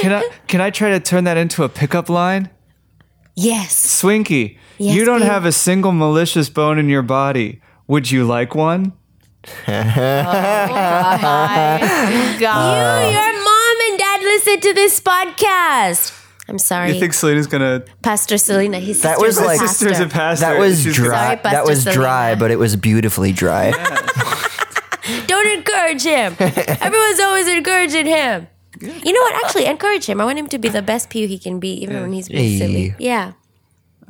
[SPEAKER 6] can, I, can I try to turn that into a pickup line?
[SPEAKER 2] yes.
[SPEAKER 6] Swinky, you don't have a single malicious bone in your body. Would you like one?
[SPEAKER 2] you, your mom and dad listen to this podcast. I'm sorry,
[SPEAKER 6] You think Selena's going to.
[SPEAKER 2] Pastor Selena. His
[SPEAKER 4] That
[SPEAKER 2] sister
[SPEAKER 4] was like-
[SPEAKER 2] pastor.
[SPEAKER 6] Sister's a pastor.
[SPEAKER 4] That was
[SPEAKER 6] She's
[SPEAKER 4] dry.
[SPEAKER 6] gonna-
[SPEAKER 2] Sorry,
[SPEAKER 4] that
[SPEAKER 2] Pastor
[SPEAKER 4] was dry,
[SPEAKER 2] Selena.
[SPEAKER 4] but it was beautifully dry.
[SPEAKER 2] Don't encourage him. Everyone's always encouraging him. You know what? Actually, encourage him. I want him to be the best pew he can be, even when he's being silly.
[SPEAKER 4] Hey.
[SPEAKER 2] Yeah,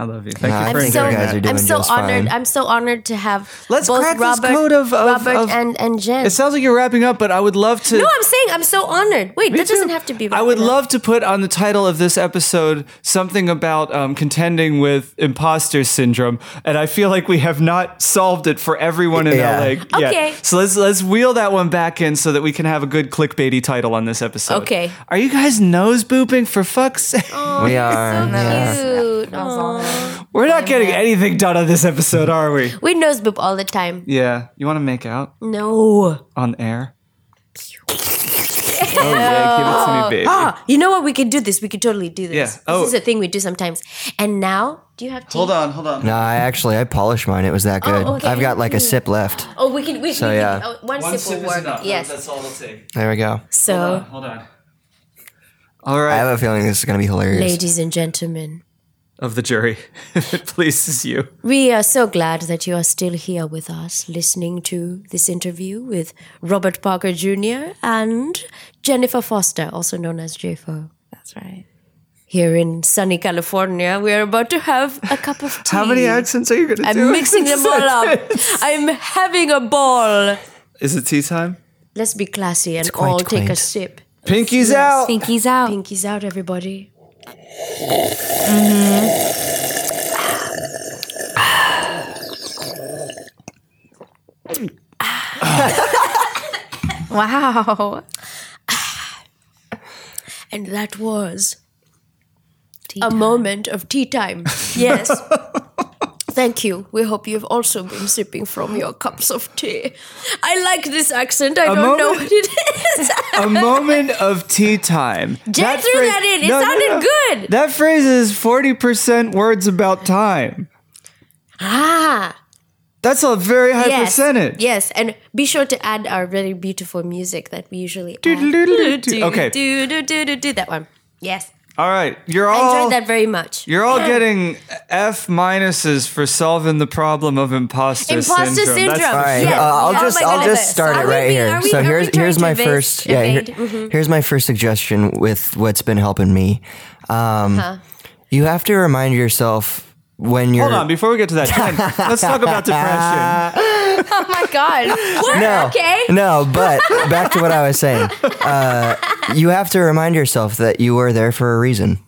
[SPEAKER 6] I love you. Thank
[SPEAKER 4] Nah, I
[SPEAKER 6] you for
[SPEAKER 4] think
[SPEAKER 2] so
[SPEAKER 4] you guys are doing
[SPEAKER 2] I'm so
[SPEAKER 4] just
[SPEAKER 2] honored.
[SPEAKER 4] fine.
[SPEAKER 2] I'm so honored to have
[SPEAKER 6] Let's
[SPEAKER 2] both
[SPEAKER 6] crack this
[SPEAKER 2] Robert,
[SPEAKER 6] code of- of-
[SPEAKER 2] Robert
[SPEAKER 6] of-
[SPEAKER 2] and and Jen.
[SPEAKER 6] It sounds like you're wrapping up, but I would love to.
[SPEAKER 2] no, I'm saying I'm so honored. Wait, that doesn't have to be.
[SPEAKER 6] I
[SPEAKER 2] right
[SPEAKER 6] would
[SPEAKER 2] now.
[SPEAKER 6] love to put on the title of this episode something about um, contending with imposter syndrome, and I feel like we have not solved it for everyone in
[SPEAKER 4] Yeah.
[SPEAKER 6] LA yet.
[SPEAKER 2] Okay.
[SPEAKER 6] So let's let's wheel that one back in so that we can have a good clickbaity title on this episode.
[SPEAKER 2] Okay. Oh,
[SPEAKER 6] Are you guys nose booping for fuck's sake?
[SPEAKER 4] we are. yeah.
[SPEAKER 2] Dude, aw.
[SPEAKER 6] We're not getting anything done on this episode, are we?
[SPEAKER 2] we nose boop all the time.
[SPEAKER 6] Yeah. You want to make out
[SPEAKER 2] No,
[SPEAKER 6] on air? oh yeah, give it to me, baby.
[SPEAKER 2] ah, you know what? We could do this. We could totally do this.
[SPEAKER 6] Yeah.
[SPEAKER 2] This
[SPEAKER 6] Oh.
[SPEAKER 2] is a thing we do sometimes. And now, do you have tea?
[SPEAKER 6] Hold on, hold on.
[SPEAKER 4] No, I actually I polished mine. It was that good.
[SPEAKER 2] Oh, okay.
[SPEAKER 4] I've got like a sip left.
[SPEAKER 2] Oh, we can. We,
[SPEAKER 4] So,
[SPEAKER 2] we
[SPEAKER 4] yeah.
[SPEAKER 2] can, oh, one,
[SPEAKER 6] One
[SPEAKER 2] sip
[SPEAKER 6] sip
[SPEAKER 2] will
[SPEAKER 6] is
[SPEAKER 2] work.
[SPEAKER 6] enough.
[SPEAKER 2] Yes.
[SPEAKER 6] That's all it'll take.
[SPEAKER 4] There we go.
[SPEAKER 2] so,
[SPEAKER 6] Hold on. All
[SPEAKER 4] I
[SPEAKER 6] right.
[SPEAKER 4] have a feeling this is gonna be hilarious.
[SPEAKER 2] ladies and gentlemen,
[SPEAKER 6] of the jury, if it pleases you.
[SPEAKER 2] we are so glad that you are still here with us, listening to this interview with Robert Parker Jr. and Jennifer Foster, also known as JFO.
[SPEAKER 10] that's right.
[SPEAKER 2] Here in sunny California, we are about to have a cup of tea.
[SPEAKER 6] How many accents are you going to do?
[SPEAKER 2] I'm mixing them all up. I'm having a ball.
[SPEAKER 6] Is it tea time?
[SPEAKER 2] Let's be classy and
[SPEAKER 4] quite
[SPEAKER 2] all take a
[SPEAKER 4] quaint.
[SPEAKER 2] sip.
[SPEAKER 6] Pinky's out.
[SPEAKER 10] Pinky's out.
[SPEAKER 2] Pinkies out, everybody. Mm-hmm.
[SPEAKER 10] Wow.
[SPEAKER 2] And that was a moment of tea time. Yes. Thank you. We hope you've also been sipping from your cups of tea. I like this accent. I don't know
[SPEAKER 6] moment-
[SPEAKER 2] what it is.
[SPEAKER 6] A moment of tea time. That
[SPEAKER 2] threw that in. It sounded good.
[SPEAKER 6] That phrase is 40% words about time.
[SPEAKER 2] ah,
[SPEAKER 6] That's a very high
[SPEAKER 2] yes.
[SPEAKER 6] percentage.
[SPEAKER 2] Yes, and be sure to add our really beautiful music that we usually add.
[SPEAKER 6] Okay.
[SPEAKER 2] Do, do, do, do, do, that one. Yes.
[SPEAKER 6] All right. You're
[SPEAKER 2] I
[SPEAKER 6] all
[SPEAKER 2] enjoyed that very much.
[SPEAKER 6] Oh. you're all getting F minuses for solving the problem of imposter,
[SPEAKER 2] Imposter syndrome.
[SPEAKER 6] That's-
[SPEAKER 4] All right,
[SPEAKER 2] Yes.
[SPEAKER 4] uh, I'll
[SPEAKER 2] Oh
[SPEAKER 4] just
[SPEAKER 2] my
[SPEAKER 4] I'll
[SPEAKER 2] goodness.
[SPEAKER 4] just start
[SPEAKER 2] Are
[SPEAKER 4] it
[SPEAKER 2] we
[SPEAKER 4] right
[SPEAKER 2] being-
[SPEAKER 4] here.
[SPEAKER 2] are we- Mm-hmm.
[SPEAKER 4] so
[SPEAKER 2] are we
[SPEAKER 4] here's
[SPEAKER 2] trying
[SPEAKER 4] here's
[SPEAKER 2] to
[SPEAKER 4] my
[SPEAKER 2] evade-
[SPEAKER 4] first yeah here-
[SPEAKER 2] evade?
[SPEAKER 4] here's my first suggestion with what's been helping me. Um,
[SPEAKER 2] Uh-huh.
[SPEAKER 4] You have to remind yourself when you're
[SPEAKER 6] Hold on, before we get to that, Jen, let's talk about depression.
[SPEAKER 2] Oh my God. What?
[SPEAKER 4] no,
[SPEAKER 2] Okay.
[SPEAKER 4] no. But back to what I was saying. Uh, you have to remind yourself that you were there for a reason.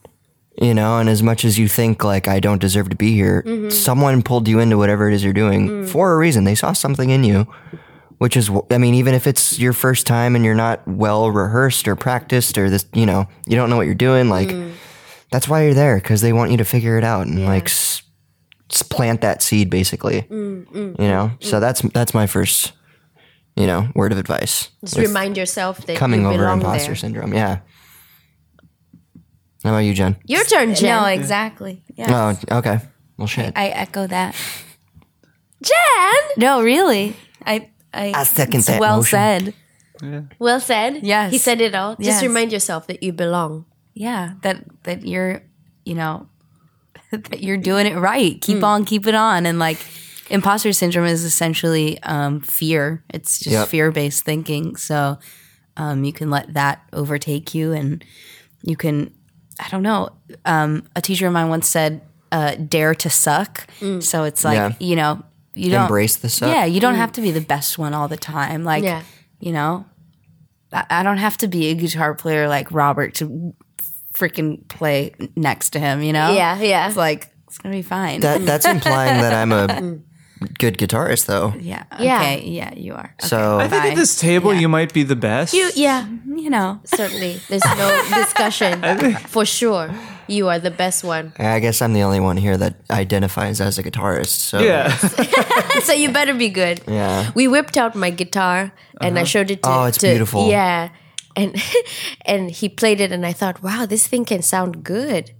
[SPEAKER 4] You know, and as much as you think like I don't deserve to be here, someone pulled you into whatever it is you're doing for a reason. They saw something in you, which is, wh- I mean, even if it's your first time and you're not well rehearsed or practiced or this, you know, you don't know what you're doing. Like that's why you're there because they want you to figure it out and like s- s- plant that seed, basically. You know, so that's that's my first, you know, word of advice.
[SPEAKER 2] Just
[SPEAKER 4] with
[SPEAKER 2] remind yourself that
[SPEAKER 4] coming
[SPEAKER 2] you
[SPEAKER 4] over
[SPEAKER 2] belong
[SPEAKER 4] imposter
[SPEAKER 2] there.
[SPEAKER 4] syndrome. Yeah. How about you, Jen?
[SPEAKER 2] Your turn, Jen.
[SPEAKER 8] No, exactly. Yeah.
[SPEAKER 4] Oh, okay. Well, shit.
[SPEAKER 8] I echo that.
[SPEAKER 2] Jen!
[SPEAKER 8] No, really. I I,
[SPEAKER 4] I second
[SPEAKER 8] it's
[SPEAKER 4] that
[SPEAKER 8] Well
[SPEAKER 4] motion.
[SPEAKER 8] said.
[SPEAKER 2] Well said.
[SPEAKER 10] Yes.
[SPEAKER 2] He said it all. Just
[SPEAKER 10] Yes.
[SPEAKER 2] remind yourself that you belong.
[SPEAKER 10] yeah that that you're you know that you're doing it right keep on keep it on and like imposter syndrome is essentially um fear it's just
[SPEAKER 4] Yep.
[SPEAKER 10] fear-based thinking so um you can let that overtake you and you can i don't know um a teacher of mine once said uh dare to suck so it's like
[SPEAKER 4] Yeah.
[SPEAKER 10] you know you don't
[SPEAKER 4] Embrace the suck.
[SPEAKER 10] yeah you don't have to be the best one all the time like
[SPEAKER 2] mm. Yeah.
[SPEAKER 10] you know I, I don't have to be a guitar player like robert to freaking play next to him you know
[SPEAKER 2] Yeah, yeah.
[SPEAKER 10] it's like it's gonna be fine
[SPEAKER 4] That that's implying that I'm a good guitarist, though.
[SPEAKER 10] yeah
[SPEAKER 2] Yeah.
[SPEAKER 10] okay yeah you are Okay,
[SPEAKER 4] So
[SPEAKER 6] I think
[SPEAKER 10] bye.
[SPEAKER 6] at this table you might be the best.
[SPEAKER 2] Yeah,
[SPEAKER 10] you know
[SPEAKER 2] certainly. There's no discussion. For sure. You are the best one.
[SPEAKER 4] I guess I'm the only one here that identifies as a guitarist. So
[SPEAKER 6] yeah.
[SPEAKER 2] So you better be good.
[SPEAKER 4] Yeah.
[SPEAKER 2] We whipped out my guitar and I showed it to
[SPEAKER 4] Oh, it's
[SPEAKER 2] to-
[SPEAKER 4] beautiful.
[SPEAKER 2] Yeah. And and he played it and I thought, wow, this thing can sound good.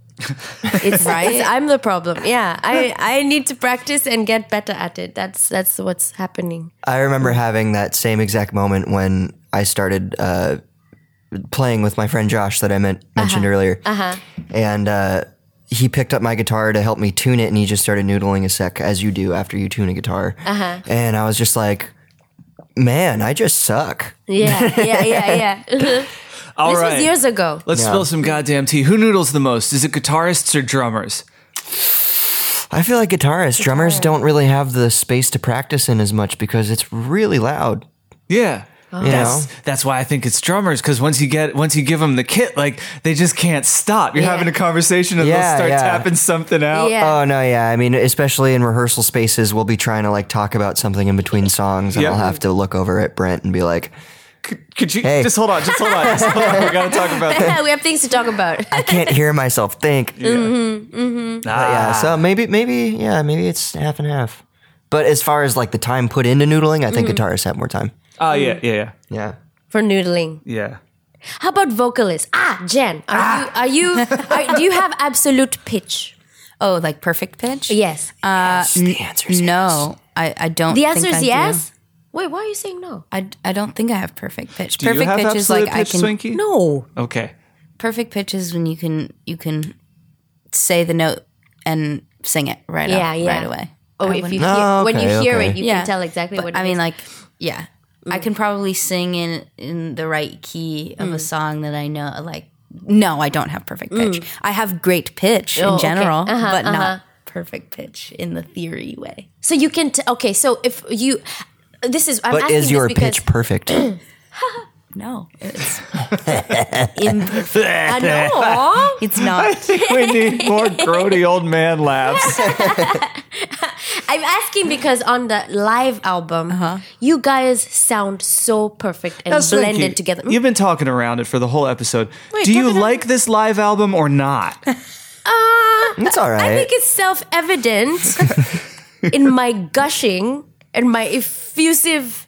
[SPEAKER 2] It's right. I'm the problem. Yeah. I, I need to practice and get better at it. That's that's what's happening.
[SPEAKER 4] I remember having that same exact moment when I started uh, playing with my friend Josh that I meant, mentioned earlier. Uh-huh. And uh, he picked up my guitar to help me tune it, and he just started noodling a sec, as you do after you tune a guitar. Uh-huh. And I was just like, man, I just suck.
[SPEAKER 2] Yeah. Yeah. Yeah. Yeah. this
[SPEAKER 6] All right.
[SPEAKER 2] was years ago.
[SPEAKER 6] Let's spill some goddamn tea. Who noodles the most? Is it guitarists or drummers?
[SPEAKER 4] I feel like guitarists, drummers don't really have the space to practice in as much because it's really loud.
[SPEAKER 6] Yeah.
[SPEAKER 4] You
[SPEAKER 6] That's,
[SPEAKER 4] know?
[SPEAKER 6] that's why I think it's drummers because once you get once you give them the kit, like they just can't stop. You're having a conversation and
[SPEAKER 4] Yeah,
[SPEAKER 6] they'll start
[SPEAKER 4] yeah.
[SPEAKER 6] tapping something out.
[SPEAKER 2] Yeah.
[SPEAKER 4] Oh no, yeah. I mean, especially in rehearsal spaces, we'll be trying to like talk about something in between songs, and
[SPEAKER 6] Yeah.
[SPEAKER 4] I'll have to look over at Brent and be like,
[SPEAKER 6] Could you
[SPEAKER 4] Hey.
[SPEAKER 6] just hold on? Just hold on. Just hold on. We gotta talk about that.
[SPEAKER 2] we have things to talk about.
[SPEAKER 4] I can't hear myself think. But yeah, so maybe, maybe, yeah, maybe it's half and half. But as far as like the time put into noodling, I think
[SPEAKER 2] Mm.
[SPEAKER 4] guitarists have more time.
[SPEAKER 6] Oh yeah, yeah, yeah,
[SPEAKER 4] Yeah.
[SPEAKER 2] For noodling.
[SPEAKER 6] yeah.
[SPEAKER 2] How about vocalists? Ah, Jen, are you are you are, do you have absolute pitch?
[SPEAKER 10] oh like perfect pitch
[SPEAKER 2] Yes.
[SPEAKER 4] the answer is
[SPEAKER 10] no i i don't
[SPEAKER 2] the
[SPEAKER 10] think
[SPEAKER 2] answer
[SPEAKER 10] I
[SPEAKER 2] is
[SPEAKER 10] do.
[SPEAKER 2] yes. Wait, why are you saying no?
[SPEAKER 10] I, I don't think i have perfect pitch
[SPEAKER 6] you
[SPEAKER 10] perfect
[SPEAKER 6] have
[SPEAKER 10] pitch is
[SPEAKER 6] absolute
[SPEAKER 10] like i
[SPEAKER 6] pitch,
[SPEAKER 10] can
[SPEAKER 6] Swinky?
[SPEAKER 10] no
[SPEAKER 6] Okay.
[SPEAKER 10] perfect pitch is when you can you can say the note and sing it right
[SPEAKER 2] Yeah,
[SPEAKER 10] off,
[SPEAKER 2] yeah.
[SPEAKER 10] right away.
[SPEAKER 2] Oh,
[SPEAKER 10] I
[SPEAKER 2] if you
[SPEAKER 10] wouldn't-
[SPEAKER 2] hear,
[SPEAKER 4] Oh,
[SPEAKER 2] when you
[SPEAKER 4] okay,
[SPEAKER 2] hear
[SPEAKER 4] okay.
[SPEAKER 2] it, you can tell exactly
[SPEAKER 10] But,
[SPEAKER 2] what. It
[SPEAKER 10] I mean,
[SPEAKER 2] is. Mm.
[SPEAKER 10] like yeah, I can probably sing in in the right key of a song that I know. Like no, I don't have perfect pitch. I have great pitch
[SPEAKER 2] Mm. Oh,
[SPEAKER 10] in
[SPEAKER 2] okay.
[SPEAKER 10] general,
[SPEAKER 2] Uh-huh,
[SPEAKER 10] but
[SPEAKER 2] uh-huh.
[SPEAKER 10] not perfect pitch in the theory way.
[SPEAKER 2] so you can. T- okay, so if you, this is. I'm
[SPEAKER 4] But
[SPEAKER 2] asking
[SPEAKER 4] is your
[SPEAKER 2] this because,
[SPEAKER 4] pitch perfect?
[SPEAKER 10] No, it's imperfect.
[SPEAKER 2] I know.
[SPEAKER 10] It's not.
[SPEAKER 6] we need more grody old man laughs.
[SPEAKER 2] I'm asking because on the live album,
[SPEAKER 10] Uh-huh.
[SPEAKER 2] you guys sound so perfect and
[SPEAKER 6] Now,
[SPEAKER 2] blended
[SPEAKER 6] Swinky,
[SPEAKER 2] together.
[SPEAKER 6] You've been talking around it for the whole episode.
[SPEAKER 2] Wait,
[SPEAKER 6] Do you
[SPEAKER 2] talking
[SPEAKER 6] like this live album or not?
[SPEAKER 2] Ah.
[SPEAKER 4] It's all right.
[SPEAKER 2] I think it's self evident in my gushing and my effusive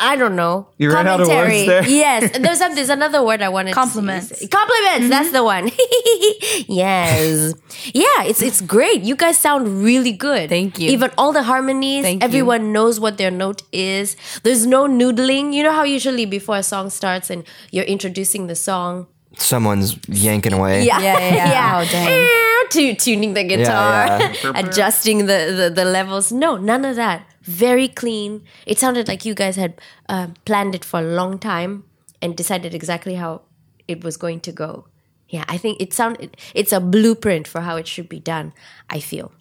[SPEAKER 2] I don't know.
[SPEAKER 6] You ran out of words
[SPEAKER 2] Commentary.
[SPEAKER 6] there.
[SPEAKER 2] Yes. There's some, there's another word I wanted
[SPEAKER 10] Compliments.
[SPEAKER 2] to say. Compliments. That's the one. yes. yeah, it's it's great. You guys sound really good.
[SPEAKER 10] Thank you.
[SPEAKER 2] Even all the harmonies,
[SPEAKER 10] Thank you.
[SPEAKER 2] everyone knows what their note is. There's no noodling. You know how usually before a song starts and you're introducing the song.
[SPEAKER 4] Someone's yanking away.
[SPEAKER 2] Yeah.
[SPEAKER 10] Yeah, yeah, yeah. Oh, dang.
[SPEAKER 2] Eh, tu- tuning the guitar,
[SPEAKER 4] yeah.
[SPEAKER 2] adjusting the, the, the levels. No, none of that. Very clean. It sounded like you guys had uh, planned it for a long time and decided exactly how it was going to go. Yeah, I think it sound it's a blueprint for how it should be done. I feel.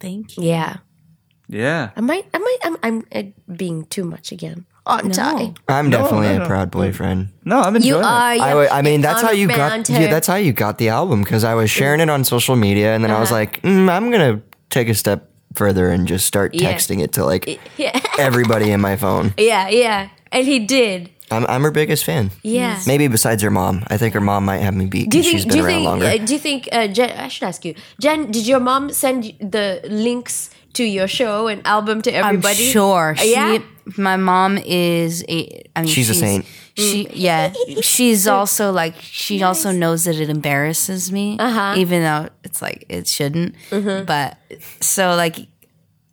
[SPEAKER 10] Thank you.
[SPEAKER 2] Yeah.
[SPEAKER 6] Yeah.
[SPEAKER 2] Am I am I I'm, I'm uh, being too much again?
[SPEAKER 4] Oh,
[SPEAKER 2] On time.
[SPEAKER 4] I'm definitely a proud boyfriend.
[SPEAKER 6] No, I'm
[SPEAKER 2] You
[SPEAKER 6] enjoying it.
[SPEAKER 2] are.
[SPEAKER 4] I,
[SPEAKER 2] yeah.
[SPEAKER 4] w- I mean, that's
[SPEAKER 2] On
[SPEAKER 4] how you
[SPEAKER 2] Mount
[SPEAKER 4] got. Yeah,
[SPEAKER 2] Hope.
[SPEAKER 4] that's how you got the album because I was sharing it on social media, and then I was
[SPEAKER 2] Uh-huh.
[SPEAKER 4] like, mm, I'm gonna take a step further and just start
[SPEAKER 2] Yeah.
[SPEAKER 4] texting it to like everybody in my phone.
[SPEAKER 2] yeah, yeah. And he did.
[SPEAKER 4] I'm, I'm her biggest fan.
[SPEAKER 2] Yeah.
[SPEAKER 4] Maybe besides her mom, I think her mom might have me beat.
[SPEAKER 2] Do you
[SPEAKER 4] 'cause
[SPEAKER 2] think?
[SPEAKER 4] she's been
[SPEAKER 2] Do you
[SPEAKER 4] around
[SPEAKER 2] think?
[SPEAKER 4] longer.
[SPEAKER 2] Uh, do you think? Uh, Jen, I should ask you, Jen. Did your mom send you the links to your show and album to
[SPEAKER 10] I'm
[SPEAKER 2] everybody? Uh,
[SPEAKER 10] sure. She,
[SPEAKER 2] Yeah?
[SPEAKER 10] My mom is a. I mean,
[SPEAKER 4] She's a saint.
[SPEAKER 10] She, yeah. She's also like she also knows that it embarrasses me,
[SPEAKER 2] Uh-huh.
[SPEAKER 10] even though it's like it shouldn't.
[SPEAKER 2] Mm-hmm.
[SPEAKER 10] But so like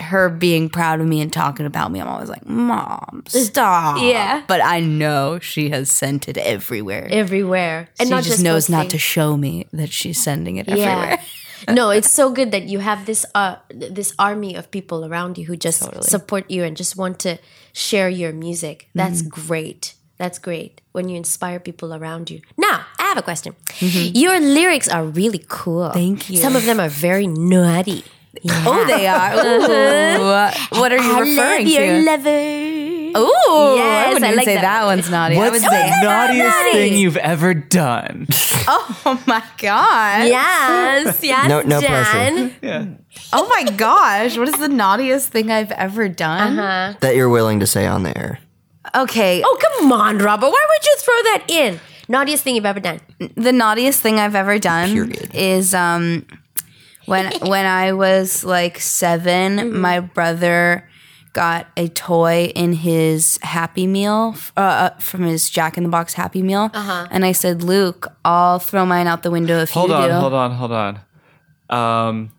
[SPEAKER 10] her being proud of me and talking about me, I'm always like, "Mom, stop."
[SPEAKER 2] Yeah.
[SPEAKER 10] But I know she has sent it everywhere.
[SPEAKER 2] everywhere, and
[SPEAKER 10] she
[SPEAKER 2] not
[SPEAKER 10] just, knows not to
[SPEAKER 2] posting.
[SPEAKER 10] show me that she's sending it
[SPEAKER 2] yeah.
[SPEAKER 10] everywhere.
[SPEAKER 2] no, it's so good that you have this uh this army of people around you who just support you and just want to share your music. That's
[SPEAKER 10] Mm-hmm.
[SPEAKER 2] great. That's great when you inspire people around you. Now, I have a question. Your lyrics are really cool.
[SPEAKER 10] Mm-hmm. Thank you.
[SPEAKER 2] Some of them are very nutty.
[SPEAKER 10] Oh, they are. Ooh. what are you
[SPEAKER 2] I
[SPEAKER 10] referring
[SPEAKER 2] love your
[SPEAKER 10] to?
[SPEAKER 2] lover. Yes,
[SPEAKER 10] Ooh, Oh, I wouldn't
[SPEAKER 2] I
[SPEAKER 10] even
[SPEAKER 2] like
[SPEAKER 10] say
[SPEAKER 2] that
[SPEAKER 10] that. one's naughty. I would
[SPEAKER 6] What's the
[SPEAKER 10] say,
[SPEAKER 6] naughtiest
[SPEAKER 2] naughty.
[SPEAKER 6] thing you've ever done?
[SPEAKER 10] oh my god,
[SPEAKER 2] Yes, yes,
[SPEAKER 4] No- no pressure.
[SPEAKER 2] Jan.
[SPEAKER 10] oh my gosh, what is the naughtiest thing I've ever done?
[SPEAKER 2] uh,
[SPEAKER 4] that you're willing to say on the air.
[SPEAKER 10] Okay,
[SPEAKER 2] Uh-huh. Oh, come on, Robert. Why would you throw that in? Naughtiest thing you've ever done.
[SPEAKER 4] Uh,
[SPEAKER 10] the naughtiest thing I've ever done
[SPEAKER 4] Period.
[SPEAKER 10] is um when when I was like 7
[SPEAKER 2] Mm-hmm.
[SPEAKER 10] my brother got a toy in his Happy Meal f- uh, uh, from his Jack in the Box Happy Meal,
[SPEAKER 2] Uh-huh.
[SPEAKER 10] and I said, "Luke, I'll throw mine out the window if
[SPEAKER 6] Hold
[SPEAKER 10] you
[SPEAKER 6] on,
[SPEAKER 10] do."
[SPEAKER 6] hold on, hold on. Um,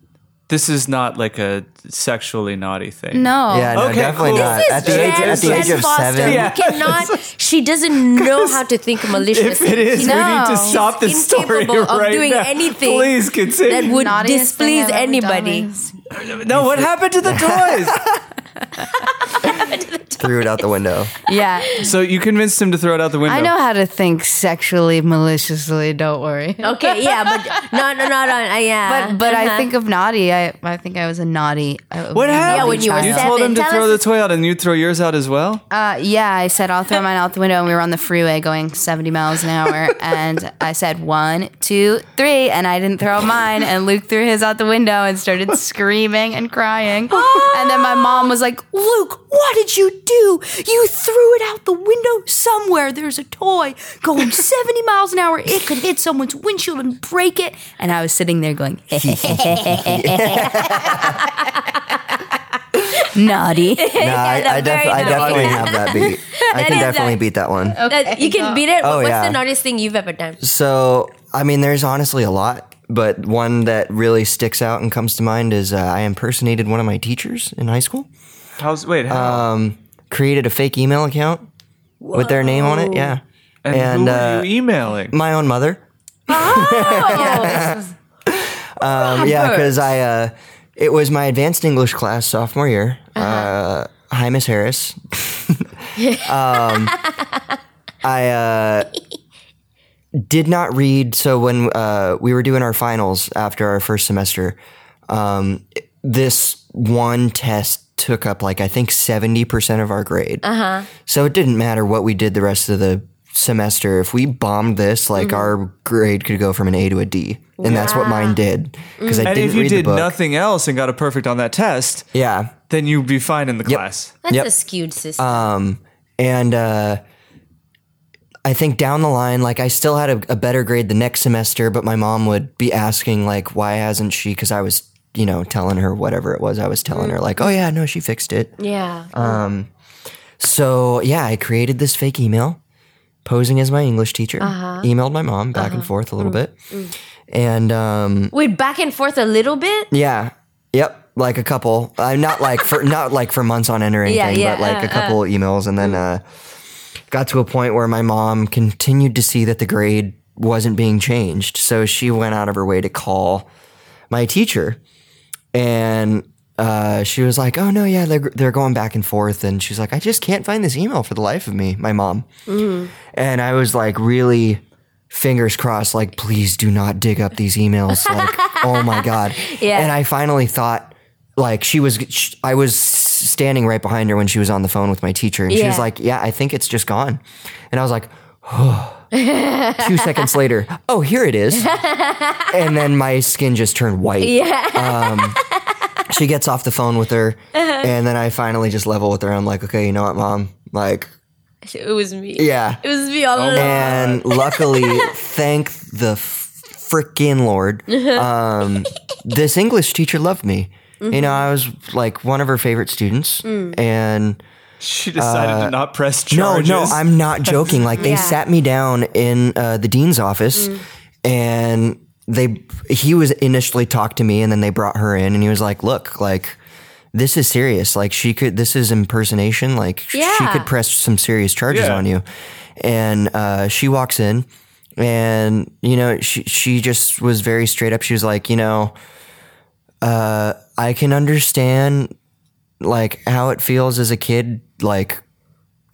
[SPEAKER 6] this is not like a sexually naughty thing.
[SPEAKER 2] Oh.
[SPEAKER 10] No,
[SPEAKER 4] Yeah, no,
[SPEAKER 6] Okay,
[SPEAKER 4] definitely
[SPEAKER 6] cool.
[SPEAKER 4] not. At the
[SPEAKER 2] Jen,
[SPEAKER 4] age, at the
[SPEAKER 2] Jen
[SPEAKER 4] age of
[SPEAKER 2] Foster.
[SPEAKER 4] seven,
[SPEAKER 2] You cannot. She doesn't know how to think
[SPEAKER 6] If
[SPEAKER 2] maliciously.
[SPEAKER 6] it is, we need to
[SPEAKER 10] No.
[SPEAKER 6] stop the
[SPEAKER 2] He's
[SPEAKER 6] story
[SPEAKER 2] incapable of
[SPEAKER 6] right
[SPEAKER 2] doing
[SPEAKER 6] now.
[SPEAKER 2] anything
[SPEAKER 6] Please
[SPEAKER 2] that
[SPEAKER 6] continue.
[SPEAKER 2] would
[SPEAKER 10] Naughtiest thing
[SPEAKER 2] displease
[SPEAKER 10] I've ever done
[SPEAKER 2] anybody.
[SPEAKER 10] was-
[SPEAKER 6] no, what happened to the toys?
[SPEAKER 4] threw it out the window.
[SPEAKER 10] Yeah,
[SPEAKER 6] so you convinced him to throw it out the window.
[SPEAKER 10] I know how to think sexually maliciously. Don't worry.
[SPEAKER 2] Okay, yeah, but no, no, no, no. uh, yeah,
[SPEAKER 10] But but I
[SPEAKER 2] Oh, Uh-huh.
[SPEAKER 10] think of naughty. I I think I was a naughty. I-
[SPEAKER 6] What happened?
[SPEAKER 2] when you were
[SPEAKER 6] you
[SPEAKER 2] seven.
[SPEAKER 6] told him to
[SPEAKER 2] Tell
[SPEAKER 6] throw
[SPEAKER 2] us-
[SPEAKER 6] the toy out, and you throw yours out as well.
[SPEAKER 10] Uh, yeah, I said I'll throw mine out the window, and we were on the freeway going 70 miles an hour, and I said one, two, three, and I didn't throw mine, and Luke threw his out the window and started screaming and crying, and then my mom was like, "Luke, what did you do? You threw it out the window somewhere. There's a toy going 70 miles an hour. It could hit someone's windshield and break it." And I was sitting there going, "Naughty."
[SPEAKER 4] No, I, I, def-
[SPEAKER 2] very
[SPEAKER 4] I definitely have that beat. I can
[SPEAKER 2] is
[SPEAKER 4] definitely beat that one.
[SPEAKER 2] That- you can beat it.
[SPEAKER 4] Oh,
[SPEAKER 2] What's
[SPEAKER 4] yeah.
[SPEAKER 2] the naughtiest thing you've ever done?
[SPEAKER 4] So, I mean, there's honestly a lot, but one that really sticks out and comes to mind is uh, I impersonated one of my teachers in high school,
[SPEAKER 6] How's wait? How?
[SPEAKER 4] created a fake email account with their name on it. Yeah.
[SPEAKER 6] and
[SPEAKER 4] and,
[SPEAKER 6] who are
[SPEAKER 4] uh,
[SPEAKER 6] you e- emailing?
[SPEAKER 4] My own mother. um, yeah, because I, uh, it was my advanced English class sophomore year. uh hi, Miss Harris. um, I uh, did not read. So when uh, we were doing our finals after our first semester, um, this one test took up like I think seventy percent of our grade. So it didn't matter what we did the rest of the semester. If we bombed this, like our grade could go from an A to a D, and that's what mine did because I
[SPEAKER 6] and
[SPEAKER 4] didn't
[SPEAKER 6] if you
[SPEAKER 4] read
[SPEAKER 6] did
[SPEAKER 4] the book.
[SPEAKER 6] nothing else and got a perfect on that test,
[SPEAKER 4] Yeah,
[SPEAKER 6] then you'd be fine in the class.
[SPEAKER 2] That's
[SPEAKER 4] Yep.
[SPEAKER 2] a skewed system.
[SPEAKER 4] and uh, I think down the line, like I still had a, a better grade the next semester, but my mom would be asking like, why hasn't she? Because I was, you Uh, know, telling her whatever it was I was telling her, like, oh yeah, no, she fixed it.
[SPEAKER 2] yeah,
[SPEAKER 4] So yeah, I created this fake email, posing as my English teacher. Emailed my mom back and forth a little bit, and um,
[SPEAKER 2] Wait, back and forth a little bit?
[SPEAKER 4] yeah, yep, like a couple. Uh, not like for not like for months on end or anything,
[SPEAKER 2] Yeah, yeah, uh, Mm.
[SPEAKER 4] but like a couple emails, and then uh, got to a point where my mom continued to see that the grade wasn't being changed, so she went out of her way to call my teacher and uh, she was like, "Oh no, yeah, they're they're going back and forth." And she's like, "I just can't find this email for the life of me." My mom, and I was like, really, fingers crossed, like, please do not dig up these emails. Like, oh my god. Yeah. And I finally thought, like, she was, sh I was standing right behind her when she was on the phone with my teacher, and she was
[SPEAKER 2] Yeah.
[SPEAKER 4] like, "Yeah, I think it's just gone," and I was like. Two seconds later, oh, here it is. and then my skin just turned white Um, she gets off the phone with her, and then I finally just level with her. I'm like, okay, you know what, mom? Like,
[SPEAKER 2] It was me.
[SPEAKER 4] yeah. Oh
[SPEAKER 2] It was me all along.
[SPEAKER 4] And luckily, thank the f- frickin' Lord, um, this English teacher loved me. You know, I was like one of her favorite students, and
[SPEAKER 6] She decided to not press
[SPEAKER 4] Uh, no,
[SPEAKER 6] charges.
[SPEAKER 4] no, I'm not joking. Like they sat me down in uh, the dean's office, and they he was initially talked to me, and then they brought her in, and he was like, "Look, like this is serious. Like she could, this is impersonation. Like sh- she
[SPEAKER 2] Yeah.
[SPEAKER 4] could press some serious charges
[SPEAKER 6] Yeah.
[SPEAKER 4] on you." And uh, she walks in, and you know, she she just was very straight up. She was like, you know. uh, I can understand like how it feels as a kid, like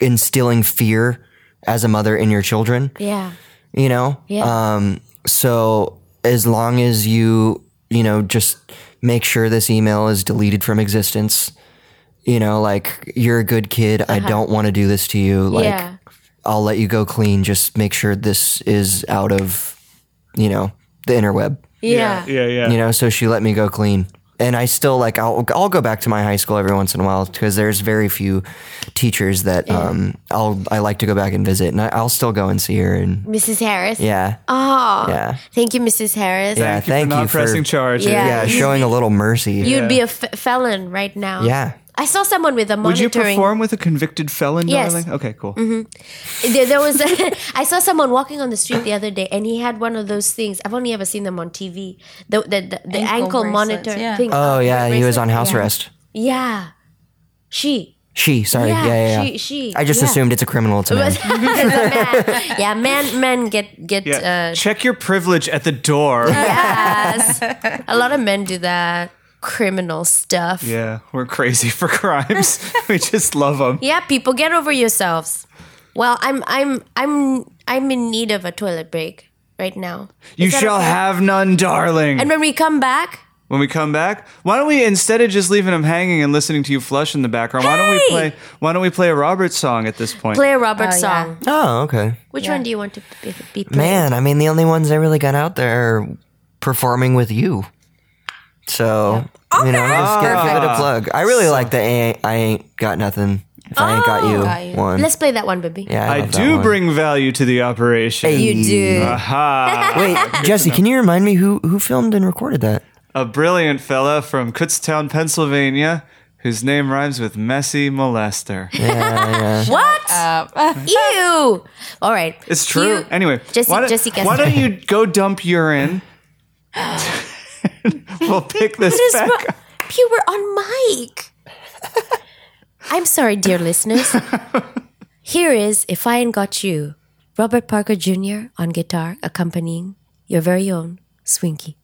[SPEAKER 4] instilling fear as a mother in your children,
[SPEAKER 2] Yeah.
[SPEAKER 4] you know? Yeah. Um, so as long as you, you know, just make sure this email is deleted from existence, you know, like you're a good kid. I don't want to do this to you. Like
[SPEAKER 2] Yeah.
[SPEAKER 4] I'll let you go clean. Just make sure this is out of, you know, the interweb
[SPEAKER 2] Yeah.
[SPEAKER 6] Yeah, yeah.
[SPEAKER 4] you know so she let me go clean and i still like i'll, I'll go back to my high school every once in a while because there's very few teachers that um i'll i like to go back and visit and I, i'll still go and see her and
[SPEAKER 2] Mrs. Harris.
[SPEAKER 4] yeah
[SPEAKER 2] Oh.
[SPEAKER 4] yeah
[SPEAKER 2] Thank you, Mrs. Harris.
[SPEAKER 4] yeah
[SPEAKER 6] Thank you for not pressing charges.
[SPEAKER 2] Yeah.
[SPEAKER 4] yeah showing a little mercy
[SPEAKER 2] You'd be a f- felon right now.
[SPEAKER 4] Yeah.
[SPEAKER 2] I saw someone with a
[SPEAKER 6] Would you
[SPEAKER 2] monitoring.
[SPEAKER 6] perform with a convicted felon,
[SPEAKER 2] Yes. Mm-hmm.
[SPEAKER 6] darling? Okay, cool.
[SPEAKER 2] There, there was. A, I saw someone walking on the street the other day, and he had one of those things. I've only ever seen them on TV. The the, the, the ankle,
[SPEAKER 10] Ankle bracelets,
[SPEAKER 2] monitor
[SPEAKER 10] yeah.
[SPEAKER 2] thing.
[SPEAKER 4] oh yeah he was on house
[SPEAKER 2] Yeah.
[SPEAKER 4] arrest
[SPEAKER 2] Yeah, she.
[SPEAKER 4] she sorry yeah
[SPEAKER 2] Yeah,
[SPEAKER 4] yeah, yeah.
[SPEAKER 2] she- she,
[SPEAKER 4] i just
[SPEAKER 2] yeah.
[SPEAKER 4] assumed it's a criminal it's a man.
[SPEAKER 2] Yeah, men men get get.
[SPEAKER 6] Yeah.
[SPEAKER 2] Uh,
[SPEAKER 6] Check your privilege at the door.
[SPEAKER 2] yes, a lot of men do that criminal stuff. Yeah,
[SPEAKER 6] yeah, we're crazy for crimes. we just love them.
[SPEAKER 2] people get over yourselves. Well, I'm I'm I'm I'm in need of a toilet break right now.
[SPEAKER 6] You
[SPEAKER 2] Is that
[SPEAKER 6] shall
[SPEAKER 2] okay?
[SPEAKER 6] have none, darling.
[SPEAKER 2] And when we come back,
[SPEAKER 6] when we come back, why don't we instead of just leaving them hanging and listening to you flush in the background, why don't we
[SPEAKER 2] Hey!
[SPEAKER 6] play why don't we play a Roberts song at this point?
[SPEAKER 2] play a Robert
[SPEAKER 10] Oh, yeah.
[SPEAKER 2] song.
[SPEAKER 4] oh okay
[SPEAKER 2] Which one do you want to be, be played?
[SPEAKER 4] man i mean the only ones that really got out there are performing with you so you know just give, give it
[SPEAKER 2] Oh.
[SPEAKER 4] a plug i really like the I ain't, I ain't got nothing if i ain't got you,
[SPEAKER 10] Got you.
[SPEAKER 4] one
[SPEAKER 2] Oh. Let's play that one, baby.
[SPEAKER 4] yeah i,
[SPEAKER 6] I
[SPEAKER 4] love that
[SPEAKER 6] do
[SPEAKER 4] one.
[SPEAKER 6] bring value to the operation.
[SPEAKER 4] Hey.
[SPEAKER 6] Aha.
[SPEAKER 4] wait jesse can you remind me who who filmed and recorded that
[SPEAKER 6] a brilliant fella from Kutztown, Pennsylvania, whose name rhymes with messy molester.
[SPEAKER 2] What? Ew. All right.
[SPEAKER 6] It's true.
[SPEAKER 2] You-
[SPEAKER 6] anyway,
[SPEAKER 2] Jesse-
[SPEAKER 6] why, don't-
[SPEAKER 2] Jesse Cassidy.
[SPEAKER 6] why don't you go dump urine? we'll pick this
[SPEAKER 2] What is
[SPEAKER 6] back.
[SPEAKER 2] wrong- You were on mic. I'm sorry, dear listeners. Here is If I Ain't Got You, Robert Parker Jr. on guitar, accompanying your very own Swinky.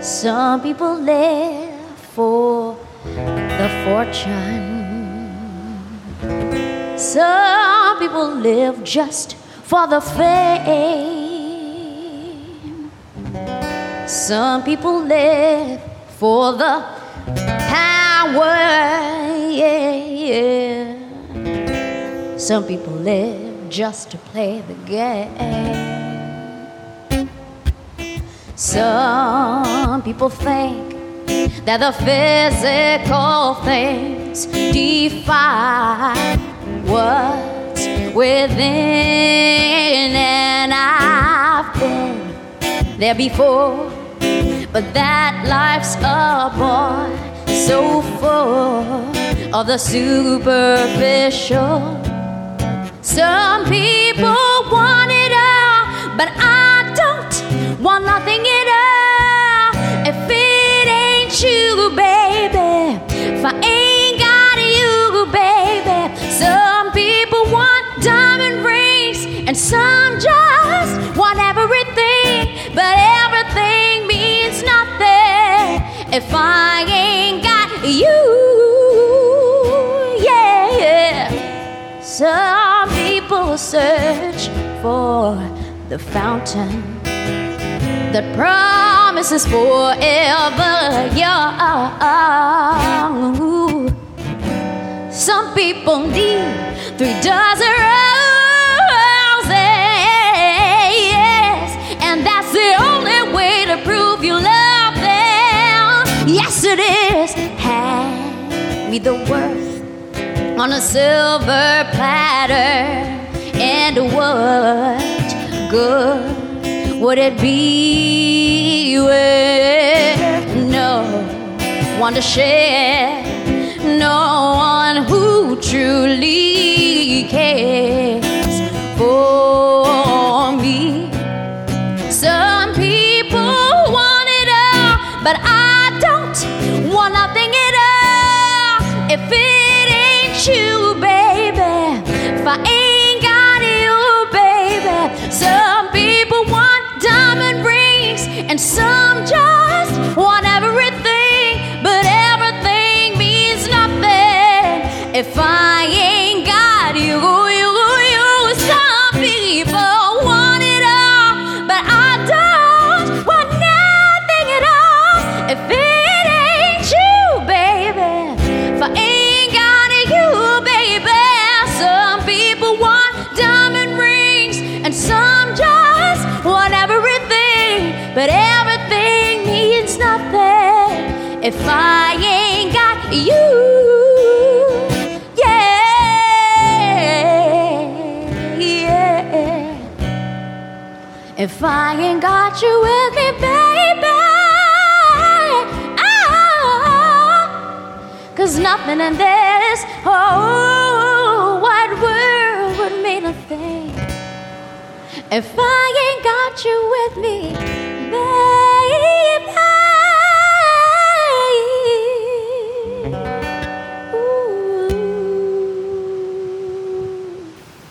[SPEAKER 1] Some people live for the fortune. Some people live just for the fame. Some people live for the power. Yeah, yeah. Some people live just to play the game. Some people think that the physical things
[SPEAKER 2] can't define what's within, and I've been there before, but that life's a bore so full of the superficial. Some people want it all, but I don't want nothing at all. If it ain't you, baby, if I ain't got you, baby. Some people want diamond rings, and some just want everything, but everything means nothing if I ain't got you. Yeah. Some people search for the fountain that promises forever young. Some people need three dozen roses, and that's the only way to prove you love them. Yes, it is. Hand me the worth on a silver platter. And what good would it be? with no one to share, no one who truly cares for me. Some people want it all, but I don't want nothing at all. If it ain't you, baby, if I ain't got you, baby. Some people want diamond rings, and some just want everything, but everything means nothing if I ain't got you. you, you. Some people want it all, but I don't want nothing at all. If it ain't you, baby, if I ain't got you, baby. Some people want diamond rings, and some just want everything, but everything means nothing if I ain't got you. Yeah, yeah. If I ain't got you with me, baby, ah, cause nothing in this whole wide world would mean a thing if I ain't got you with me, baby. Ooh.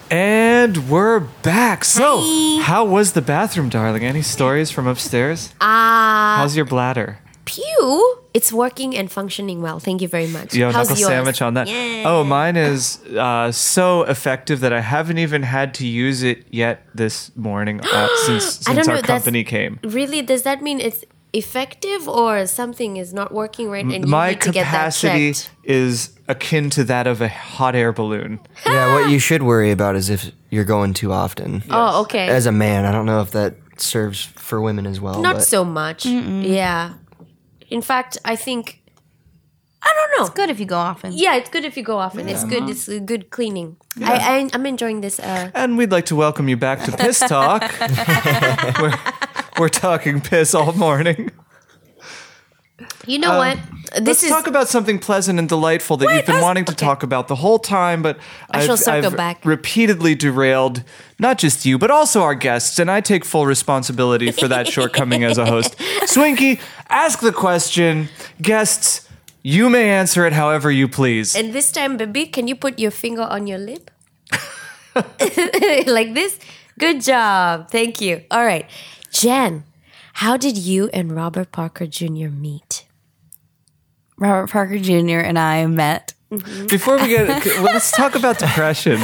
[SPEAKER 6] And we're back. So, how was the bathroom, darling? Any stories from upstairs?
[SPEAKER 4] Uh,
[SPEAKER 12] Ah,
[SPEAKER 6] How's your bladder?
[SPEAKER 12] pew! It's working and functioning well. Thank you very much.
[SPEAKER 6] Yo,
[SPEAKER 12] How's
[SPEAKER 6] knuckle
[SPEAKER 12] yours?
[SPEAKER 6] sandwich on that. Oh, mine is uh, so effective that I haven't even had to use it yet this morning uh, since
[SPEAKER 12] I don't
[SPEAKER 6] since our
[SPEAKER 12] know, that's-
[SPEAKER 6] company came.
[SPEAKER 12] Really, does that mean it's effective or something is not working right? And you
[SPEAKER 6] My
[SPEAKER 12] need to get that
[SPEAKER 6] capacity
[SPEAKER 12] checked.
[SPEAKER 6] is akin to that of a hot air balloon.
[SPEAKER 4] Yeah, what you should worry about is if you're going too often.
[SPEAKER 12] Oh, okay.
[SPEAKER 4] As a man, I don't know if that serves for women as well.
[SPEAKER 12] not
[SPEAKER 4] but
[SPEAKER 12] so much. Yeah. In fact, I think I don't know.
[SPEAKER 10] It's good if you go often.
[SPEAKER 12] Yeah, it's good if you go often. It's good. It's a good cleaning. I, I I'm enjoying this. Uh,
[SPEAKER 6] And we'd like to welcome you back to Piss Talk. we're, we're talking piss all morning.
[SPEAKER 12] you know what? This
[SPEAKER 6] Let's
[SPEAKER 12] is
[SPEAKER 6] talk about something pleasant and delightful that you've been
[SPEAKER 12] us-
[SPEAKER 6] wanting to talk about the whole time, but I
[SPEAKER 12] shall
[SPEAKER 6] have
[SPEAKER 12] circle back.
[SPEAKER 6] repeatedly derailed not just you, but also our guests, and I take full responsibility for that shortcoming as a host. Swinky, ask the question. Guests, you may answer it however you please.
[SPEAKER 12] and this time, baby, can you put your finger on your lip like this? Good job. Thank you. All right, Jen. How did you and Robert Parker Jr. meet?
[SPEAKER 10] Robert Parker Jr. and I met.
[SPEAKER 6] Before we get, well, let's talk about depression.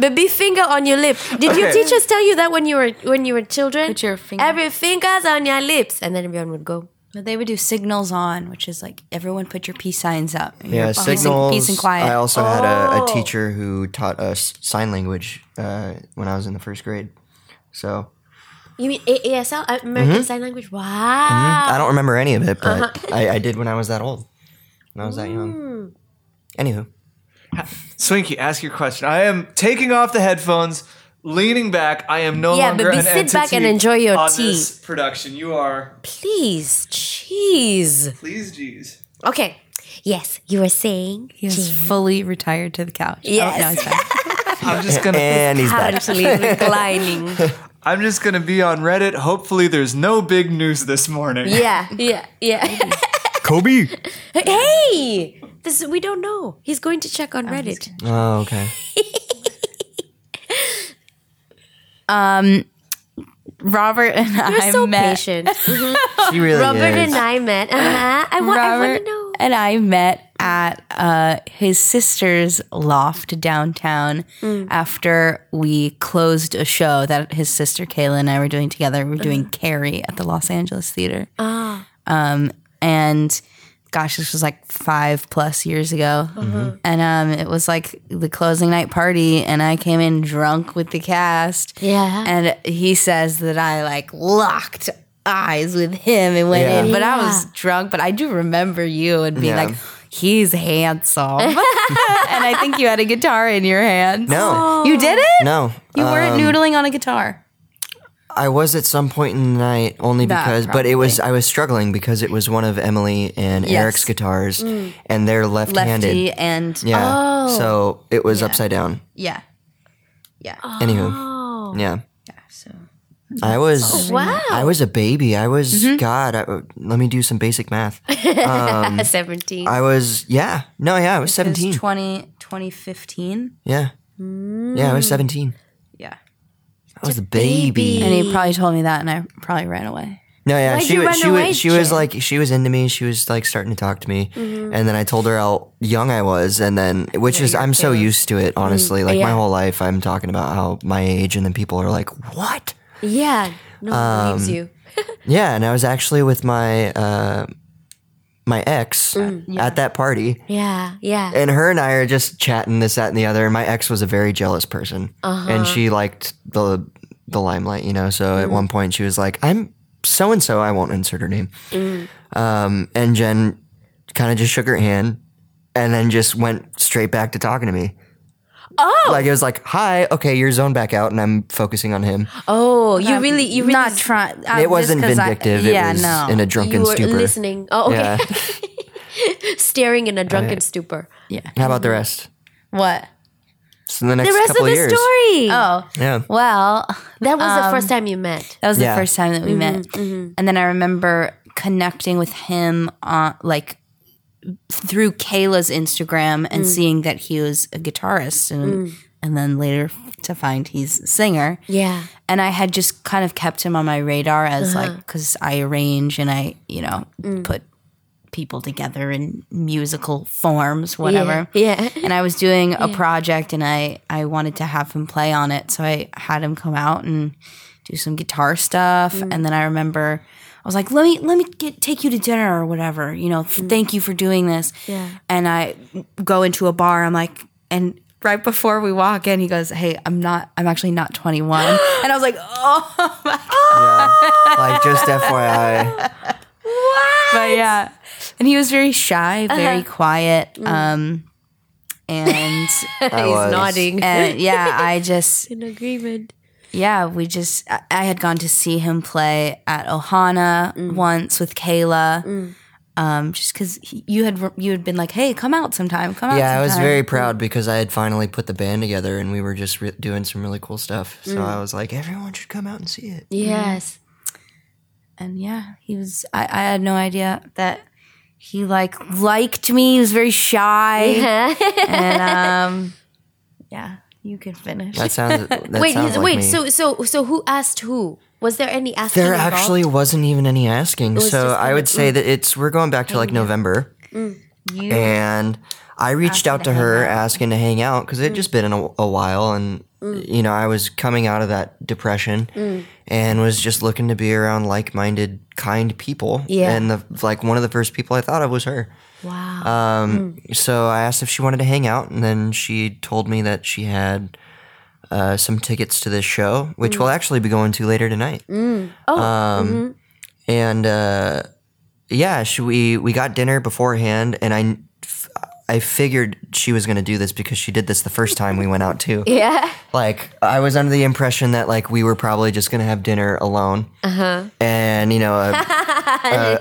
[SPEAKER 12] Baby finger on your lip. Did your
[SPEAKER 6] Okay.
[SPEAKER 12] teachers tell you that when you were when you were children?
[SPEAKER 10] Put your finger-
[SPEAKER 12] Every finger's on your lips, and then everyone would go.
[SPEAKER 10] But they would do signals on, which is like everyone put your peace signs up. and
[SPEAKER 4] Yeah,
[SPEAKER 10] your peace and-
[SPEAKER 4] signals.
[SPEAKER 10] Peace and quiet. Oh.
[SPEAKER 4] I also had a, a teacher who taught us sign language uh, when I was in the first grade. So
[SPEAKER 12] You mean A- ASL,
[SPEAKER 10] Mm-hmm.
[SPEAKER 12] American Sign Language? Wow.
[SPEAKER 10] Uh-huh.
[SPEAKER 4] I don't remember any of it, but I, I did when I was that old. when I was that
[SPEAKER 10] Mm.
[SPEAKER 4] young. Anywho,
[SPEAKER 6] Swinky, ask your question. I am taking off the headphones, leaning back. I am no
[SPEAKER 2] Yeah,
[SPEAKER 6] longer
[SPEAKER 2] baby,
[SPEAKER 6] an
[SPEAKER 2] sit back
[SPEAKER 6] entity
[SPEAKER 2] and enjoy your
[SPEAKER 6] on
[SPEAKER 2] tea.
[SPEAKER 6] this production. You are,
[SPEAKER 2] Please, jeez.
[SPEAKER 6] please, geez.
[SPEAKER 2] Okay. Yes, you were saying.
[SPEAKER 10] He is fully retired to the couch.
[SPEAKER 2] Yes.
[SPEAKER 10] Oh, no, it's fine.
[SPEAKER 6] I'm just gonna,
[SPEAKER 4] and he's back.
[SPEAKER 2] Currently reclining.
[SPEAKER 6] I'm just gonna be on Reddit. Hopefully, there's no big news this morning.
[SPEAKER 2] Yeah, yeah, yeah.
[SPEAKER 4] Kobe.
[SPEAKER 2] hey, this we don't know. He's going to check on Reddit.
[SPEAKER 4] Oh, okay.
[SPEAKER 10] Robert and
[SPEAKER 2] You're
[SPEAKER 10] I
[SPEAKER 2] so
[SPEAKER 10] met.
[SPEAKER 2] patient.
[SPEAKER 4] She really
[SPEAKER 2] Robert
[SPEAKER 4] is.
[SPEAKER 2] and I met. Uh-huh. I, wa- I want
[SPEAKER 10] Robert
[SPEAKER 2] to know.
[SPEAKER 10] and I met at uh, his sister's loft downtown after we closed a show that his sister Kayla and I were doing together. We were doing Carrie at the Los Angeles Theater. Ah. Um, and gosh, this was like five plus years ago.
[SPEAKER 4] Mm-hmm.
[SPEAKER 10] And um, it was like the closing night party, and I came in drunk with the cast.
[SPEAKER 2] Yeah.
[SPEAKER 10] And he says that I like locked eyes with him and went
[SPEAKER 4] Yeah.
[SPEAKER 10] in, but I was drunk. But I do remember you and being
[SPEAKER 4] Yeah.
[SPEAKER 10] like, he's handsome. and I think you had a guitar in your hands.
[SPEAKER 4] No.
[SPEAKER 10] You did it?
[SPEAKER 4] No, Um,
[SPEAKER 10] You weren't noodling on a guitar.
[SPEAKER 4] I was at some point in the night only
[SPEAKER 10] That
[SPEAKER 4] because, but it was I was struggling because it was one of Emily and
[SPEAKER 10] Yes. Mm.
[SPEAKER 4] Eric's guitars, and they're left-handed.
[SPEAKER 10] Lefty and yeah.
[SPEAKER 4] Yeah, so it was upside down.
[SPEAKER 10] yeah.
[SPEAKER 4] Oh. Anywho, yeah,
[SPEAKER 10] So
[SPEAKER 4] I was wow, I was a baby. I was God. I, let me do some basic math. Um,
[SPEAKER 2] A 17.
[SPEAKER 4] I was yeah, no, yeah, I was
[SPEAKER 10] it was
[SPEAKER 4] seventeen.
[SPEAKER 10] 20, 2015.
[SPEAKER 4] yeah, yeah, I was seventeen.
[SPEAKER 10] Yeah.
[SPEAKER 4] I was a baby.
[SPEAKER 10] And
[SPEAKER 2] E-
[SPEAKER 10] he probably told me that and I probably ran away.
[SPEAKER 4] No, yeah,
[SPEAKER 2] Why'd
[SPEAKER 4] she
[SPEAKER 2] you
[SPEAKER 4] was
[SPEAKER 2] run
[SPEAKER 4] she
[SPEAKER 2] away,
[SPEAKER 4] was she was
[SPEAKER 2] Jay?
[SPEAKER 4] like she was into me. She was like starting to talk to me, and then I told her how young I was, and then which is I'm so used to it, honestly. Like my whole life, I'm talking about how my age, and then people are like, "What?"
[SPEAKER 2] yeah, no one
[SPEAKER 4] Um,
[SPEAKER 2] believes you.
[SPEAKER 4] Yeah, and I was actually with my uh, my ex at that party,
[SPEAKER 2] Mm, Yeah, yeah.
[SPEAKER 4] and her and I are just chatting this, that, and the other. And my ex was a very jealous person,
[SPEAKER 2] Uh-huh.
[SPEAKER 4] and she liked the the limelight, you know. So
[SPEAKER 2] Mm.
[SPEAKER 4] at one point, she was like, "I'm so and so. I won't insert her name."
[SPEAKER 2] Mm.
[SPEAKER 4] Um, and Jen kind of just shook her hand, and then just went straight back to talking to me. Oh, like it was like, "Hi, okay, you're zoned back out, and I'm focusing on him."
[SPEAKER 2] oh, you really, you really,
[SPEAKER 10] Not uh, trying.
[SPEAKER 4] it wasn't vindictive.
[SPEAKER 10] yeah,
[SPEAKER 4] it was
[SPEAKER 10] no.
[SPEAKER 4] in a drunken
[SPEAKER 2] you were
[SPEAKER 4] stupor.
[SPEAKER 2] listening. Oh, okay.
[SPEAKER 4] Yeah. Uh,
[SPEAKER 2] Staring in a drunken stupor.
[SPEAKER 4] How about the rest?
[SPEAKER 10] what?
[SPEAKER 4] So the next
[SPEAKER 2] The rest
[SPEAKER 4] couple
[SPEAKER 2] of the
[SPEAKER 4] years.
[SPEAKER 2] story.
[SPEAKER 10] Oh,
[SPEAKER 4] Yeah.
[SPEAKER 10] well,
[SPEAKER 2] That was the first time you met.
[SPEAKER 10] That was
[SPEAKER 4] Yeah.
[SPEAKER 10] the first time that
[SPEAKER 2] Mm-hmm,
[SPEAKER 10] we met. And then I remember connecting with him on like through Kayla's Instagram
[SPEAKER 2] Mm.
[SPEAKER 10] and seeing that he was a guitarist and and then later to find he's a singer.
[SPEAKER 2] Yeah. Uh-huh.
[SPEAKER 10] And I had just kind of kept him on my radar as like cuz I arrange and I, you know,
[SPEAKER 2] Mm.
[SPEAKER 10] put people together in musical forms whatever
[SPEAKER 2] Yeah.
[SPEAKER 10] and I was doing a project and I I wanted to have him play on it. So I had him come out and do some guitar stuff. And then I remember I was like, let me let me get take you to dinner or whatever. You know, f- thank you for doing this. Yeah. And I go into a bar. I'm like, and right before we walk in, he goes, Hey, I'm not. I'm actually not 21. and I was like, Oh my
[SPEAKER 4] Like just FYI.
[SPEAKER 10] but yeah and he was very shy very quiet um and
[SPEAKER 4] I was.
[SPEAKER 2] Nodding.
[SPEAKER 10] and yeah i just
[SPEAKER 2] In agreement.
[SPEAKER 10] yeah we just I, I had gone to see him play at ohana
[SPEAKER 2] Mm.
[SPEAKER 10] once with kayla um just because you had you had been like hey come out sometime come out
[SPEAKER 4] Yeah, I was
[SPEAKER 10] sometime."
[SPEAKER 4] very proud because I had finally put the band together and we were just re- doing some really cool stuff.
[SPEAKER 2] Mm.
[SPEAKER 4] So I was like, everyone should come out and see it.
[SPEAKER 2] Yes.
[SPEAKER 10] and yeah he was i, I had no idea that he like liked me he was very shy and um yeah you can finish
[SPEAKER 4] That sounds. That
[SPEAKER 2] Wait,
[SPEAKER 4] sounds
[SPEAKER 2] he's,
[SPEAKER 4] like
[SPEAKER 2] wait.
[SPEAKER 4] me.
[SPEAKER 2] So, so, so, who asked who? Was there any asking?
[SPEAKER 4] there
[SPEAKER 2] involved?
[SPEAKER 4] actually wasn't even any asking. So
[SPEAKER 2] just mm.
[SPEAKER 4] I would say that it's we're going back to like November,
[SPEAKER 10] You-
[SPEAKER 4] and I reached out to her asking to hang out because it
[SPEAKER 2] Mm.
[SPEAKER 4] had just been in a, a while, and you know I was coming out of that depression
[SPEAKER 2] Mm.
[SPEAKER 4] and was just looking to be around like-minded, kind people.
[SPEAKER 2] Yeah.
[SPEAKER 4] and the like one of the first people I thought of was her.
[SPEAKER 2] Wow.
[SPEAKER 4] Um,
[SPEAKER 2] Mm.
[SPEAKER 4] So I asked if she wanted to hang out, and then she told me that she had uh, some tickets to this show, which
[SPEAKER 2] Mm.
[SPEAKER 4] we'll actually be going to later tonight. Oh. Um, And uh, yeah, she, we we got dinner beforehand, and I I figured she was gonna do this because she did this the first time we went out too.
[SPEAKER 2] Yeah.
[SPEAKER 4] Like I was under the impression that like we were probably just gonna have dinner alone,
[SPEAKER 2] Uh-huh.
[SPEAKER 4] and you know a,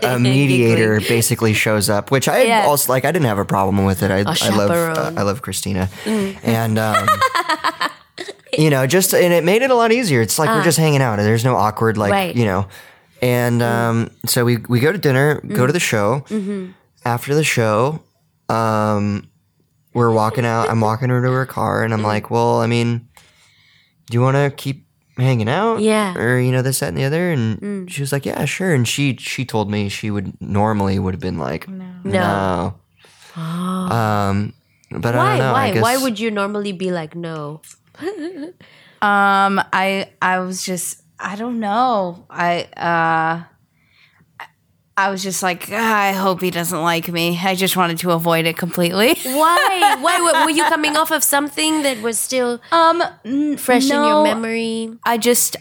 [SPEAKER 4] a, a mediator basically shows up, which I
[SPEAKER 2] Yeah.
[SPEAKER 4] also like. I didn't have a problem with it. I, I love uh,
[SPEAKER 2] chaperone. Mm.
[SPEAKER 4] I love Christina, and. Um, You know, just and it made it a lot easier. It's like we're just hanging out. There's no awkward like
[SPEAKER 2] Uh. Right. Mm.
[SPEAKER 4] you know. And um, so we we go to dinner, go to the show. After the show, um, we're walking out. I'm walking her to her car, and I'm
[SPEAKER 2] Mm-hmm.
[SPEAKER 4] like, "Well, I mean, do you want to keep hanging out?
[SPEAKER 2] Yeah. Mm.
[SPEAKER 4] or you know this, that, and the other." And she was like, "Yeah, sure." And she she told me she would normally would have been like, "No, Um, but I
[SPEAKER 2] Why?
[SPEAKER 4] don't know. I
[SPEAKER 2] why?
[SPEAKER 4] guess,
[SPEAKER 2] Why would you normally be like no?
[SPEAKER 10] Um, I I was just I don't know. I uh I was just like, "Ah, I hope he doesn't like me. I just wanted to avoid it completely.
[SPEAKER 2] Why? why were- were you coming off of something that was still
[SPEAKER 10] Um,
[SPEAKER 2] fresh in your
[SPEAKER 10] no,
[SPEAKER 2] memory?
[SPEAKER 10] I just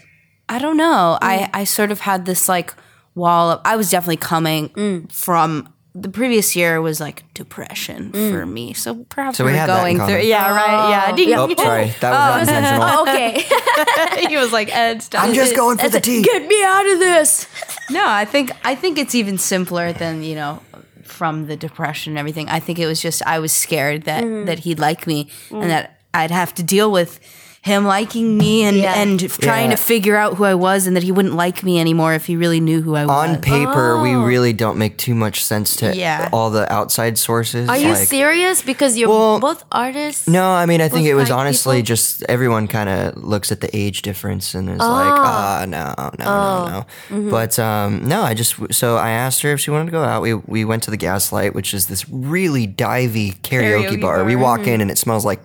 [SPEAKER 10] I don't know. I I sort of had this like wall of I was definitely coming from the previous year was like depression for me. So perhaps
[SPEAKER 4] So
[SPEAKER 10] we
[SPEAKER 4] we
[SPEAKER 10] were
[SPEAKER 4] had that in
[SPEAKER 10] going
[SPEAKER 4] common.
[SPEAKER 10] through Yeah, right. Yeah. Do you-
[SPEAKER 4] Oh, sorry, that was not intentional.
[SPEAKER 2] Okay,
[SPEAKER 10] he was like, Ed, stop.
[SPEAKER 4] I'm just going for the tea.
[SPEAKER 2] get me out of this.
[SPEAKER 10] No, I think I think it's even simpler than you know from the depression and everything. I think it was just I was scared that that he'd like me and that I'd have to deal with him liking me and
[SPEAKER 2] Yeah.
[SPEAKER 10] and trying
[SPEAKER 4] Yeah.
[SPEAKER 10] to figure out who I was and that he wouldn't like me anymore if he really knew who I was.
[SPEAKER 4] on paper, we
[SPEAKER 2] Oh.
[SPEAKER 4] really don't make too much sense to
[SPEAKER 10] Yeah.
[SPEAKER 4] all the outside sources.
[SPEAKER 2] Are you serious? Because you're
[SPEAKER 4] Well,
[SPEAKER 2] both artists.
[SPEAKER 4] No, I mean, I think
[SPEAKER 2] Both
[SPEAKER 4] it was
[SPEAKER 2] white
[SPEAKER 4] honestly
[SPEAKER 2] people?
[SPEAKER 4] just everyone kind of looks at the age difference and is like, ah, no, no, no, no. But um, no, I just so I asked her if she wanted to go out. We we went to the Gaslight, which is this really divey karaoke,
[SPEAKER 10] Karaoke
[SPEAKER 4] bar. We
[SPEAKER 10] bar.
[SPEAKER 4] walk in and it smells like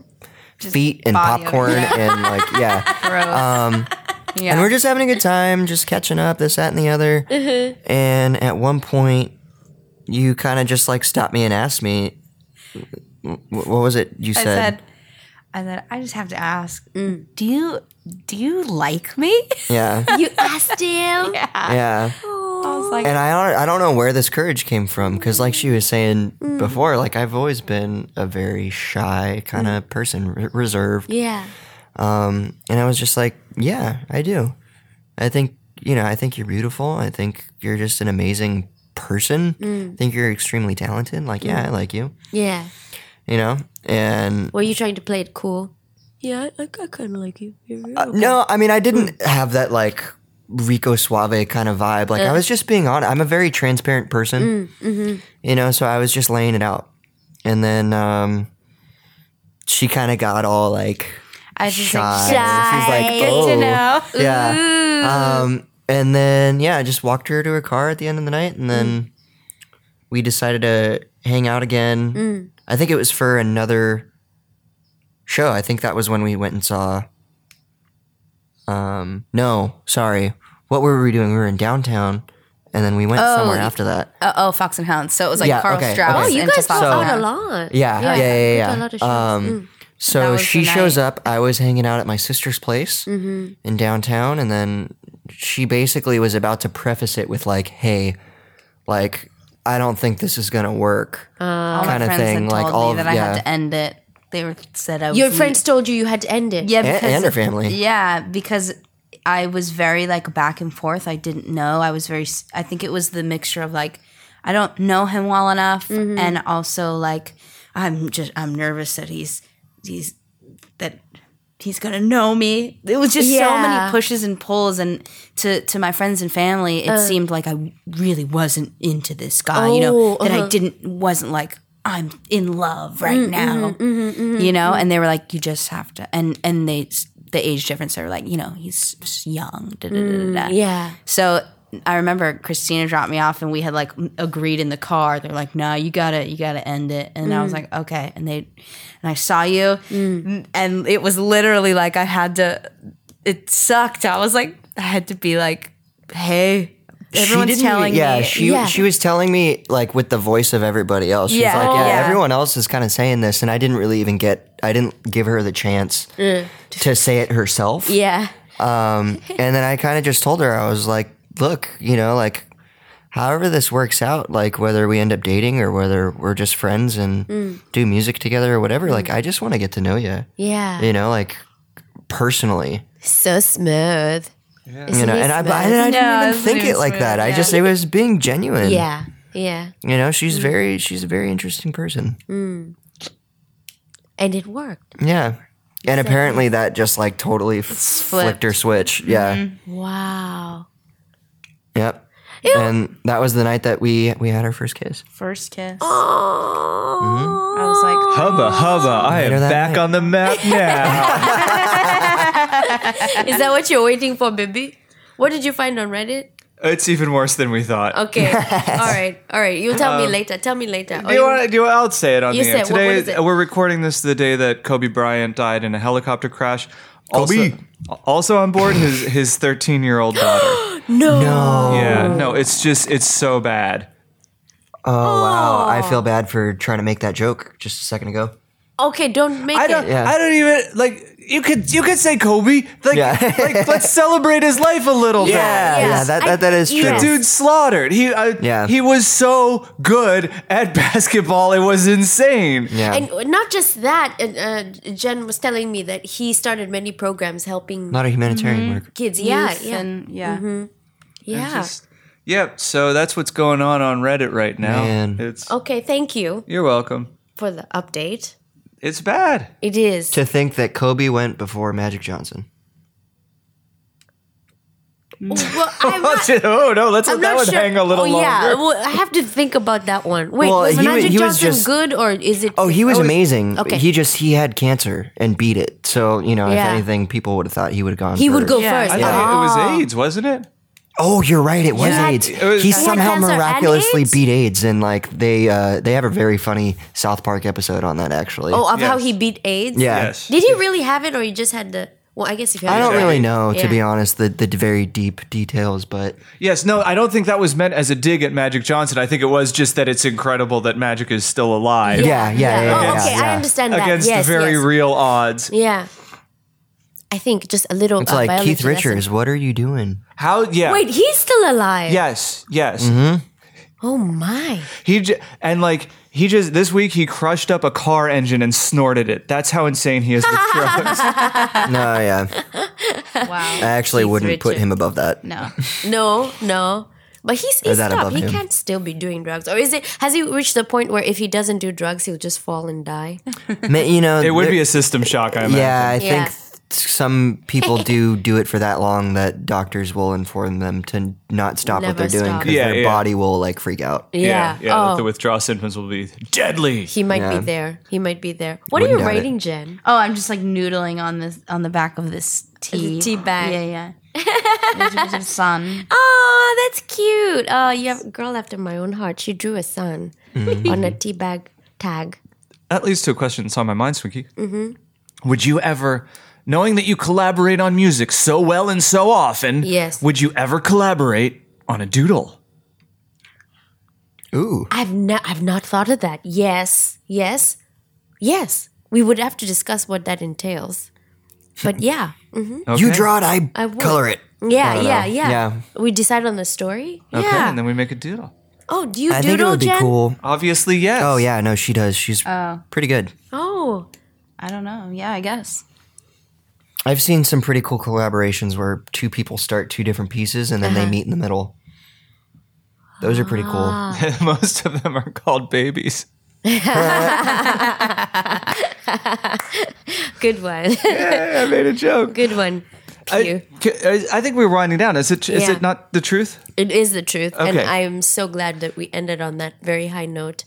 [SPEAKER 4] feet and
[SPEAKER 10] body odor.
[SPEAKER 4] popcorn and like yeah. Um,
[SPEAKER 10] yeah.
[SPEAKER 4] And we're just having a good time, just catching up, this, that, and the other. And at one point, you kind of just like stopped me and asked me, wh- what was it you
[SPEAKER 10] I
[SPEAKER 4] said?
[SPEAKER 10] said, I said, I just have to ask, do you do you like me?
[SPEAKER 4] yeah,
[SPEAKER 2] You asked him.
[SPEAKER 4] yeah.
[SPEAKER 10] I was like,
[SPEAKER 4] And I don't, I don't know where this courage came from because, like she was saying
[SPEAKER 10] Mm.
[SPEAKER 4] before, like I've always been a very shy kind
[SPEAKER 10] Mm.
[SPEAKER 4] of person, re- reserved.
[SPEAKER 2] Yeah.
[SPEAKER 4] Um, and I was just like, yeah, I do. I think, you know, I think you're beautiful. I think you're just an amazing person.
[SPEAKER 10] Mm.
[SPEAKER 4] I think you're extremely talented. Like, yeah, I like you,
[SPEAKER 2] Yeah.
[SPEAKER 4] you know? And
[SPEAKER 2] Were you trying to play it cool? Yeah, I, I kind of like you.
[SPEAKER 4] uh, no, I mean, I didn't
[SPEAKER 10] Hmm.
[SPEAKER 4] have that like Rico Suave kind of vibe. Like, I was just being honest. I'm a very transparent person,
[SPEAKER 10] Mm, mm-hmm.
[SPEAKER 4] you know? So I was just laying it out. And then, um, she kind of got all like,
[SPEAKER 10] I was just like,
[SPEAKER 4] shy. She's like, oh. Yeah. Um, and then yeah, I just walked her to her car at the end of the night, and then
[SPEAKER 10] Mm.
[SPEAKER 4] we decided to hang out again.
[SPEAKER 10] Mm.
[SPEAKER 4] I think it was for another show. I think that was when we went and saw. Um, no, sorry. What were we doing? We were in downtown, and then we went somewhere after that.
[SPEAKER 10] Oh, uh, oh, Fox and Hounds. So it was like
[SPEAKER 4] Yeah,
[SPEAKER 10] Carl
[SPEAKER 4] okay,
[SPEAKER 10] Strauss.
[SPEAKER 4] okay.
[SPEAKER 2] Oh, you
[SPEAKER 10] and
[SPEAKER 2] guys go
[SPEAKER 10] Fox and
[SPEAKER 2] out a
[SPEAKER 10] Hounds.
[SPEAKER 2] lot.
[SPEAKER 4] Yeah, yeah, yeah, yeah.
[SPEAKER 2] we do a lot of shows.
[SPEAKER 4] Um, So
[SPEAKER 10] Mm. was the
[SPEAKER 4] she shows
[SPEAKER 10] night. Mm-hmm.
[SPEAKER 4] up. I was hanging out at my sister's place in downtown, and then she basically was about to preface it with like, "Hey, like, I don't think this is gonna work,"
[SPEAKER 10] All my
[SPEAKER 4] kind of
[SPEAKER 10] friends
[SPEAKER 4] thing.
[SPEAKER 10] had
[SPEAKER 4] Like
[SPEAKER 10] told
[SPEAKER 4] all
[SPEAKER 10] me
[SPEAKER 4] of-
[SPEAKER 10] that I
[SPEAKER 4] yeah,
[SPEAKER 10] had to end it. They were said I was
[SPEAKER 2] Your
[SPEAKER 10] neat.
[SPEAKER 2] friends told you you had to end it.
[SPEAKER 10] yeah,
[SPEAKER 4] A-
[SPEAKER 10] because,
[SPEAKER 4] and her family.
[SPEAKER 10] yeah, because I was very like back and forth. I didn't know. I was very. s- I think it was the mixture of like I don't know him well enough, and also like I'm just I'm nervous that he's he's that he's gonna know me. It was just so
[SPEAKER 2] Yeah.
[SPEAKER 10] many pushes and pulls, and to to my friends and family, it seemed like I really wasn't into this guy. you know that I didn't wasn't like I'm in love right now. you know, and they were like, you just have to, and and they the age difference. They were like, you know, he's just young. Da, da, da, da, da.
[SPEAKER 2] Yeah.
[SPEAKER 10] So I remember Christina dropped me off, and we had like m- agreed in the car. They're like, "No, you gotta, you gotta end it." And I was like, "Okay." And they, and I saw you, and it was literally like I had to. It sucked. I was like, I had to be like, "Hey, everyone's
[SPEAKER 4] she didn't, e,
[SPEAKER 10] telling
[SPEAKER 4] yeah,
[SPEAKER 10] me."
[SPEAKER 4] She,
[SPEAKER 2] Yeah.
[SPEAKER 4] she was telling me like with the voice of everybody else. She's
[SPEAKER 10] Yeah.
[SPEAKER 4] like, yeah,
[SPEAKER 10] Yeah.
[SPEAKER 4] everyone else is kind of saying this, and I didn't really even get. I didn't give her the chance
[SPEAKER 10] Mm.
[SPEAKER 4] to say it herself.
[SPEAKER 2] Yeah.
[SPEAKER 4] Um, and then I kind of just told her, I was like, look, you know, like however this works out, like whether we end up dating or whether we're just friends and
[SPEAKER 10] Mm.
[SPEAKER 4] do music together or whatever, like I just want to get to know you.
[SPEAKER 2] Yeah.
[SPEAKER 4] You know, like personally.
[SPEAKER 2] So smooth.
[SPEAKER 4] you know, and I, but I, I didn't even think it like that. I just it was being genuine.
[SPEAKER 2] Yeah. Yeah.
[SPEAKER 4] You know, she's
[SPEAKER 2] Mm.
[SPEAKER 4] very she's a very interesting person.
[SPEAKER 2] And it worked.
[SPEAKER 4] Yeah. And apparently that just like totally f- flicked her switch. Yeah.
[SPEAKER 2] Mm-hmm. Wow.
[SPEAKER 4] Yep. And that was the night that we we had our first kiss.
[SPEAKER 10] First kiss. Oh.
[SPEAKER 4] Mm-hmm.
[SPEAKER 10] I was like,
[SPEAKER 6] Hubba hubba, I
[SPEAKER 4] Later
[SPEAKER 6] am
[SPEAKER 4] that
[SPEAKER 6] back
[SPEAKER 4] night.
[SPEAKER 6] on the map now.
[SPEAKER 2] Is that what you're waiting for, baby? What did you find on Reddit?
[SPEAKER 6] it's even worse than we thought.
[SPEAKER 2] Okay. all right. All right. You'll tell me later. Tell me later. Or
[SPEAKER 6] Do Um, you
[SPEAKER 2] you-
[SPEAKER 6] want? Do you, I'll say it on
[SPEAKER 2] You
[SPEAKER 6] the air.
[SPEAKER 2] say it. What-
[SPEAKER 6] Today,
[SPEAKER 2] what is it?
[SPEAKER 6] we're recording this the day that Kobe Bryant died in a helicopter crash.
[SPEAKER 4] Kobe.
[SPEAKER 6] Also, also on board his his 13 year old daughter.
[SPEAKER 4] No.
[SPEAKER 6] yeah, no, it's just it's so bad.
[SPEAKER 4] Oh wow. I feel bad for trying to make that joke just a second ago.
[SPEAKER 2] okay. Don't make
[SPEAKER 6] I don't.
[SPEAKER 2] it.
[SPEAKER 4] Yeah.
[SPEAKER 6] I don't even like. You could you could say Kobe. Like,
[SPEAKER 4] Yeah.
[SPEAKER 6] like let's celebrate his life a little bit.
[SPEAKER 4] Yeah, yeah, that, that, that is true.
[SPEAKER 6] The dude slaughtered. He uh,
[SPEAKER 4] Yeah.
[SPEAKER 6] he was so good at basketball. It was insane.
[SPEAKER 4] yeah.
[SPEAKER 2] And not just that, uh, uh, Jen was telling me that he started many programs helping
[SPEAKER 4] Not a humanitarian work.
[SPEAKER 2] kids. Yeah,
[SPEAKER 10] youth
[SPEAKER 2] yeah,
[SPEAKER 10] and yeah. Mm-hmm.
[SPEAKER 2] yeah.
[SPEAKER 6] Yep. So that's what's going on on Reddit right now.
[SPEAKER 4] Man.
[SPEAKER 6] It's
[SPEAKER 2] okay, thank you
[SPEAKER 6] you're welcome.
[SPEAKER 2] for the update.
[SPEAKER 6] It's bad.
[SPEAKER 2] It is.
[SPEAKER 4] To think that Kobe went before Magic Johnson.
[SPEAKER 2] well, I'm not,
[SPEAKER 6] oh no, let's
[SPEAKER 2] I'm
[SPEAKER 6] let that
[SPEAKER 2] not
[SPEAKER 6] one
[SPEAKER 2] sure.
[SPEAKER 6] hang a little
[SPEAKER 2] oh,
[SPEAKER 6] longer.
[SPEAKER 2] Yeah, well, I have to think about that one. Wait,
[SPEAKER 4] Well,
[SPEAKER 2] was
[SPEAKER 4] he wa-
[SPEAKER 2] Magic
[SPEAKER 4] he was
[SPEAKER 2] Johnson
[SPEAKER 4] just-
[SPEAKER 2] good or is it?
[SPEAKER 4] Oh, he was
[SPEAKER 2] or-
[SPEAKER 4] amazing.
[SPEAKER 2] Okay.
[SPEAKER 4] He just he had cancer and beat it. So, you know,
[SPEAKER 2] Yeah.
[SPEAKER 4] if anything, people would have thought he would have gone.
[SPEAKER 2] He would
[SPEAKER 4] first.
[SPEAKER 2] go
[SPEAKER 10] Yeah.
[SPEAKER 2] first. Oh.
[SPEAKER 6] I thought it was AIDS, wasn't it?
[SPEAKER 4] Oh, you're right. It was
[SPEAKER 2] Yeah.
[SPEAKER 4] AIDS.
[SPEAKER 6] It was-
[SPEAKER 4] he
[SPEAKER 6] He had
[SPEAKER 4] somehow
[SPEAKER 2] cancer and
[SPEAKER 4] miraculously
[SPEAKER 2] AIDS?
[SPEAKER 4] beat AIDS, and like they uh, they have a very funny South Park episode on that actually.
[SPEAKER 2] Oh, of how
[SPEAKER 6] Yes.
[SPEAKER 2] he beat AIDS.
[SPEAKER 4] yeah.
[SPEAKER 6] Yes.
[SPEAKER 2] Did he really have it or he just had the? Well, I guess if you
[SPEAKER 4] I
[SPEAKER 2] had
[SPEAKER 4] don't
[SPEAKER 2] it-
[SPEAKER 4] really know, to
[SPEAKER 2] Yeah.
[SPEAKER 4] be honest, the the very deep details, but
[SPEAKER 6] Yes, no, I don't think that was meant as a dig at Magic Johnson. I think it was just that it's incredible that Magic is still alive
[SPEAKER 4] yeah, yeah, yeah. yeah,
[SPEAKER 2] Oh,
[SPEAKER 4] yeah,
[SPEAKER 2] okay, I
[SPEAKER 4] yeah.
[SPEAKER 2] understand that.
[SPEAKER 6] against
[SPEAKER 2] yes,
[SPEAKER 6] very
[SPEAKER 2] yes.
[SPEAKER 6] real odds.
[SPEAKER 2] Yeah. I think just a little.
[SPEAKER 4] It's
[SPEAKER 2] uh,
[SPEAKER 4] like Keith
[SPEAKER 2] biology lesson.
[SPEAKER 4] Richards. What are you doing?
[SPEAKER 6] How? Yeah.
[SPEAKER 2] Wait, he's still alive.
[SPEAKER 6] Yes. Yes.
[SPEAKER 2] Oh my.
[SPEAKER 6] He j- and like he just this week he crushed up a car engine and snorted it. That's how insane he is with drugs.
[SPEAKER 4] No, yeah.
[SPEAKER 10] Wow.
[SPEAKER 4] I actually wouldn't put him above that.
[SPEAKER 10] No.
[SPEAKER 2] No, no. But he's, he's
[SPEAKER 4] that
[SPEAKER 2] stopped.
[SPEAKER 4] above
[SPEAKER 2] He
[SPEAKER 4] him?
[SPEAKER 2] can't still be doing drugs. Or is it has he reached the point where if he doesn't do drugs he'll just fall and die?
[SPEAKER 4] Ma- You know,
[SPEAKER 6] It would
[SPEAKER 4] there-
[SPEAKER 6] be a system shock, I imagine.
[SPEAKER 4] Yeah, I
[SPEAKER 2] Yeah.
[SPEAKER 4] think some people do do it for that long that doctors will inform them to not stop what
[SPEAKER 2] Never
[SPEAKER 4] they're doing
[SPEAKER 2] stop.
[SPEAKER 4] because
[SPEAKER 6] Yeah,
[SPEAKER 4] their
[SPEAKER 6] yeah.
[SPEAKER 4] body will like freak out.
[SPEAKER 6] Yeah. yeah,
[SPEAKER 2] oh,
[SPEAKER 6] The withdrawal symptoms will be deadly.
[SPEAKER 2] he might
[SPEAKER 4] Yeah.
[SPEAKER 2] be there. He might be there. What
[SPEAKER 4] Wouldn't
[SPEAKER 2] are you
[SPEAKER 4] doubt it.
[SPEAKER 2] rating, Jen?
[SPEAKER 10] Oh, I'm just like noodling on this on the back of this tea
[SPEAKER 2] tea bag.
[SPEAKER 10] Yeah, yeah. There's a bit of sun.
[SPEAKER 2] Oh, that's cute. Oh, you have girl after my own heart. She drew a sun
[SPEAKER 4] Mm-hmm.
[SPEAKER 2] on a tea bag tag.
[SPEAKER 6] That leads to a question that's on my mind, Swinky. Mm-hmm. Would you ever, knowing that you collaborate on music so well and so often,
[SPEAKER 2] Yes.
[SPEAKER 6] would you ever collaborate on a doodle?
[SPEAKER 4] Ooh,
[SPEAKER 2] I've not I've not thought of that. Yes. Yes. Yes. We would have to discuss what that entails. But yeah.
[SPEAKER 4] you draw it, I,
[SPEAKER 2] I would.
[SPEAKER 4] color it.
[SPEAKER 2] Yeah,
[SPEAKER 4] don't
[SPEAKER 2] yeah,
[SPEAKER 4] know.
[SPEAKER 2] yeah,
[SPEAKER 4] Yeah.
[SPEAKER 2] We decide on the story.
[SPEAKER 6] Okay,
[SPEAKER 2] yeah.
[SPEAKER 6] and then we make a doodle.
[SPEAKER 2] oh, do you
[SPEAKER 4] I
[SPEAKER 2] doodle,
[SPEAKER 4] think it would be
[SPEAKER 2] Jen?
[SPEAKER 4] cool.
[SPEAKER 6] Obviously, yes.
[SPEAKER 4] Oh yeah, no, she does. She's pretty good.
[SPEAKER 2] Oh,
[SPEAKER 10] I don't know. Yeah, I guess.
[SPEAKER 4] I've seen some pretty cool collaborations where two people start two different pieces and
[SPEAKER 2] Uh-huh.
[SPEAKER 4] then they meet in the middle. Those are pretty cool.
[SPEAKER 2] Ah.
[SPEAKER 6] Most of them are called babies.
[SPEAKER 2] good one.
[SPEAKER 6] I made a joke.
[SPEAKER 2] good one. Pew.
[SPEAKER 6] I, I- I think we're winding down. Is it? Is
[SPEAKER 2] Yeah.
[SPEAKER 6] it not the truth?
[SPEAKER 2] it is the truth, and
[SPEAKER 6] Okay.
[SPEAKER 2] I'm so glad that we ended on that very high note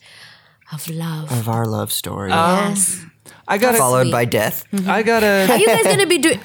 [SPEAKER 2] of love.
[SPEAKER 4] Of our love story,
[SPEAKER 2] yes. Mm-hmm.
[SPEAKER 6] I gotta.
[SPEAKER 4] Uh, followed by death.
[SPEAKER 6] I gotta.
[SPEAKER 2] Are you guys gonna be doing?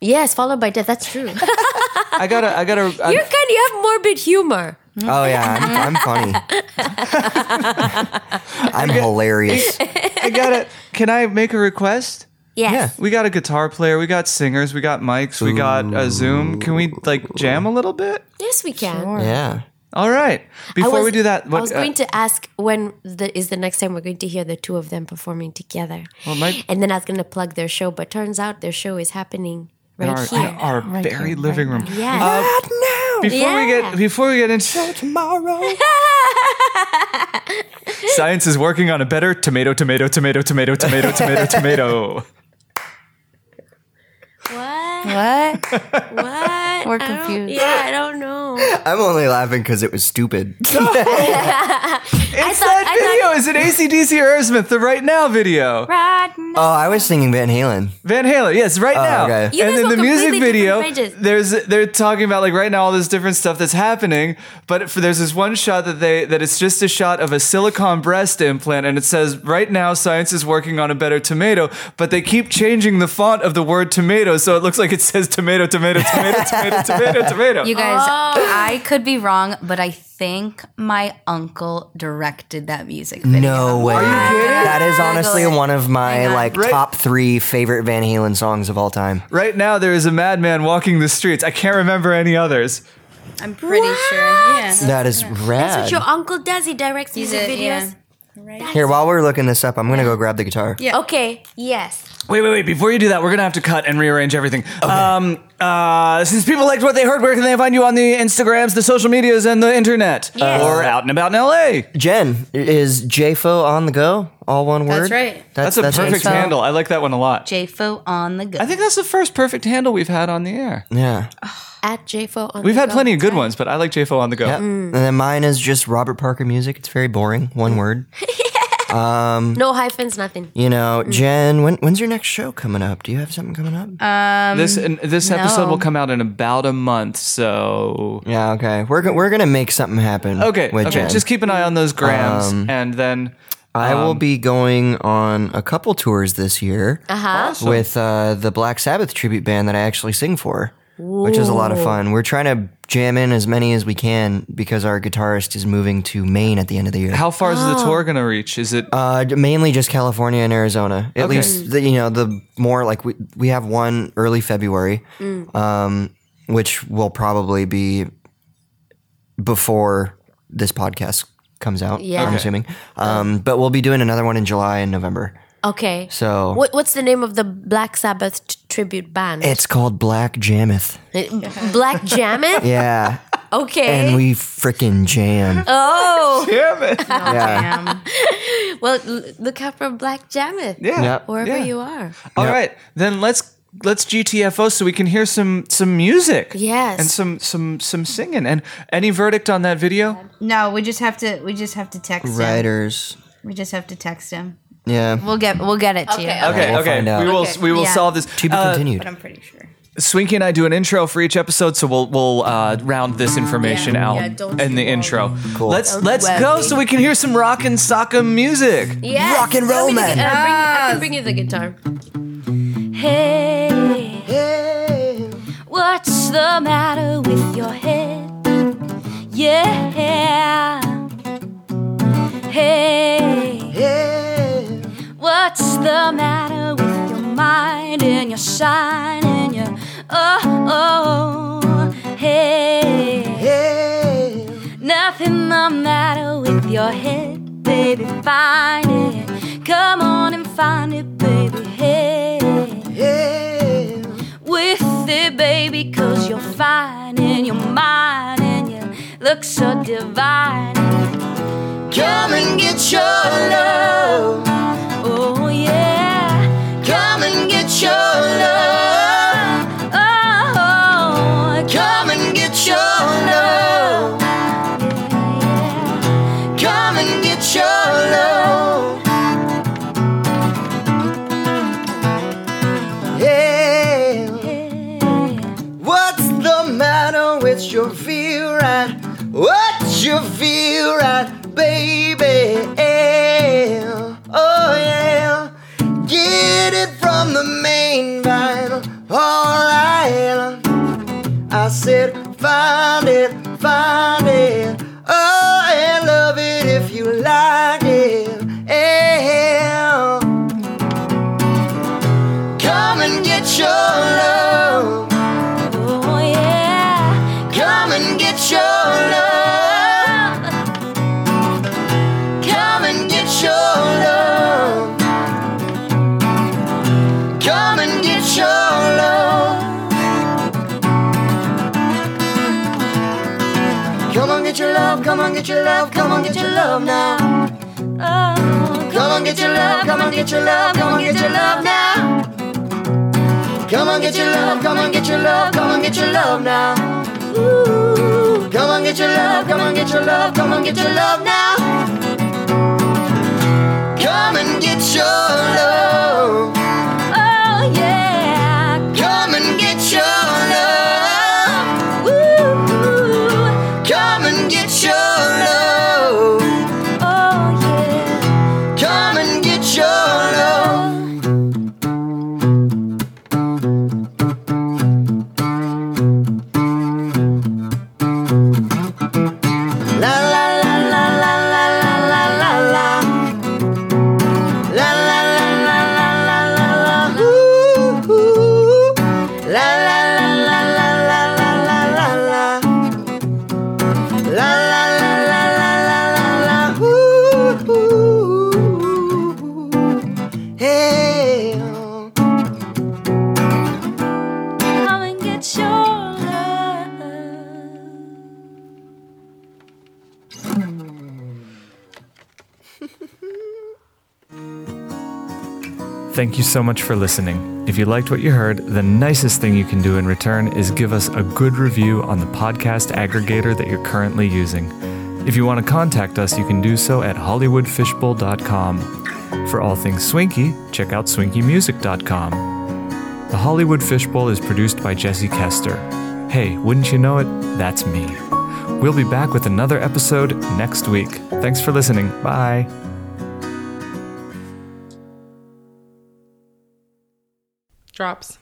[SPEAKER 2] Yes, followed by death. That's true. You're kind.
[SPEAKER 6] I gotta. I gotta. I-
[SPEAKER 2] You have morbid humor.
[SPEAKER 4] Oh yeah, I'm, I'm funny. I'm hilarious.
[SPEAKER 6] I gotta. Can I make a request?
[SPEAKER 2] Yes.
[SPEAKER 6] We got a guitar player. We got singers. We got mics. We got a Zoom. Can we like jam a little bit?
[SPEAKER 2] Yes, we can.
[SPEAKER 4] Yeah.
[SPEAKER 6] All right.
[SPEAKER 2] I
[SPEAKER 6] Before
[SPEAKER 2] was-
[SPEAKER 6] we do that,
[SPEAKER 2] I was
[SPEAKER 6] uh,
[SPEAKER 2] going to ask when the, is the next time we're going to hear the two of them performing together.
[SPEAKER 6] my-
[SPEAKER 2] and then I was going to plug their show, but turns out their show is happening right
[SPEAKER 6] our,
[SPEAKER 2] here.
[SPEAKER 6] our very living room.
[SPEAKER 2] yeah.
[SPEAKER 6] Uh, Before we get before we get into
[SPEAKER 4] tomorrow.
[SPEAKER 6] science is working on a better tomato, tomato, tomato, tomato, tomato, tomato, tomato.
[SPEAKER 8] What?
[SPEAKER 2] What?
[SPEAKER 8] We're
[SPEAKER 2] I don't-
[SPEAKER 8] confused.
[SPEAKER 2] Yeah, I don't know.
[SPEAKER 4] I'm only laughing because it was stupid. Oh,
[SPEAKER 8] I thought,
[SPEAKER 6] That video is an ACDC or Aerosmith, the right now video.
[SPEAKER 4] oh, I was singing Van Halen.
[SPEAKER 6] Van Halen, yes, right now.
[SPEAKER 4] okay.
[SPEAKER 8] You
[SPEAKER 6] and
[SPEAKER 8] guys
[SPEAKER 6] then
[SPEAKER 8] were
[SPEAKER 6] the music
[SPEAKER 8] completely
[SPEAKER 6] video,
[SPEAKER 8] different pages.
[SPEAKER 6] there's they're talking about like right now all this different stuff that's happening, but for, there's this one shot that they that it's just a shot of a silicone breast implant, and it says right now science is working on a better tomato, but they keep changing the font of the word tomato, so it looks like it says tomato, tomato, tomato, tomato, tomato, tomato.
[SPEAKER 10] You guys, I could be wrong, but I think my uncle directed that music video.
[SPEAKER 4] No way. That is honestly one of my like
[SPEAKER 6] Right-
[SPEAKER 4] top three favorite Van Halen songs of all time.
[SPEAKER 6] right now there is a madman walking the streets. I can't remember any others.
[SPEAKER 10] I'm pretty sure. Yeah.
[SPEAKER 4] That is rad.
[SPEAKER 8] your uncle does. He directs music
[SPEAKER 10] did,
[SPEAKER 8] videos.
[SPEAKER 4] Here, while we're looking this up, I'm gonna go grab the guitar. Yeah.
[SPEAKER 8] Okay. Yes.
[SPEAKER 6] Wait, wait, wait. Before you do that, we're going to have to cut and rearrange everything. Um, uh, since people liked what they heard, where can they find you on the Instagrams, the social medias, and the internet? Uh, Or out and about in LA?
[SPEAKER 4] Jen is JFO on the go, all one word.
[SPEAKER 10] right.
[SPEAKER 6] That's, a perfect
[SPEAKER 4] Insta.
[SPEAKER 6] handle. I like that one a lot.
[SPEAKER 10] JFO on the go.
[SPEAKER 6] I think that's the first perfect handle we've had on the air.
[SPEAKER 4] Yeah.
[SPEAKER 2] At JFO on
[SPEAKER 6] We've
[SPEAKER 2] the
[SPEAKER 6] had
[SPEAKER 2] go.
[SPEAKER 6] plenty of good ones, but I like JFO on the go.
[SPEAKER 4] Yep. And then mine is just Robert Parker music. It's very boring, one word.
[SPEAKER 2] No hyphens, nothing.
[SPEAKER 4] You know, Jen, when, when's your next show coming up? Do you have something coming up?
[SPEAKER 6] this and this episode
[SPEAKER 10] no.
[SPEAKER 6] will come out in about a month, so
[SPEAKER 4] yeah, okay. We're go- we're gonna make something happen.
[SPEAKER 6] okay.
[SPEAKER 4] with
[SPEAKER 6] okay.
[SPEAKER 4] Jen.
[SPEAKER 6] Just um, keep an eye on those grams, and then
[SPEAKER 4] I will be going on a couple tours this year with uh, the Black Sabbath tribute band that I actually sing for, which is a lot of fun. We're trying to jam in as many as we can because our guitarist is moving to Maine at the end of the year.
[SPEAKER 6] how far is the tour going to reach? Is it
[SPEAKER 4] Uh, d- mainly just California and Arizona. At
[SPEAKER 6] Okay.
[SPEAKER 4] least the, you know the more like we we have one early February, um, which will probably be before this podcast comes out.
[SPEAKER 2] Yeah.
[SPEAKER 4] I'm
[SPEAKER 2] Okay.
[SPEAKER 4] assuming. Um, but we'll be doing another one in July and November.
[SPEAKER 2] Okay.
[SPEAKER 4] So
[SPEAKER 2] What, what's the name of the Black Sabbath t- tribute band? Uh,
[SPEAKER 4] it's called Black Jammoth.
[SPEAKER 2] Black Jammin?
[SPEAKER 4] Yeah,
[SPEAKER 2] Okay.
[SPEAKER 4] and we frickin' jam.
[SPEAKER 2] oh.
[SPEAKER 4] yeah.
[SPEAKER 2] Well, l- look out for Black Jammin.
[SPEAKER 6] yeah?
[SPEAKER 4] Yep.
[SPEAKER 2] Wherever
[SPEAKER 6] Yeah.
[SPEAKER 2] you are.
[SPEAKER 6] All right, then let's let's GTFO so we can hear some some music.
[SPEAKER 2] Yes.
[SPEAKER 6] and some some some singing. And any verdict on that video?
[SPEAKER 10] no, we just have to. We just have to text him.
[SPEAKER 4] Writers.
[SPEAKER 10] We just have to text him.
[SPEAKER 4] Yeah.
[SPEAKER 10] We'll get. We'll get it to you.
[SPEAKER 6] Okay,
[SPEAKER 4] we'll
[SPEAKER 6] okay,
[SPEAKER 4] find out.
[SPEAKER 6] we will
[SPEAKER 2] Okay.
[SPEAKER 6] we will
[SPEAKER 10] Yeah.
[SPEAKER 6] solve this. Uh,
[SPEAKER 4] to be
[SPEAKER 1] uh,
[SPEAKER 4] continued.
[SPEAKER 10] But I'm pretty sure.
[SPEAKER 6] Swinky and I do an intro for each episode, so we'll we'll uh, round this information out in the intro. Cool. Let's let's go so we can hear some rock and soca music.
[SPEAKER 2] Yes.
[SPEAKER 4] Rock and roll,
[SPEAKER 2] Let me
[SPEAKER 4] man.
[SPEAKER 2] get- uh, bring- I can bring you the guitar.
[SPEAKER 1] Hey, what's the matter with your head? Yeah. Hey, what's the matter with your mind and your shine and your oh oh? Hey, nothing the matter with your head, baby. Find it, come on and find it, baby. Hey with it, baby, cause you're fine in your mind and you look so divine. Come and get your love. Oh, yeah. Come and get your love. Oh, come and get your love. Yeah. Come and get your love.
[SPEAKER 4] What's the matter with your feel right? What's your feel right, baby? Oh yeah, get it from the main vinyl. Alright, I said find it, find it. Oh, and love it if you like it. Yeah. Come and get your love.
[SPEAKER 1] Oh yeah, come and get your love. Come and get your love. Come and get your love.
[SPEAKER 4] Come on, get your love. Come on, get your love now. Oh, come on, get your love. Come on, get your love. Come on, get your love now. Come on, get your love. Come on, get your love. Come on, get your love now. Ooh. Come on, get your love. Come on, get your love. Come on, get your love now. Come and get your love.
[SPEAKER 1] Oh yeah,
[SPEAKER 4] Come and get your love.
[SPEAKER 1] Ooh.
[SPEAKER 4] Come and get your love.
[SPEAKER 1] oh yeah.
[SPEAKER 4] Come and get your love. La la la la la la la la la la. La la la la la la la la. Ooh, ooh. La la la la la la la la la la. La la la la la la la la. Ooh, ooh. Hey. oh.
[SPEAKER 1] Come and get your love.
[SPEAKER 3] Thank you so much for listening. If you liked what you heard, the nicest thing you can do in return is give us a good review on the podcast aggregator that you're currently using. If you want to contact us, you can do so at hollywoodfishbowl.com. For all things Swinky, check out swinkymusic.com. The Hollywood Fishbowl is produced by Jesse Kester. Hey, wouldn't you know it? That's me. We'll be back with another episode next week. Thanks for listening. Bye.
[SPEAKER 13] Drops.